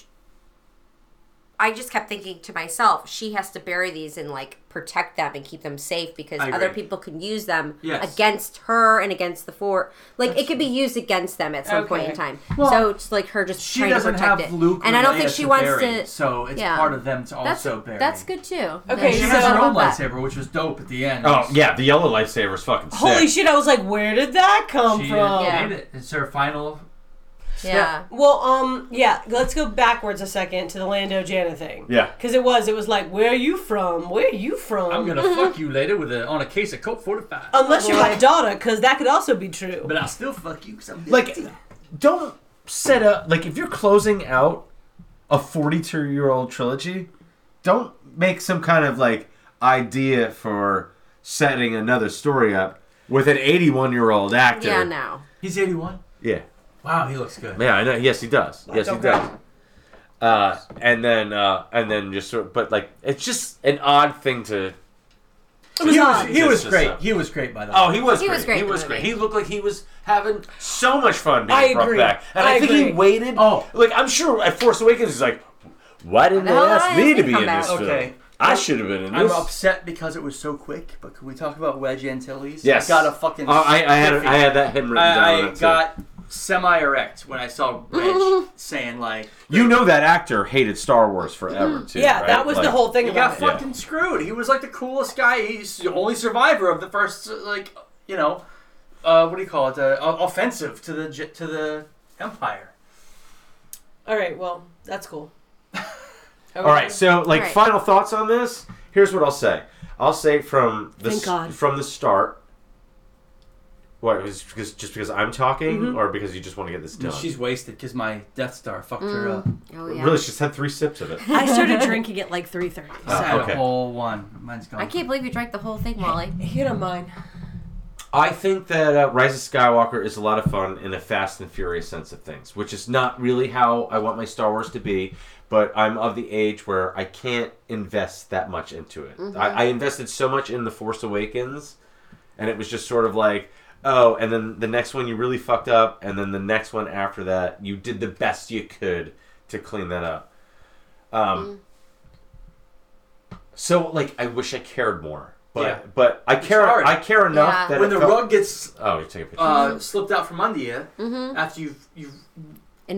S4: I just kept thinking to myself, she has to bury these and like protect them and keep them safe because
S5: I
S4: other
S5: agree.
S4: people can use them
S5: Yes.
S4: against her and against the four. Like it could be used against them at some point in
S5: Okay.
S4: time.
S5: Well,
S4: so it's like her just
S5: She
S4: trying to
S5: doesn't
S4: protect
S5: have
S4: it.
S5: Luke
S4: and
S5: or
S4: I don't
S5: Leia
S4: think she
S5: to
S4: wants
S5: bury,
S4: to.
S5: so it's
S4: yeah.
S5: part of them to
S4: That's
S5: also bury.
S4: that's good too.
S1: Okay,
S5: She
S1: so-
S5: has her own
S4: about that.
S5: lightsaber, which was dope at the end.
S2: Oh yeah, the yellow lightsaber is fucking
S1: Holy
S2: sick.
S1: shit! I was like, where did that come
S5: she
S1: from?
S4: Yeah.
S5: made it. It's her final.
S4: Yeah.
S1: Well, um, yeah. Let's go backwards a second to the Lando Jana thing.
S2: Yeah.
S1: Because it was, it was like, where are you from? Where are you from?
S9: I'm
S4: *laughs*
S9: gonna fuck you later with a on a case of Colt 45.
S4: Oh.
S1: Unless you're my daughter, because that could also be true.
S9: but I'll still fuck you. Cause I'm
S2: like, don't set up like if you're closing out a 42 year old trilogy, don't make some kind of like idea for setting another story up with an 81 year old actor.
S4: Yeah. No.
S5: He's 81.
S2: Yeah.
S5: Wow, he looks good.
S2: Yeah, I know. Yes, he does. yes, he
S5: okay.
S2: does. Uh, and then, uh, and then just sort of, but like, it's just an odd thing to.
S1: It was
S5: He was,
S1: odd.
S5: he was
S2: Just-
S5: great.
S2: just-
S5: He was great, by the way.
S2: Oh, he was.
S4: He
S2: great.
S4: was great
S2: He
S4: in the
S2: was great.
S4: movie.
S2: He looked like he was having so much fun being
S1: I
S2: brought
S1: agree.
S2: back, and I,
S1: I
S2: think he
S1: agree.
S2: waited.
S5: Oh.
S2: like I'm sure at Force Awakens he's like, why didn't they
S4: Why
S2: ask
S4: didn't
S2: me to
S4: they
S2: be
S4: come
S2: in this
S4: back?"
S2: film?
S5: Okay.
S2: I should have been in
S5: I'm
S2: this.
S5: upset because it was so quick. But can we talk about Wedge Antilles?
S2: Yes.
S5: I got a fucking.
S2: Oh, I, I had
S5: stiffy.
S2: I had that him written down.
S5: I,
S2: on
S5: I
S2: it, too.
S5: got semi erect when I saw Wedge saying like,
S2: You know that actor hated Star Wars
S4: Mm-hmm.
S2: forever too.
S1: yeah,
S2: right?
S1: that was the
S2: Like,
S1: whole thing
S5: He
S1: about
S5: got
S1: it.
S5: fucking screwed. He was like the coolest guy. He's the only survivor of the first, like you know, uh, what do you call it? Uh, o- offensive to the j- to the empire.
S1: All right. Well, that's cool.
S2: All right, so like
S4: Right.
S2: final thoughts on this. Here's what I'll say. I'll say from the
S1: Thank
S2: s-
S1: God.
S2: from the start. What it was because just because I'm talking,
S4: Mm-hmm.
S2: or because you just want to get this done?
S5: She's wasted because my Death Star fucked her up.
S4: Oh yeah.
S2: Really, she's had three sips of it.
S1: I started drinking at like three thirty.
S5: I
S2: Uh,
S5: had
S2: okay.
S5: a whole one. Mine's gone.
S4: I can't believe you drank the whole thing, Molly.
S1: Hit on mine.
S2: I think that uh, Rise of Skywalker is a lot of fun in a fast and furious sense of things, which is not really how I want my Star Wars to be. But I'm of the age where I can't invest that much into it. I, I invested so much in The Force Awakens, and it was just sort of like, oh, and then the next one you really fucked up, and then the next one after that you did the best you could to clean that up. Um, So like, I wish I cared more. But,
S5: Yeah.
S2: but I care
S5: hard.
S2: I care enough
S4: Yeah.
S2: that
S5: When
S2: it
S5: the
S2: felt-
S5: rug gets
S2: Oh, you're taking a picture.
S4: Mm-hmm.
S5: uh, slipped out from under you after you've you've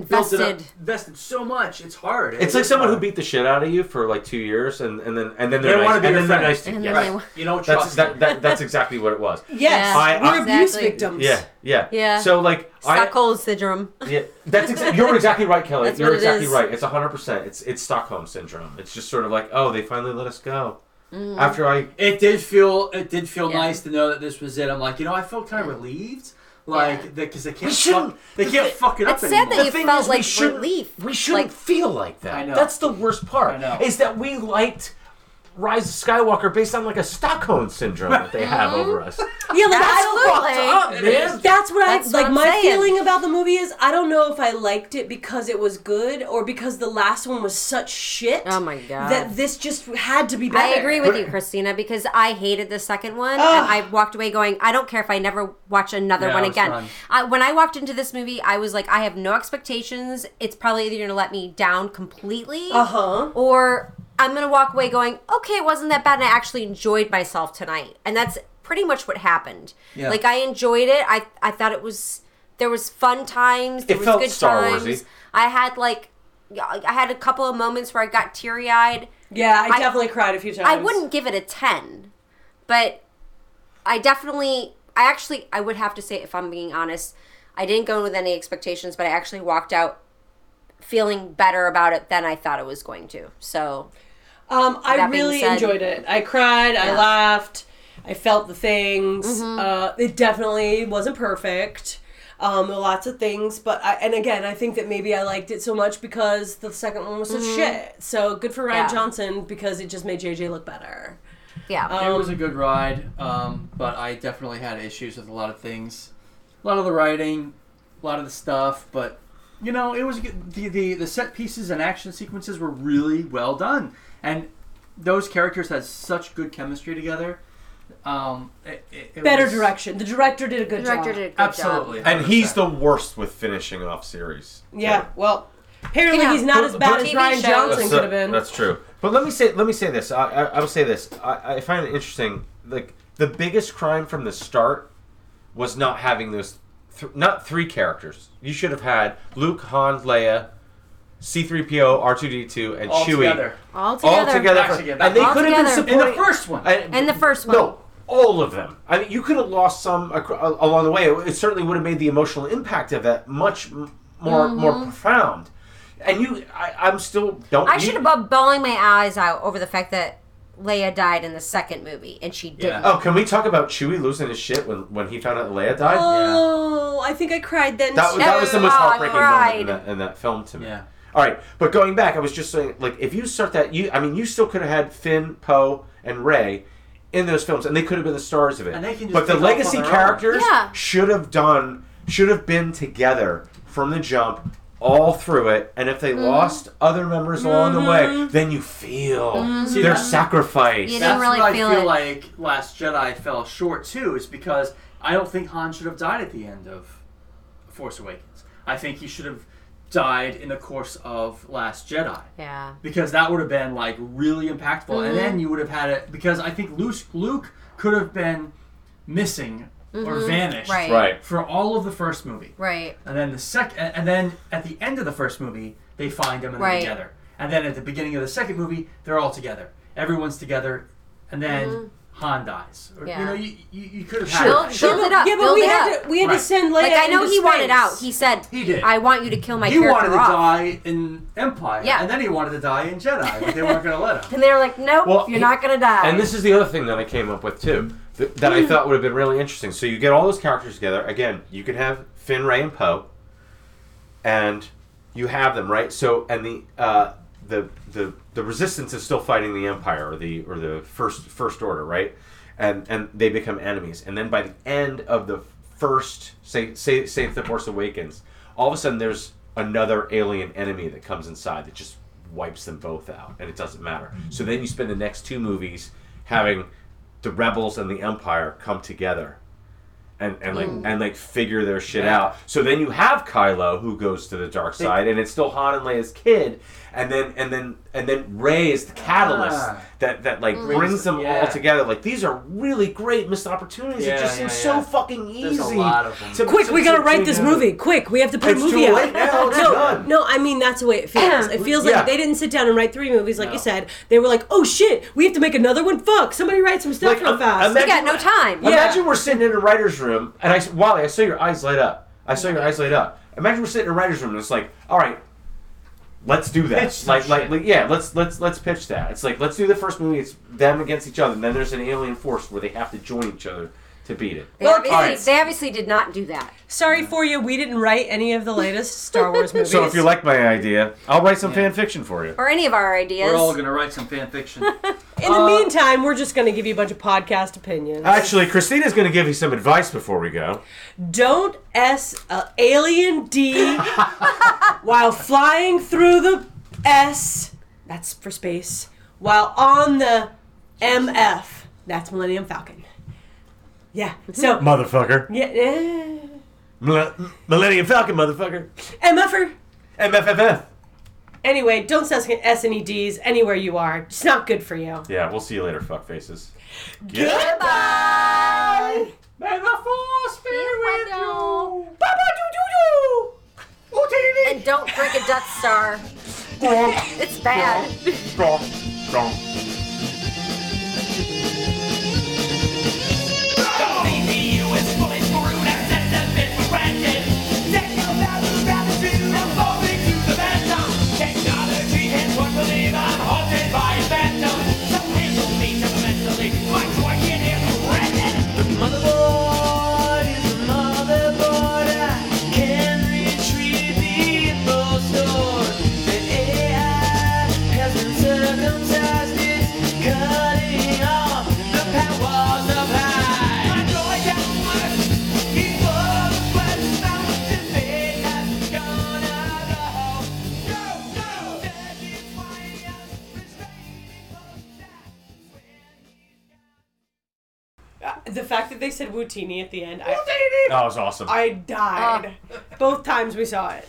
S5: built it up,
S4: Invested.
S5: invested so much, it's hard.
S2: it's like someone who beat the shit out of you for like two years, and, and then and then they're
S5: uh,
S2: nice,
S5: They wanna be
S2: and
S5: your
S2: then they're
S5: friend.
S2: nice to you.
S4: And then
S2: Yes.
S4: they-
S5: you know
S2: That's
S5: trust
S2: that, that that's exactly what it was.
S4: *laughs*
S1: Yes,
S4: Yeah.
S2: I-
S1: we're
S2: I-
S1: abuse
S4: Exactly.
S1: victims.
S2: Yeah, yeah,
S4: Yeah.
S2: So like, I,
S4: Stockholm syndrome.
S2: yeah, that's exa- you're exactly right, Kelly.
S4: That's
S2: you're
S4: what it
S2: exactly
S4: is.
S2: right. It's hundred percent. It's it's Stockholm syndrome. It's just sort of like, oh, they finally let us go
S4: Mm.
S2: after I.
S5: It did feel it did feel
S4: Yeah.
S5: nice to know that this was it. I'm like, you know, I felt kind of relieved, like
S4: Yeah.
S5: because they can't
S2: shouldn't-
S5: fuck, they
S2: the
S5: can't
S2: thi-
S5: fuck it
S4: It's
S5: up
S4: sad
S5: anymore.
S4: that you felt
S2: is,
S4: like
S2: shouldn't-
S4: relief.
S2: We shouldn't
S4: Like-
S2: feel like that.
S5: I know.
S2: That's the worst part.
S5: I know.
S2: Is that we liked Rise of Skywalker based on like a Stockholm syndrome that they have
S4: Mm-hmm.
S2: over us.
S1: Yeah, like
S4: Absolutely.
S1: I don't
S2: Man.
S1: That's what
S4: That's
S1: I
S4: what
S1: like.
S4: I'm
S1: my
S4: saying.
S1: feeling about the movie is I don't know if I liked it because it was good or because the last one was such shit.
S4: Oh my God.
S1: That this just had to be
S4: I
S1: better.
S4: agree with you, Christina, because I hated the second one, and I walked away going, I don't care if I never watch another
S5: Yeah,
S4: one
S5: I was
S4: again.
S5: done.
S4: I, when I walked into this movie, I was like, I have no expectations. It's probably either going to let me down completely,
S1: Uh huh.
S4: or I'm going to walk away going, okay, it wasn't that bad, and I actually enjoyed myself tonight. And that's pretty much what happened.
S5: Yeah.
S4: Like I enjoyed it. I I thought it was there was fun times. There
S2: It
S4: was
S2: felt
S4: good
S2: Star
S4: times.
S2: Wars-y.
S4: I had like I had a couple of moments where I got teary eyed.
S1: Yeah, I,
S4: I-
S1: definitely cried a few times.
S4: I wouldn't give it a 10, but I definitely, I actually, I would have to say, if I'm being honest, I didn't go in with any expectations, but I actually walked out feeling better about it than I thought it was going to. So
S1: Um, I
S4: That being
S1: really
S4: said-
S1: enjoyed it. I cried. I
S4: Yeah.
S1: laughed. I felt the things.
S4: Mhm.
S1: Uh, it definitely wasn't perfect. Um, there were lots of things, but I and again, I think that maybe I liked it so much because the second one was such
S4: Mhm.
S1: shit. So good for Ryan
S4: Yeah.
S1: Johnson because it just made JJ look better.
S4: yeah.
S1: Um,
S5: it was a good ride, um, but I definitely had issues with a lot of things, a lot of the writing, a lot of the stuff. But you know, it was good. the the, the set pieces and action sequences were really well done, and those characters had such good chemistry together. Um, it, it, it
S1: better
S5: was-
S1: direction. The director did a good
S4: Director
S1: job.
S4: did a good
S5: Absolutely,
S2: And he's the worst with finishing off series.
S1: Yeah. Well, apparently
S4: Yeah.
S1: he's not as bad as
S4: TV
S1: Ryan
S4: shows.
S1: Johnson
S2: That's-
S1: could have been.
S2: That's true. But let me say let me say this. I I, I will say this. I, I find it interesting. Like the biggest crime from the start was not having those th- not three characters. You should have had Luke, Han, Leia, C3PO, R2D2 and
S5: all
S2: Chewie
S5: together.
S4: all together.
S2: all together.
S5: Back
S2: for-
S5: together.
S2: And they
S4: All
S2: could have been
S4: together.
S5: in the
S2: supporting
S5: first one.
S2: I-
S4: And the first one.
S2: No, all of them. I mean, you could have lost some acro- uh, along the way. It it certainly would have made the emotional impact of that much m- more more profound. And you, I, I'm still don't.
S4: I
S2: you-
S4: should have been bawling my eyes out over the fact that Leia died in the second movie, and she didn't.
S2: Oh, can we talk about Chewie losing his shit when, when he found out Leia died?
S1: Oh, I think I cried then.
S2: That, was- that was the most
S4: Oh, I
S2: heartbreaking moment in
S4: cried.
S2: that, in that film to me.
S5: Yeah.
S2: All right, but going back, I was just saying, like, if you start that, you, I mean, you still could have had Finn, Poe, and Ray in those films, and they could have been the stars of it.
S5: And they can just
S2: but the
S5: pick up on
S2: legacy
S5: their own.
S2: characters
S4: Yeah.
S2: should have done, should have been together from the jump, all through it. And if they
S4: Mm-hmm.
S2: lost other members along the way, then you feel
S5: See,
S2: their
S5: that's-
S2: sacrifice.
S4: Mm-hmm. You
S5: That's
S4: didn't really
S5: what I
S4: feel
S5: feel
S4: it.
S5: like Last Jedi fell short too, is because I don't think Han should have died at the end of Force Awakens. I think he should have died in the course of Last Jedi.
S4: Yeah. Mm-hmm.
S5: Because that would have been like really impactful, and then you would have had it because I think Luke Luke could have been missing or vanished
S4: Mm-hmm. Right.
S2: Right.
S5: for all of the first movie,
S4: Right.
S5: and then the second, and then at the end of the first movie they find him and
S4: Right.
S5: they're together, and then at the beginning of the second movie they're all together, everyone's together, and then Han dies. Or,
S4: Mm-hmm. Yeah.
S5: You know, you, you, you could have
S4: Build,
S5: had.
S4: build
S5: it.
S4: it up.
S1: Yeah, but
S4: build
S1: we
S4: it
S1: had
S4: up.
S1: to we had to
S5: Right.
S1: send Leia.
S4: like I know
S1: into
S4: he wanted
S1: space.
S4: out. He said,
S5: He did.
S4: "I want you to kill my
S5: He wanted
S4: character
S5: to
S4: off."
S5: die in Empire,
S4: Yeah.
S5: and then he wanted to die in Jedi, but they weren't going to
S4: *laughs*
S5: let him.
S4: And they were like, "Nope,
S2: Well,
S4: you're
S2: he-
S4: not gonna die."
S2: And this is the other thing that I came up with too, th- that I thought would have been really interesting. So you get all those characters together. Again, you can have Finn, Ray, and Poe, and you have them right. So and the uh, the the the Resistance is still fighting the Empire or the or the first First Order, right? And and they become enemies. And then by the end of the first, say say say the Force Awakens, all of a sudden there's another alien enemy that comes inside that just wipes them both out and it doesn't matter so then you spend the next two movies having the rebels and the empire come together and, and like and like figure their shit out. So then you have Kylo who goes to the dark side, and it's still Han and Leia's kid, and then and then and then Ray is the catalyst
S5: Ah.
S2: that that like brings them
S5: yeah.
S2: all together. Like these are really great missed opportunities.
S5: Yeah,
S2: it just
S5: yeah,
S2: seems
S5: yeah.
S2: so fucking easy.
S5: There's a lot of them.
S1: *laughs*
S2: to-
S1: Quick,
S2: to-
S1: we gotta
S2: to-
S1: write
S2: to
S1: this
S2: do.
S1: movie. Quick, we have to put
S2: It's
S1: a movie
S2: too
S1: out.
S2: late now. It's
S1: no,
S2: done.
S1: no, I mean that's the way it feels.
S2: *clears throat*
S1: It feels
S2: Yeah.
S1: like they didn't sit down and write three movies, like you said. They were like, "Oh shit, we have to make another one." Fuck, somebody write some stuff
S2: Like,
S1: real
S2: um,
S1: fast.
S4: we got no time.
S1: Yeah.
S2: Imagine we're sitting in a writer's room, and I s- Wally, I saw your eyes light up. I saw your eyes light up. Imagine we're sitting in a writer's room, and it's like, all right, let's do that.
S5: Pitch
S2: like,
S5: some
S2: like,
S5: shit.
S2: like, yeah, let's let's let's pitch that. It's like let's do the first movie. It's them against each other, and then there's an alien force where they have to join each other to beat it.
S4: They, obviously, they obviously did not do that.
S1: Sorry for you. We didn't write any of the latest Star Wars movies.
S2: *laughs* So if you like my idea, I'll write some fan fiction for you.
S4: Or any of our ideas.
S5: We're all going to write some fan fiction.
S1: in
S2: Uh,
S1: the meantime, we're just gonna give you a bunch of podcast opinions.
S2: Actually, Christina's going to give you some advice before we go.
S1: Don't S a alien D while flying through the S. That's for space. While on the MF. That's Millennium Falcon. Yeah. So
S2: Mm-hmm. Motherfucker.
S1: yeah, eh,
S2: Millennium Falcon, motherfucker.
S1: MFer.
S2: MFFF.
S1: Anyway, don't S S any D's anywhere you are. It's not good for you.
S2: Yeah, we'll see you later, fuck faces.
S1: Goodbye.
S5: May the force be with you.
S4: And don't drink a Death Star. it's bad.
S6: The CPU is fully screwed and sets a bit for granted.
S1: the fact that they said Woutini at the end. I,
S8: That was awesome.
S1: I died both times we saw it.